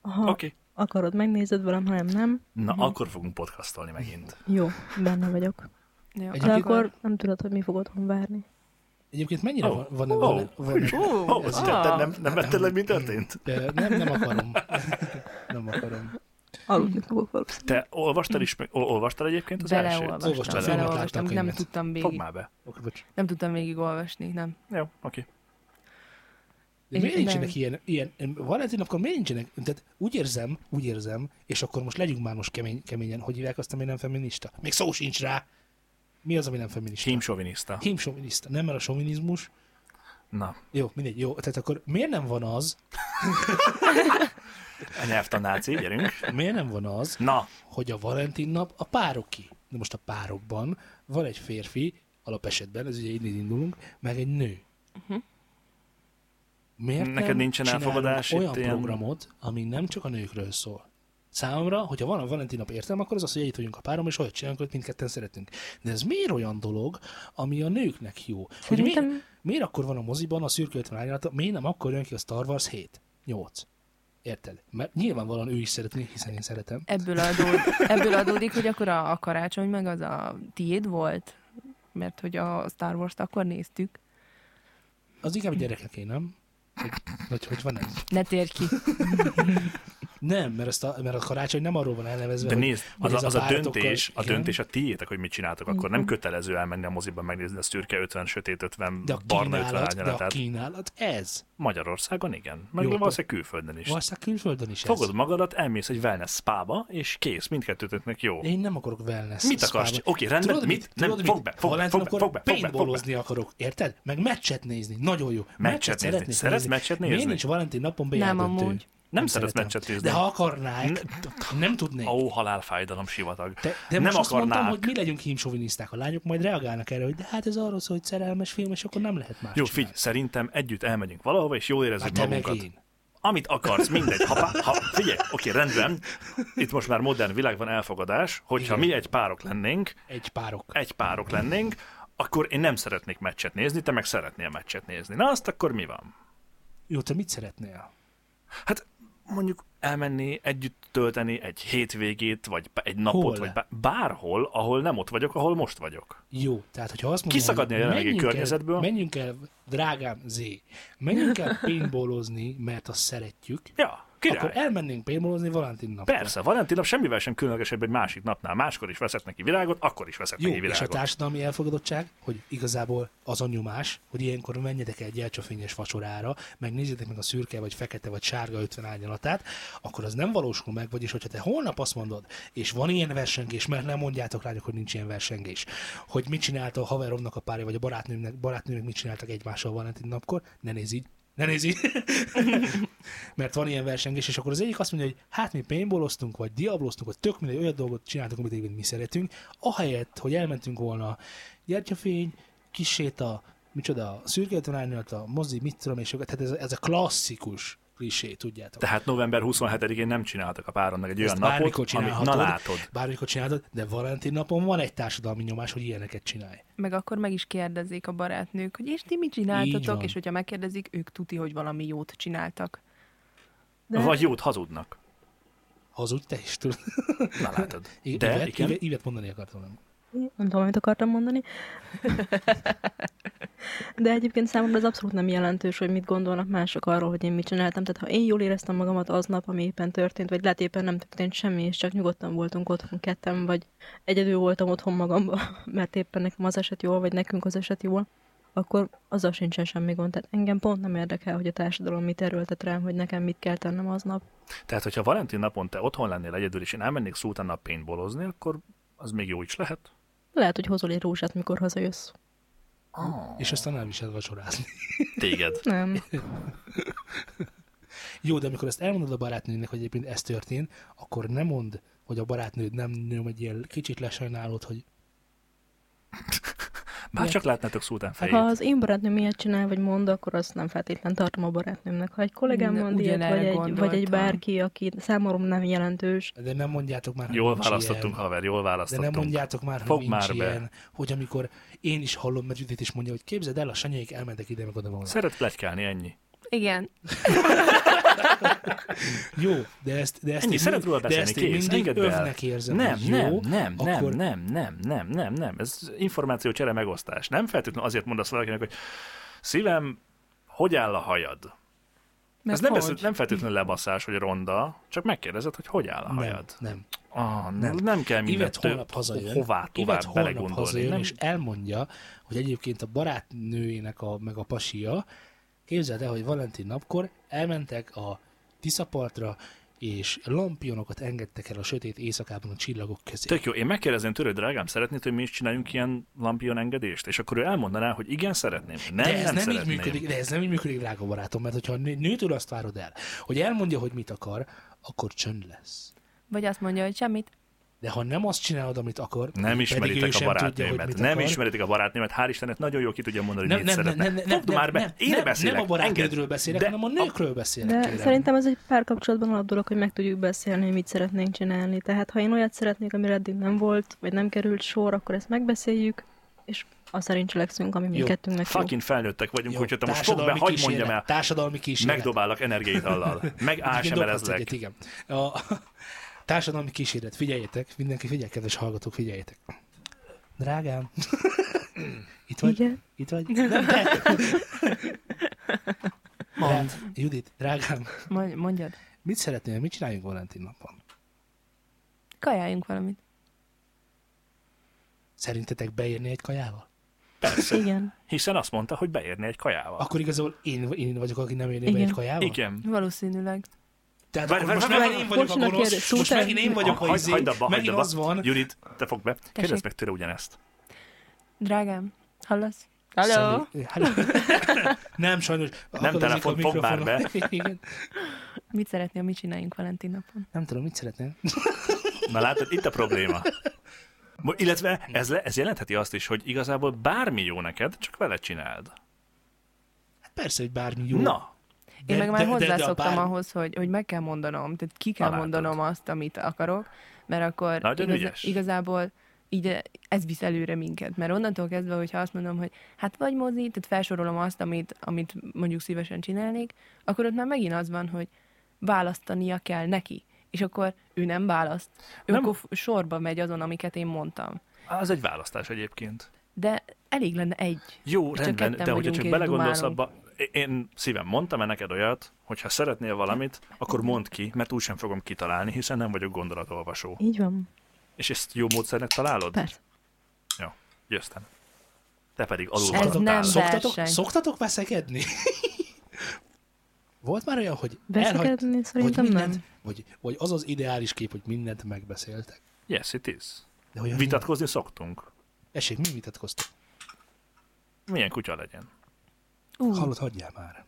Speaker 4: Ha
Speaker 3: Oké.
Speaker 4: okay. akarod, megnézed velem, ha nem, nem.
Speaker 3: Na, akkor fogunk podcastolni megint.
Speaker 4: Jó, benne vagyok.
Speaker 1: Jó,
Speaker 2: Egy-
Speaker 4: De akkor nem tudod, hogy mi fog otthon várni.
Speaker 2: Egyébként mennyire
Speaker 3: Ó,
Speaker 2: van, van,
Speaker 3: ó,
Speaker 2: van, van
Speaker 1: Ó,
Speaker 3: Ó, ez te
Speaker 1: ah.
Speaker 3: nem, nem vetted le, mi történt?
Speaker 2: Ö, nem, nem akarom. nem akarom.
Speaker 4: Aludni fogok valószínűleg.
Speaker 3: Te olvastál is, meg- ol- olvastál egyébként az elsőt?
Speaker 2: Olvastam,
Speaker 1: Beleolvastam,
Speaker 2: Szóval filmet,
Speaker 1: beleolvastam,
Speaker 2: láttam
Speaker 1: nem
Speaker 2: könyvet.
Speaker 1: tudtam
Speaker 3: Fogd
Speaker 1: végig,
Speaker 3: már be.
Speaker 2: Oké, bocs.
Speaker 1: nem tudtam végigolvasni, nem.
Speaker 3: Jó, oké.
Speaker 2: De
Speaker 1: És
Speaker 2: miért
Speaker 1: nem.
Speaker 2: nincsenek ilyen, ilyen Valentin akkor miért nincsenek? Tehát úgy érzem, úgy érzem, és akkor most legyünk már most kemény, keményen, hogy hívják azt, ami nem feminista. Még szó sincs rá. Mi az, ami nem feminista?
Speaker 3: Hím sovinista.
Speaker 2: Hím sovinista. Nem, mert a sovinizmus.
Speaker 3: Na,
Speaker 2: Jó, mindegy, jó. Tehát akkor miért nem van az,
Speaker 3: a nyelvtanáci, gyerünk.
Speaker 2: miért nem van az,
Speaker 3: Na,
Speaker 2: hogy a Valentin nap a pároké. De most a párokban van egy férfi, alapesetben, ez ugye így indulunk, meg egy nő. Miért
Speaker 3: Neked
Speaker 2: nem
Speaker 3: nincsen
Speaker 2: csinálunk
Speaker 3: elfogadás
Speaker 2: olyan
Speaker 3: itt ilyen?
Speaker 2: programot, ami nem csak a nőkről szól? Számomra, hogyha van a Valentin nap értelme, akkor az az, hogy együtt vagyunk a párom, és olyat csinálunk, hogy mindketten szeretünk. De ez miért olyan dolog, ami a nőknek jó? Hogy miért,
Speaker 4: Szerintem-
Speaker 2: miért akkor van a moziban a szürke 50 árnyalata, miért nem akkor jön ki a Star Wars 7? 8. Érted? Mert nyilvánvalóan ő is szeretné, hiszen én szeretem.
Speaker 1: Ebből, adód, ebből adódik, hogy akkor a, a karácsony meg az a tiéd volt, mert hogy a Star Wars-t akkor néztük.
Speaker 2: Az inkább a gyerekeké, nem? Hogy, hogy, hogy van ez?
Speaker 1: Ne térj ki.
Speaker 2: Nem, mert, azt a, mert a karácsony nem arról van elnevezve,
Speaker 3: de
Speaker 2: hogy-
Speaker 3: nézd,
Speaker 2: hogy
Speaker 3: az,
Speaker 2: ez
Speaker 3: a, az a,
Speaker 2: pártokkal-
Speaker 3: döntés, a
Speaker 2: igen. Mhm.
Speaker 3: döntés a tiétek, hogy mit csinátok, akkor nem kötelező elmenni a moziban megnézni a szürke 50, sötét 50,
Speaker 2: de a
Speaker 3: barna 50
Speaker 2: kínálat, de a
Speaker 3: árnyalatát.
Speaker 2: kínálat ez.
Speaker 3: Magyarországon igen, meg
Speaker 2: Jó,
Speaker 3: valószínűleg külföldön is.
Speaker 2: Valószínűleg külföldön is
Speaker 3: Fogod
Speaker 2: ez.
Speaker 3: magadat, elmész egy wellness spába, és kész, mindkettőtöknek jó.
Speaker 2: De én nem akarok wellness
Speaker 3: Mit akarsz?
Speaker 2: spába.
Speaker 3: Oké, rendben, mit? Nem, fogd be, fogd be,
Speaker 2: Valentin,
Speaker 3: fogd be,
Speaker 2: akkor
Speaker 3: fogd be, fogd be,
Speaker 2: paintballozni akarok, érted? Meg meccset nézni, nagyon jó. Meccset,
Speaker 3: nézni.
Speaker 2: szeretnék
Speaker 3: Szeretsz meccset nézni?
Speaker 2: Miért nincs Valentin napon be
Speaker 1: Nem,
Speaker 2: eldöntő?
Speaker 1: amúgy.
Speaker 3: Nem szeretsz
Speaker 2: szeretem.
Speaker 3: meccset nézni.
Speaker 2: De ha akarnák, nem tudnék.
Speaker 3: Ó, halálfájdalom, sivatag.
Speaker 2: Te, de
Speaker 3: nem
Speaker 2: most azt mondtam,
Speaker 3: akarnák.
Speaker 2: hogy mi legyünk hímsovinisták. A lányok majd reagálnak erre, hogy de hát ez arról szól, hogy szerelmes film, és akkor nem lehet más
Speaker 3: Jó, figy, szerintem együtt elmegyünk valahova, és jól érezzük
Speaker 2: Hát te meg
Speaker 3: magunkat.
Speaker 2: én.
Speaker 3: Amit akarsz, mindegy. Ha, pá- ha, figyelj, oké, rendben. Itt most már modern világ van elfogadás, hogyha
Speaker 2: Igen.
Speaker 3: mi egy párok lennénk,
Speaker 2: Egy párok.
Speaker 3: egy párok lennénk, akkor én nem szeretnék meccset nézni, te meg szeretnél meccset nézni. Na azt akkor mi van?
Speaker 2: Jó, te mit szeretnél?
Speaker 3: Hát mondjuk elmenni, együtt tölteni egy hétvégét, vagy b- egy napot,
Speaker 2: Hol?
Speaker 3: vagy bá- bárhol, ahol nem ott vagyok, ahol most vagyok.
Speaker 2: Jó, tehát hogyha azt mondom,
Speaker 3: Kiszakadni a jelenlegi
Speaker 2: menjünk el-
Speaker 3: környezetből?
Speaker 2: menjünk el, drágám Z, menjünk el paintballozni, mert azt szeretjük,
Speaker 3: Ja,
Speaker 2: Király.
Speaker 3: király.
Speaker 2: akkor elmennénk paintballozni Valentin napra.
Speaker 3: Persze, Valentin nap semmivel sem különlegesebb egy másik napnál. Máskor is veszek neki virágot, akkor is veszek
Speaker 2: Jó,
Speaker 3: neki
Speaker 2: és a
Speaker 3: virágot.
Speaker 2: társadalmi elfogadottság, hogy igazából az a nyomás, hogy ilyenkor menjetek el egy gyertyafényes vacsorára, meg nézzétek meg a szürke, vagy fekete, vagy sárga 50 árnyalatát, akkor az nem valósul meg, vagyis hogyha te holnap azt mondod, és van ilyen versengés, mert nem mondjátok rájuk, hogy nincs ilyen versengés, hogy mit csinálta a haveromnak a párja, vagy a barátnőmnek, barátnőnek mit csináltak egymással Valentin napkor, ne nézz így, ne nézz így. mert van ilyen versengés, és akkor az egyik azt mondja, hogy hát mi paintballoztunk, vagy diabloztunk, vagy tök mindegy olyan dolgot csináltunk, amit egyébként mi szeretünk, ahelyett, hogy elmentünk volna gyertyafény, kiséta, micsoda, szürke tanárnyalt a mozi, mit tudom, és tehát ez, ez a klasszikus klisé, tudjátok.
Speaker 3: Tehát november 27-én nem csináltak a páromnak egy olyan
Speaker 2: Ezt bármikor
Speaker 3: napot, amit
Speaker 2: csinálhatod,
Speaker 3: na látod.
Speaker 2: bármikor csinálhatod, de Valentin napon van egy társadalmi nyomás, hogy ilyeneket csinálj.
Speaker 1: Meg akkor meg is kérdezzék a barátnők, hogy és ti mit
Speaker 2: Így van.
Speaker 1: csináltatok, és hogyha megkérdezik, ők tuti, hogy valami jót csináltak.
Speaker 4: De-
Speaker 3: De... Vagy jót hazudnak.
Speaker 2: Hazudj, te is tudod.
Speaker 3: Na látod.
Speaker 2: I-
Speaker 3: De
Speaker 2: Ivet-
Speaker 3: igen,
Speaker 2: Ivet- Ivet mondani akartam. nem?
Speaker 4: Nem tudom, amit akartam mondani. De egyébként számomra ez abszolút nem jelentős, hogy mit gondolnak mások arról, hogy én mit csináltam. Tehát ha én jól éreztem magamat aznap, ami éppen történt, vagy lehet éppen nem történt semmi, és csak nyugodtan voltunk otthon ketten, vagy egyedül voltam otthon magamban, mert éppen nekem az eset jól, vagy nekünk az eset jól, akkor azzal sincsen semmi gond. Tehát engem pont nem érdekel, hogy a társadalom mit erőltet rám, hogy nekem mit kell tennem aznap.
Speaker 3: tehát hogyha Valentin napon te otthon lennél egyedül, és én elmennék szótán a paintballozni, akkor az még jó is lehet.
Speaker 4: Lehet, hogy hozol egy rózsát, mikor hazajössz.
Speaker 2: És aztán elvisel vacsorázni.
Speaker 3: Téged.
Speaker 4: Nem.
Speaker 2: Jó, de amikor ezt elmondod a barátnődnek, hogy egyébként ez történt, akkor nem mond, hogy a barátnőd nem nyom egy ilyen kicsit lesajnálod, hogy
Speaker 3: Bár csak látnátok szótán
Speaker 2: Hát
Speaker 4: Ha
Speaker 3: fejét.
Speaker 4: az én barátnőm ilyet csinál, vagy mond, akkor azt nem feltétlen tartom a barátnőmnek. Ha egy kollégám
Speaker 1: Na,
Speaker 4: mond ilyet,
Speaker 1: ugyanerre
Speaker 4: vagy egy, vagy egy
Speaker 1: gondoltam.
Speaker 4: bárki, aki számomra nem jelentős,
Speaker 2: de nem mondjátok már, hogy
Speaker 3: Jól
Speaker 2: nincs
Speaker 3: választottunk,
Speaker 2: ilyen.
Speaker 3: haver, jól
Speaker 2: De nem
Speaker 3: választottunk.
Speaker 2: mondjátok már, hogy
Speaker 3: Fogd
Speaker 2: nincs
Speaker 3: már be.
Speaker 2: ilyen, hogy amikor én is hallom, mert Judit is mondja, hogy képzeld el, a sanyaik elmentek ide, meg oda van.
Speaker 3: Szeret plegykálni, ennyi.
Speaker 1: Igen,
Speaker 2: Jó, de ezt, de ezt
Speaker 3: Ennyi,
Speaker 2: én
Speaker 3: szeret
Speaker 2: mind-
Speaker 3: róla
Speaker 2: de
Speaker 3: beszélni,
Speaker 2: ezt én
Speaker 3: kész,
Speaker 2: mindig
Speaker 3: engedd be el.
Speaker 2: övnek érzem,
Speaker 3: Nem,
Speaker 2: hogy
Speaker 3: nem,
Speaker 2: jó,
Speaker 3: nem, nem,
Speaker 2: akkor
Speaker 3: nem, nem, nem, nem, nem. Ez információcsere megosztás. Nem feltétlenül azért mondasz valakinek, hogy szívem, hogy áll a hajad?
Speaker 1: mert
Speaker 3: Ez nem,
Speaker 1: hogy?
Speaker 3: ez nem feltétlenül lebaszás, hogy ronda, csak megkérdezed, hogy hogy áll a
Speaker 2: nem,
Speaker 3: hajad.
Speaker 2: nem.
Speaker 3: Ah, nem. nem kell
Speaker 2: Ivet
Speaker 3: mindent
Speaker 2: holnap
Speaker 3: tő-
Speaker 2: hazajön.
Speaker 3: hová tovább
Speaker 2: Ivet holnap
Speaker 3: belegondolni.
Speaker 2: hazajön,
Speaker 3: Nem?
Speaker 2: és elmondja, hogy egyébként a barátnőjének a, meg a pasia, képzeld el, hogy Valentin napkor elmentek a Tiszapartra, és lampionokat engedtek el a sötét éjszakában a csillagok közé.
Speaker 3: Tök jó, én megkérdezném tőle, hogy drágám, szeretnéd, hogy mi is csináljunk ilyen lampion engedést? És akkor ő elmondaná, hogy igen, szeretném. Nem,
Speaker 2: de ez nem, így
Speaker 3: szeretném.
Speaker 2: működik, de ez nem így működik, drága barátom, mert hogyha a nő- nőtől azt várod el, hogy elmondja, hogy mit akar, akkor csönd lesz.
Speaker 1: Vagy azt mondja, hogy semmit.
Speaker 2: De ha nem azt csinálod, amit akar,
Speaker 3: Nem
Speaker 2: pedig ő
Speaker 3: ismeritek
Speaker 2: sem
Speaker 3: a
Speaker 2: tudja, hogy
Speaker 3: barátnőmet.
Speaker 2: mit
Speaker 3: Nem
Speaker 2: akar.
Speaker 3: ismeritek a barátnőmet. Hál' Istennek nagyon jól ki tudja mondani, hogy
Speaker 2: nem,
Speaker 3: mit
Speaker 2: nem, nem,
Speaker 3: szeretne.
Speaker 2: nem, nem,
Speaker 3: Fogd
Speaker 2: nem,
Speaker 3: már be,
Speaker 2: nem,
Speaker 3: én
Speaker 2: nem,
Speaker 3: beszélek.
Speaker 2: nem a barátnődről beszélek,
Speaker 3: De
Speaker 2: hanem a nőkről beszélek.
Speaker 4: De
Speaker 2: kérem.
Speaker 4: szerintem ez egy párkapcsolatban alap dolog, hogy meg tudjuk beszélni, hogy mit szeretnénk csinálni. Tehát ha én olyat szeretnék, amire eddig nem volt, vagy nem került sor, akkor ezt megbeszéljük, és azt szerint cselekszünk, ami
Speaker 2: Jó.
Speaker 4: mindkettőnknek jó.
Speaker 3: Fucking felnőttek vagyunk,
Speaker 2: Jó,
Speaker 3: hogyha te most fogd
Speaker 2: társadalmi
Speaker 3: be, hagyd
Speaker 2: kísérlet,
Speaker 3: mondjam el,
Speaker 2: Társadalmi kísérlet.
Speaker 3: megdobálak energiaitallal, meg
Speaker 2: Igen, dobhatsz
Speaker 3: ásemerezlek.
Speaker 2: egyet, igen. A társadalmi kísérlet, figyeljetek, mindenki figyelj, kedves hallgatók, figyeljetek. Drágám, itt vagy?
Speaker 4: Igen.
Speaker 2: Itt vagy? Nem, te. Mondd. Judit, drágám,
Speaker 1: Mondj- Mondjad,
Speaker 2: mit szeretnél, mit csináljunk Valentin napon?
Speaker 1: kajáljunk valamit.
Speaker 2: Szerintetek beírni egy kajával?
Speaker 4: Igen.
Speaker 3: Hiszen azt mondta, hogy beérni egy kajával.
Speaker 2: Akkor igazából én, én vagyok, aki nem érné be
Speaker 4: Igen.
Speaker 2: egy kajával?
Speaker 3: Igen.
Speaker 1: Valószínűleg.
Speaker 2: Tehát
Speaker 3: Várj,
Speaker 2: akkor
Speaker 3: várj,
Speaker 2: most
Speaker 3: várj,
Speaker 2: megint én vagyok a
Speaker 4: bocsánat, kérdez-
Speaker 2: gonosz, most
Speaker 4: Sultán-
Speaker 2: megint én vagyok a
Speaker 3: Hagyd-
Speaker 2: izé,
Speaker 3: hagyd abba,
Speaker 2: megint
Speaker 3: hagyd
Speaker 2: az
Speaker 3: abba.
Speaker 2: van.
Speaker 3: Judit, te fogd be, kérdezd meg tőle ugyanezt.
Speaker 1: Drágám, hallasz?
Speaker 2: Hello.
Speaker 1: Halló?
Speaker 2: Hello. Nem, sajnos. akadozik a
Speaker 3: telefon, fogd már
Speaker 2: mikrofonom. Igen.
Speaker 1: Mit szeretnél, mit csináljunk Valentin napon?
Speaker 2: Nem tudom, mit szeretnél.
Speaker 3: Na látod, itt a probléma. Mo- Illetve ez, le, ez jelentheti azt is, hogy igazából bármi jó neked, csak vele csináld.
Speaker 2: Hát persze, hogy bármi jó.
Speaker 3: Jó. Na,
Speaker 1: Én meg már hozzászoktam
Speaker 2: a bár-
Speaker 1: ahhoz, hogy, hogy meg kell mondanom, tehát ki kell
Speaker 3: Na, látod.
Speaker 1: mondanom azt, amit akarok, mert akkor
Speaker 3: Nagyon ügyes.
Speaker 1: igazából így eh, ez visz előre minket. Mert onnantól kezdve, hogyha azt mondom, hogy hát vagy mozi, tehát felsorolom azt, amit, amit mondjuk szívesen csinálnék, akkor ott már megint az van, hogy választania kell neki. És akkor ő nem választ. Ő
Speaker 3: Nem.
Speaker 1: nem. akkor f- sorba megy azon, amiket én mondtam.
Speaker 3: Á, Az egy választás egyébként.
Speaker 1: De elég lenne egy.
Speaker 3: Jó,
Speaker 1: Csak
Speaker 3: rendben,
Speaker 1: ketten
Speaker 3: de hogyha
Speaker 1: vagyunk
Speaker 3: csak
Speaker 1: és
Speaker 3: belegondolsz
Speaker 1: dumálunk.
Speaker 3: abba, én szívem, mondtam-e neked olyat, hogy ha szeretnél valamit, akkor mondd ki, mert úgy sem fogom kitalálni, hiszen nem vagyok gondolatolvasó.
Speaker 4: Így van.
Speaker 3: És ezt jó módszernek találod?
Speaker 4: Persze.
Speaker 3: Jó, győztem. Te pedig
Speaker 1: Ez
Speaker 3: alul
Speaker 1: nem
Speaker 2: szoktatok,
Speaker 1: verseny.
Speaker 2: szoktatok veszekedni? Volt már olyan, hogy elhagy,
Speaker 4: Veszekedni
Speaker 2: hogy
Speaker 4: szerintem
Speaker 2: mindent,
Speaker 4: nem.
Speaker 2: Vagy, vagy az az ideális kép, hogy mindent megbeszéltek.
Speaker 3: Yes, it is.
Speaker 2: De olyan
Speaker 3: Vitatkozni szoktunk.
Speaker 2: Esik, mi vitatkoztok?
Speaker 3: Milyen kutya legyen?
Speaker 1: Ú,
Speaker 2: Hallod, hagyjál már,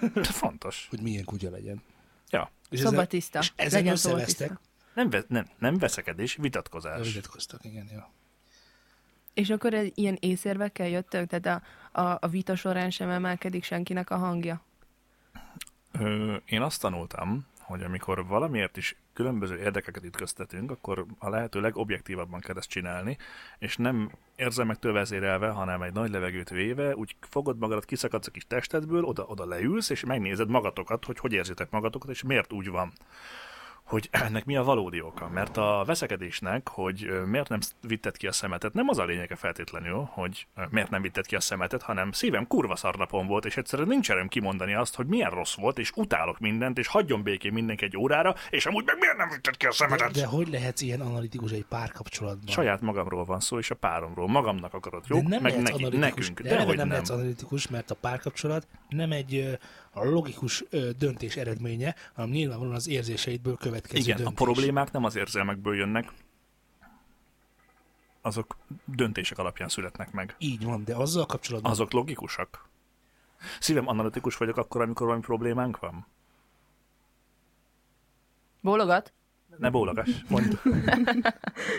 Speaker 3: De Hát fontos.
Speaker 2: hogy milyen kutya legyen.
Speaker 3: Ja.
Speaker 2: És ezzel-
Speaker 1: szobatiszta.
Speaker 2: És ezen
Speaker 1: Legyen szobatiszta.
Speaker 2: összevesztek.
Speaker 3: Nem, ve- nem, nem veszekedés, vitatkozás.
Speaker 2: Vitatkoztak, igen, jó.
Speaker 1: És akkor egy ilyen észérvekkel jöttök? Tehát a, a, a vita során sem emelkedik senkinek a hangja?
Speaker 3: Ö, én azt tanultam, hogy amikor valamiért is különböző érdekeket ütköztetünk, akkor a lehető legobjektívabban kell ezt csinálni, és nem érzelmektől vezérelve, hanem egy nagy levegőt véve, úgy fogod magadat, kiszakadsz a kis testedből, oda, oda leülsz, és megnézed magatokat, hogy hogy érzitek magatokat, és miért úgy van. Hogy ennek mi a valódi oka. Mert a veszekedésnek, hogy ö, miért nem vitted ki a szemetet, nem az a lényege feltétlenül, hogy ö, miért nem vitted ki a szemetet, hanem szívem kurva szarnapon volt, és egyszerűen nincs erőm kimondani azt, hogy milyen rossz volt, és utálok mindent, és hagyjon békén mindenki egy órára, és amúgy meg miért nem vitted ki a
Speaker 2: De,
Speaker 3: szemetet?
Speaker 2: de hogy lehetsz ilyen analitikus egy párkapcsolatban?
Speaker 3: Saját magamról van szó, és a páromról. Magamnak akarod, jó?
Speaker 2: de nem
Speaker 3: Meg
Speaker 2: lehetsz
Speaker 3: neki,
Speaker 2: analitikus,
Speaker 3: nekünk.
Speaker 2: de eleve
Speaker 3: hogy
Speaker 2: nem,
Speaker 3: nem.
Speaker 2: lehetsz analitikus, mert a párkapcsolat nem egy ö, a logikus ö, döntés eredménye, hanem nyilvánvalóan az érzéseidből következő
Speaker 3: Igen,
Speaker 2: döntés.
Speaker 3: a problémák nem az érzelmekből jönnek, azok döntések alapján születnek meg.
Speaker 2: Így van, de azzal kapcsolatban
Speaker 3: Azok logikusak. Szívem analitikus vagyok akkor, amikor valami problémánk van.
Speaker 1: Bólogat?
Speaker 3: Ne bólogass, mondd.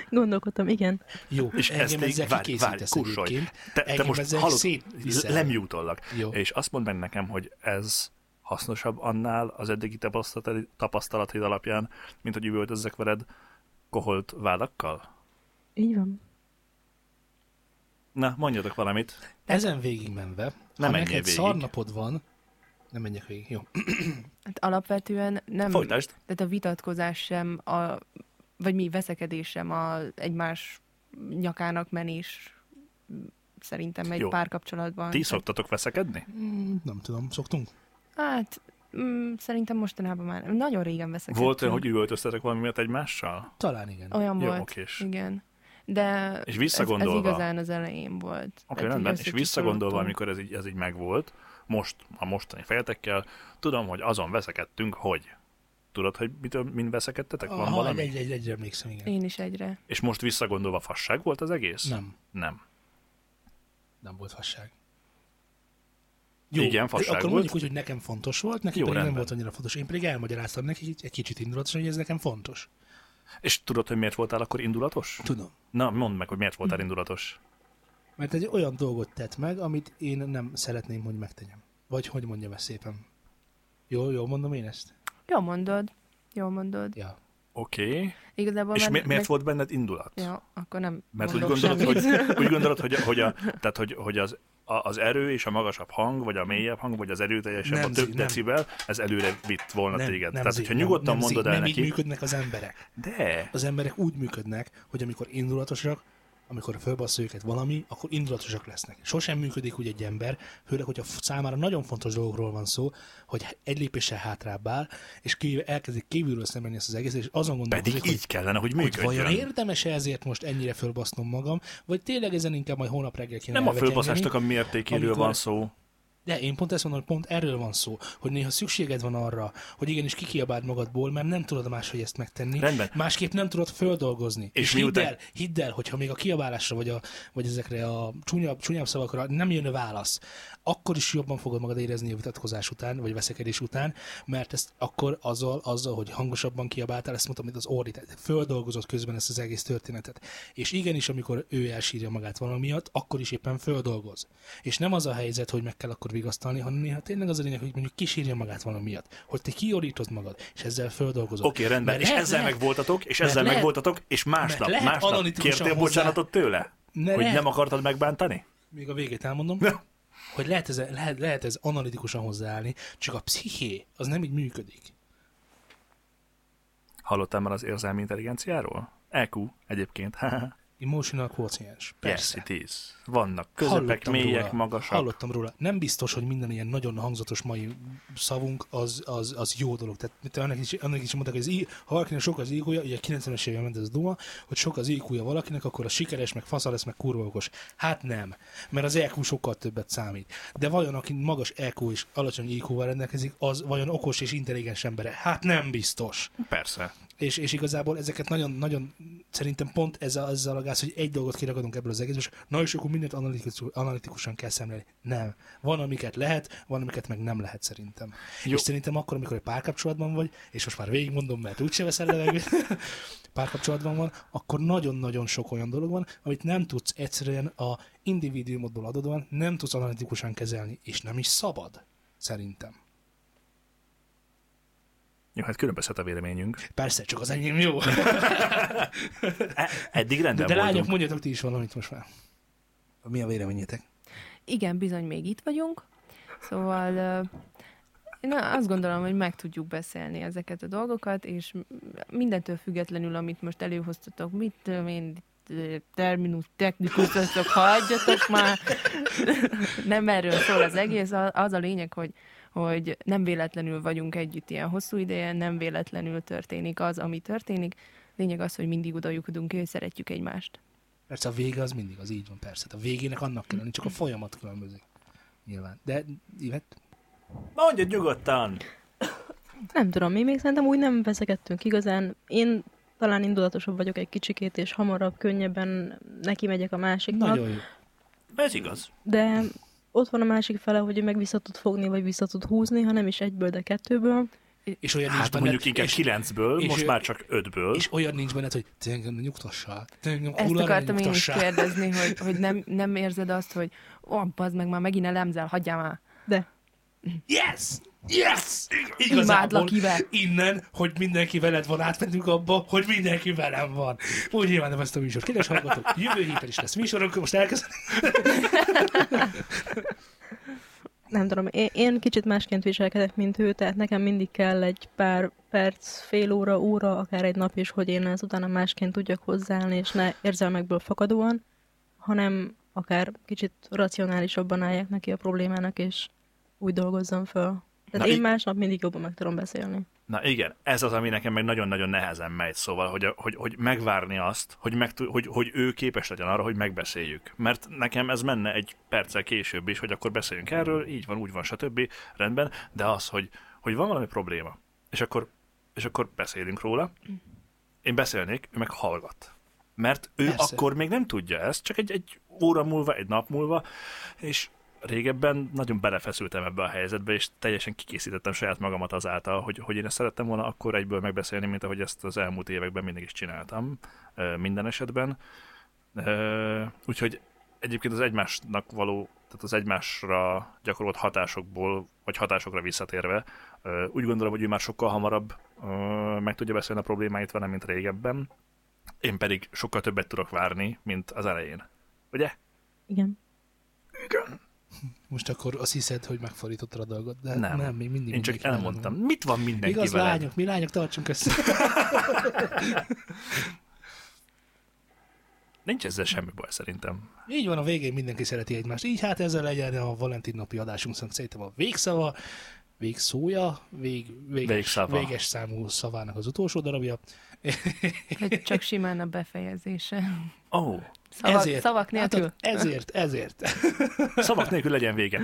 Speaker 4: Gondolkodtam, igen.
Speaker 2: jó,
Speaker 3: És ezt
Speaker 2: engem
Speaker 3: így,
Speaker 2: ezzel
Speaker 3: várj, várj,
Speaker 2: kikészítesz
Speaker 3: kussolj.
Speaker 2: egyébként.
Speaker 3: Te, te
Speaker 2: Engem
Speaker 3: most
Speaker 2: ezzel
Speaker 3: hallod,
Speaker 2: szétviszel.
Speaker 3: lemjútollak.
Speaker 2: Jó.
Speaker 3: És azt mondd meg nekem, hogy ez hasznosabb annál az eddigi tapasztalat- tapasztalataid alapján, mint hogy üvöltözzek veled koholt vádakkal?
Speaker 4: Így van.
Speaker 3: Na, mondjatok valamit.
Speaker 2: Ezen végig menve,
Speaker 3: Ne
Speaker 2: ha
Speaker 3: menjél
Speaker 2: neked
Speaker 3: végig.
Speaker 2: szarnapod van, nem menjek végig, jó.
Speaker 1: Hát alapvetően nem...
Speaker 3: Folytasd.
Speaker 1: Tehát a vitatkozás sem, a, vagy mi veszekedés sem a egymás nyakának menés szerintem egy
Speaker 3: Jó.
Speaker 1: Jó. párkapcsolatban.
Speaker 3: Ti szoktatok veszekedni?
Speaker 2: Mm, Nem tudom, szoktunk?
Speaker 1: Hát mm, szerintem mostanában már nagyon régen veszekedtünk.
Speaker 3: Volt olyan, hogy üvöltöztetek valami miatt egymással?
Speaker 2: Talán igen.
Speaker 1: Olyan
Speaker 3: Jó,
Speaker 1: volt,
Speaker 3: okés.
Speaker 1: igen. De
Speaker 3: És
Speaker 1: ez, ez
Speaker 3: visszagondolva-
Speaker 1: igazán az elején volt.
Speaker 3: Oké,
Speaker 1: Tehát,
Speaker 3: okay,
Speaker 1: hogy
Speaker 3: rendben. És
Speaker 1: összecsúszolódtunk.
Speaker 3: visszagondolva, amikor ez így, ez így megvolt, most, a mostani fejetekkel, tudom, hogy azon veszekedtünk, hogy. Tudod, hogy mitől, mind veszekedtetek? Van
Speaker 2: Aha, egy,
Speaker 3: valami?
Speaker 2: egy, egy, egyre emlékszem, igen.
Speaker 1: Én is egyre.
Speaker 3: És most visszagondolva fasság volt az egész?
Speaker 2: Nem,
Speaker 3: Nem.
Speaker 2: nem volt fasság.
Speaker 3: Igen, fasság
Speaker 2: akkor
Speaker 3: volt.
Speaker 2: mondjuk úgy, hogy nekem fontos volt, neki pedig
Speaker 3: Jó,
Speaker 2: nem
Speaker 3: rendben.
Speaker 2: volt annyira fontos. Én pedig elmagyaráztam neki egy kicsit indulatosan, hogy ez nekem fontos.
Speaker 3: És tudod, hogy miért voltál akkor indulatos?
Speaker 2: Tudom.
Speaker 3: Na, mondd meg, hogy miért
Speaker 2: Hm.
Speaker 3: voltál indulatos.
Speaker 2: Mert egy olyan dolgot tett meg, amit én nem szeretném, hogy megtegyem. Vagy hogy mondjam ezt szépen. Jó, jó, mondom én ezt?
Speaker 1: Jól mondod. Jól mondod.
Speaker 2: Ja.
Speaker 3: Oké. Okay.
Speaker 1: Igazából
Speaker 3: És
Speaker 1: már
Speaker 3: mi, miért
Speaker 1: meg-
Speaker 3: volt benned indulat?
Speaker 1: Ja, akkor nem
Speaker 3: Mert úgy
Speaker 1: mondok
Speaker 3: gondolod,
Speaker 1: semmit.
Speaker 3: hogy, úgy gondolod, hogy, a- hogy, a, tehát, hogy, hogy az, a, az erő és a magasabb hang, vagy a mélyebb hang, vagy az erőteljesebb,
Speaker 2: Nem,
Speaker 3: a több
Speaker 2: Zi, nem.
Speaker 3: decibel, ez előre vitt volna
Speaker 2: Nem,
Speaker 3: téged.
Speaker 2: nem
Speaker 3: tehát,
Speaker 2: Zi,
Speaker 3: hogyha
Speaker 2: nem,
Speaker 3: nyugodtan
Speaker 2: nem Zi,
Speaker 3: mondod el
Speaker 2: Nem így
Speaker 3: neki,
Speaker 2: működnek az emberek.
Speaker 3: de
Speaker 2: Az emberek úgy működnek, hogy amikor indulatosak, amikor fölbassza őket valami, akkor indulatosak lesznek. Sosem működik úgy egy ember, főleg, hogyha f- számára nagyon fontos dolgokról van szó, hogy egy lépéssel hátrább áll, és ki, elkezdik kívülről szemelni ezt az egészet, és azon gondolkozik,
Speaker 3: pedig
Speaker 2: hogy
Speaker 3: így kellene, hogy
Speaker 2: hogy vajon
Speaker 3: működjön.
Speaker 2: érdemes ezért most ennyire fölbasznom magam, vagy tényleg ezen inkább majd holnap reggel kéne
Speaker 3: Nem a
Speaker 2: elvetengeni?
Speaker 3: fölbaszásnak a mértékéről
Speaker 2: amikor-
Speaker 3: van szó.
Speaker 2: De én pont ezt mondom, hogy pont erről van szó, hogy néha szükséged van arra, hogy igenis kikiabáld magadból, mert nem tudod máshogy ezt megtenni.
Speaker 3: Rendben.
Speaker 2: Másképp nem tudod földolgozni.
Speaker 3: És
Speaker 2: És, hidd,
Speaker 3: miután-
Speaker 2: el, hidd el, hogyha még a kiabálásra, vagy, a, vagy ezekre a csúnyabb, csúnyabb szavakra nem jön válasz, akkor is jobban fogod magad érezni a vitatkozás után, vagy veszekedés után, mert ezt akkor azzal, azzal, hogy hangosabban kiabáltál, ezt mondtam, mint az orri, tehát földolgozott közben ezt az egész történetet. És igenis, amikor ő elsírja magát valamiatt, akkor is éppen földolgoz. És nem az a helyzet, hogy meg kell akkor vigasztalni, hanem néha tényleg az a lényeg, hogy mondjuk kísérje magát valami miatt, hogy te kiorítozd magad, és ezzel földolgozod.
Speaker 3: Oké, okay, rendben.
Speaker 2: Mert
Speaker 3: és
Speaker 2: lehet-
Speaker 3: ezzel
Speaker 2: lehet-
Speaker 3: megvoltatok, és
Speaker 2: mert
Speaker 3: ezzel
Speaker 2: lehet-
Speaker 3: megvoltatok, és másnap,
Speaker 2: lehet
Speaker 3: másnap
Speaker 2: anonitikusan
Speaker 3: kértél
Speaker 2: hozzá-
Speaker 3: bocsánatot tőle?
Speaker 2: Ne,
Speaker 3: hogy
Speaker 2: lehet.
Speaker 3: nem akartad megbántani?
Speaker 2: Még a végét elmondom, hogy lehet ez, lehet, lehet ez analitikusan hozzáállni, csak a psziché az nem így működik.
Speaker 3: Hallottál már az érzelmi intelligenciáról? EQ egyébként.
Speaker 2: Emotional quotient.
Speaker 3: yes,
Speaker 2: Persze.
Speaker 3: it is. Vannak közepek,
Speaker 2: Hallottam
Speaker 3: mélyek,
Speaker 2: róla.
Speaker 3: magasak.
Speaker 2: Hallottam róla. Nem biztos, hogy minden ilyen nagyon hangzatos mai szavunk az, az, az jó dolog. Tehát mit- annak is, annak is mondták, hogy az I, ha valakinek sok az iq ugye a 90-es évben ment ez a duma, hogy sok az iq valakinek, akkor a sikeres, meg fasza lesz, meg kurva okos. Hát nem, mert az EQ sokkal többet számít. De vajon aki magas EQ és alacsony IQ-val rendelkezik, az vajon okos és intelligens embere? Hát nem biztos.
Speaker 3: Persze.
Speaker 2: És, és igazából ezeket nagyon, nagyon szerintem pont ez a, ez a gáz, hogy egy dolgot kirakadunk ebből az egészből, és na és akkor mindent analitikus, analitikusan kell szemlélni. Nem. Van, amiket lehet, van, amiket meg nem lehet szerintem. Jó.
Speaker 3: Jó.
Speaker 2: És szerintem akkor, amikor egy párkapcsolatban vagy, és most már végigmondom, mert úgyse veszel levegőt, párkapcsolatban van, akkor nagyon-nagyon sok olyan dolog van, amit nem tudsz egyszerűen a individuumodból adódóan, nem tudsz analitikusan kezelni, és nem is szabad, szerintem.
Speaker 3: Jó, hát különbözhet a véleményünk.
Speaker 2: Persze, csak az enyém jó.
Speaker 3: E- Eddig rendben
Speaker 2: De, de lányok,
Speaker 3: voltunk.
Speaker 2: mondjatok ti is valamit most már. Mi a véleményetek?
Speaker 1: Igen, bizony, még itt vagyunk. Szóval ö, én azt gondolom, hogy meg tudjuk beszélni ezeket a dolgokat, és m- mindentől függetlenül, amit most előhoztatok, mit tudom én, ö, terminus technikusatok, hagyjatok már. Nem erről szól az egész, a- az a lényeg, hogy hogy nem véletlenül vagyunk együtt ilyen hosszú ideje, nem véletlenül történik az, ami történik. Lényeg az, hogy mindig oda jutunk, és szeretjük egymást.
Speaker 2: Persze a vége az mindig, az így van, persze. A végének annak kell lenni, csak a folyamat különbözik. Nyilván. De Ivet,
Speaker 3: Mondjad nyugodtan!
Speaker 4: Nem tudom, mi még szerintem úgy nem veszekedtünk igazán. Én talán indulatosabb vagyok egy kicsikét, és hamarabb, könnyebben neki megyek a másiknak.
Speaker 2: nagyon jó.
Speaker 3: Ez igaz.
Speaker 4: De ott van a másik fele, hogy ő meg vissza tud fogni, vagy vissza tud húzni, ha nem is egyből, de kettőből.
Speaker 2: És olyan nincs
Speaker 3: Hát
Speaker 2: benned,
Speaker 3: mondjuk inkább
Speaker 2: és,
Speaker 3: kilencből,
Speaker 2: és
Speaker 3: most
Speaker 2: ő-
Speaker 3: már csak ötből.
Speaker 2: és olyan nincs benned, hogy te engem nyugtassál. Te engem
Speaker 1: Ezt
Speaker 2: kurvára
Speaker 1: akartam én is
Speaker 2: nyugtassál.
Speaker 1: kérdezni, hogy, hogy nem, nem érzed azt, hogy ó, oh, bazd meg, már megint elemzel, hagyjál már.
Speaker 4: De
Speaker 2: Yes! Yes!
Speaker 1: Imádlak,
Speaker 2: Igazából
Speaker 1: Ive.
Speaker 2: innen, hogy mindenki veled van, átmentünk abba, hogy mindenki velem van. Úgy nyilvánom ezt a műsort. Kedves hallgatók, jövő héten is lesz műsorunk, most elkezdem.
Speaker 4: nem tudom, én, én kicsit másként viselkedek, mint ő, tehát nekem mindig kell egy pár perc, fél óra, óra, akár egy nap is, hogy én ezt utána másként tudjak hozzáállni, és ne érzelmekből fakadóan, hanem akár kicsit racionálisabban álljak neki a problémának, és úgy dolgozzam föl. Tehát
Speaker 3: Na,
Speaker 4: én
Speaker 3: í-
Speaker 4: másnap mindig jobban meg tudom beszélni.
Speaker 3: Na igen, ez az, ami nekem meg nagyon-nagyon nehezen megy, szóval, hogy, hogy, hogy megvárni azt, hogy, meg, hogy, hogy ő képes legyen arra, hogy megbeszéljük. Mert nekem ez menne egy perccel később is, hogy akkor beszéljünk erről, így van, úgy van, stb. Rendben, de az, hogy, hogy van valami probléma, és akkor, és akkor beszélünk róla, én beszélnék, ő meg hallgat. Mert ő
Speaker 2: Persze.
Speaker 3: Persze. akkor még nem tudja ezt, csak egy, egy óra múlva, egy nap múlva, és régebben nagyon belefeszültem ebbe a helyzetbe, és teljesen kikészítettem saját magamat azáltal, hogy, hogy én ezt szerettem volna akkor egyből megbeszélni, mint ahogy ezt az elmúlt években mindig is csináltam, ö, minden esetben. Ö, Úgyhogy egyébként az egymásnak való, tehát az egymásra gyakorolt hatásokból, vagy hatásokra visszatérve, ö, úgy gondolom, hogy ő már sokkal hamarabb ö, meg tudja beszélni a problémáit velem, mint régebben. Én pedig sokkal többet tudok várni, mint az elején. Ugye?
Speaker 4: Igen.
Speaker 2: Most akkor azt hiszed, hogy megfordítottad a dolgot, de nem,
Speaker 3: Nem.
Speaker 2: nem még mindig
Speaker 3: Én csak
Speaker 2: mindenki
Speaker 3: elmondtam.
Speaker 2: van.
Speaker 3: Mit van mindenki
Speaker 2: Igaz,
Speaker 3: veled?
Speaker 2: lányok, mi lányok, tartsunk össze.
Speaker 3: Nincs ezzel semmi baj szerintem.
Speaker 2: Így van, a végén mindenki szereti egymást. Így hát ezzel legyen a Valentin napi adásunk, szóval szerintem a végszava, végszója, vég, véges,
Speaker 3: Végszava.
Speaker 2: véges számú szavának az utolsó darabja.
Speaker 1: Vagy csak simán a befejezése.
Speaker 3: Ó, oh,
Speaker 1: Szavak,
Speaker 2: Ezért.
Speaker 1: szavak nélkül.
Speaker 2: Hát, ezért, ezért.
Speaker 3: szavak nélkül legyen vége.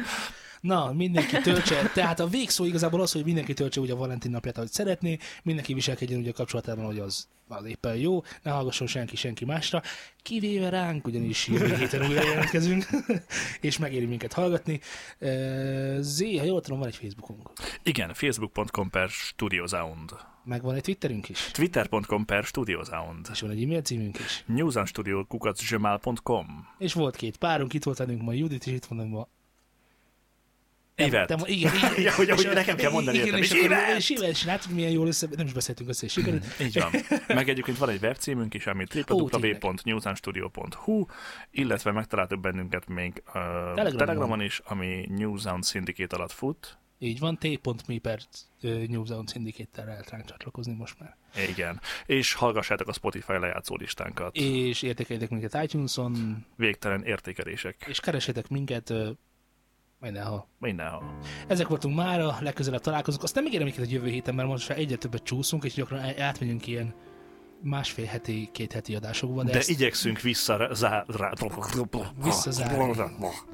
Speaker 2: Na, mindenki töltse. Tehát a végszó igazából az, hogy mindenki töltse úgy a Valentin napját, ahogy szeretné, mindenki viselkedjen úgy a kapcsolatában, hogy az, az éppen jó, ne hallgasson senki senki másra, kivéve ránk, ugyanis jövő héten újra jelentkezünk, és megéri minket hallgatni. Ö, Zé, ha jól tudom, van egy Facebookunk.
Speaker 3: Igen, facebook.com per studiosound.
Speaker 2: Megvan egy Twitterünk is.
Speaker 3: Twitter.com per studiosound.
Speaker 2: és van egy e-mail címünk is.
Speaker 3: newsandstudio.gmail.com
Speaker 2: És volt két párunk, itt volt velünk ma Judit, és itt van ma
Speaker 3: Évet.
Speaker 2: Te, igen, igen,
Speaker 3: Ja, hogy- hogy
Speaker 2: és-
Speaker 3: nekem kell mondani
Speaker 2: igen,
Speaker 3: értem,
Speaker 2: és,
Speaker 3: és
Speaker 2: akkor-
Speaker 3: évet!
Speaker 2: és évet csinált, hogy milyen jól össze, nem is beszéltünk össze, és sikerült.
Speaker 3: Így van. Meg egyébként van egy webcímünk is, ami
Speaker 2: tényleg.
Speaker 3: www.newsoundstudio.hu, illetve megtaláltok bennünket még uh, Telegramon. Telegramon is, ami Newsound Syndicate alatt fut.
Speaker 2: Így van, t.me per ö, New Zealand Syndicate-tel lehet ránk csatlakozni most már.
Speaker 3: Igen. És hallgassátok a Spotify lejátszó listánkat.
Speaker 2: És értékeljétek minket iTunes-on,
Speaker 3: Végtelen értékelések.
Speaker 2: és keresetek minket ö, mindenhol.
Speaker 3: Mindenhol.
Speaker 2: Ezek voltunk mára, legközelebb találkozunk. Aztán megérem minket a jövő héten, mert most már egyre többet csúszunk, és gyakran á- átmegyünk ilyen másfél heti, két heti adásokba, de,
Speaker 3: De
Speaker 2: ezt
Speaker 3: igyekszünk vissza, zá, rá,
Speaker 2: Visszazárni.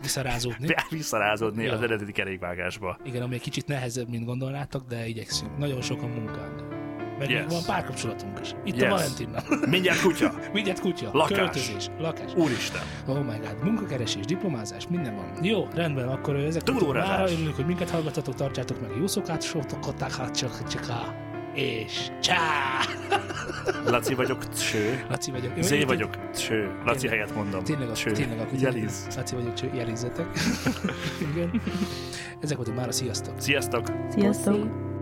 Speaker 2: visszarázódni.
Speaker 3: visszarázódni
Speaker 2: Ja.
Speaker 3: az eredeti kerékvágásba.
Speaker 2: Igen, ami egy kicsit nehezebb, mint gondolnátok, de igyekszünk. Nagyon sok a munkánk. Meg
Speaker 3: Yes.
Speaker 2: yes. van párkapcsolatunk is. Itt yes. a
Speaker 3: Yes.
Speaker 2: Valentinna.
Speaker 3: Mindjárt kutya!
Speaker 2: Mindjárt kutya,
Speaker 3: Lakás.
Speaker 2: költözés, lakás.
Speaker 3: Úristen!
Speaker 2: Oh my god, munkakeresés, diplomázás, minden van. Jó, rendben, akkor ö, ezek
Speaker 3: Túlórázás.
Speaker 2: voltak mára. Örülünk, hogy minket hallgatatok, tartsátok meg jó szokásokat, hát csak, csak, és csá!
Speaker 3: Laci vagyok, cső.
Speaker 2: Laci vagyok. Én
Speaker 3: Zé
Speaker 2: egyébként
Speaker 3: vagyok, cső. Laci helyett mondom.
Speaker 2: Tényleg, a,
Speaker 3: cső.
Speaker 2: tényleg a
Speaker 3: Jeliz.
Speaker 2: Laci vagyok, cső, jelizzetek. Igen. Ezek voltak már a sziasztok.
Speaker 3: Sziasztok!
Speaker 4: Sziasztok!
Speaker 1: Puszi.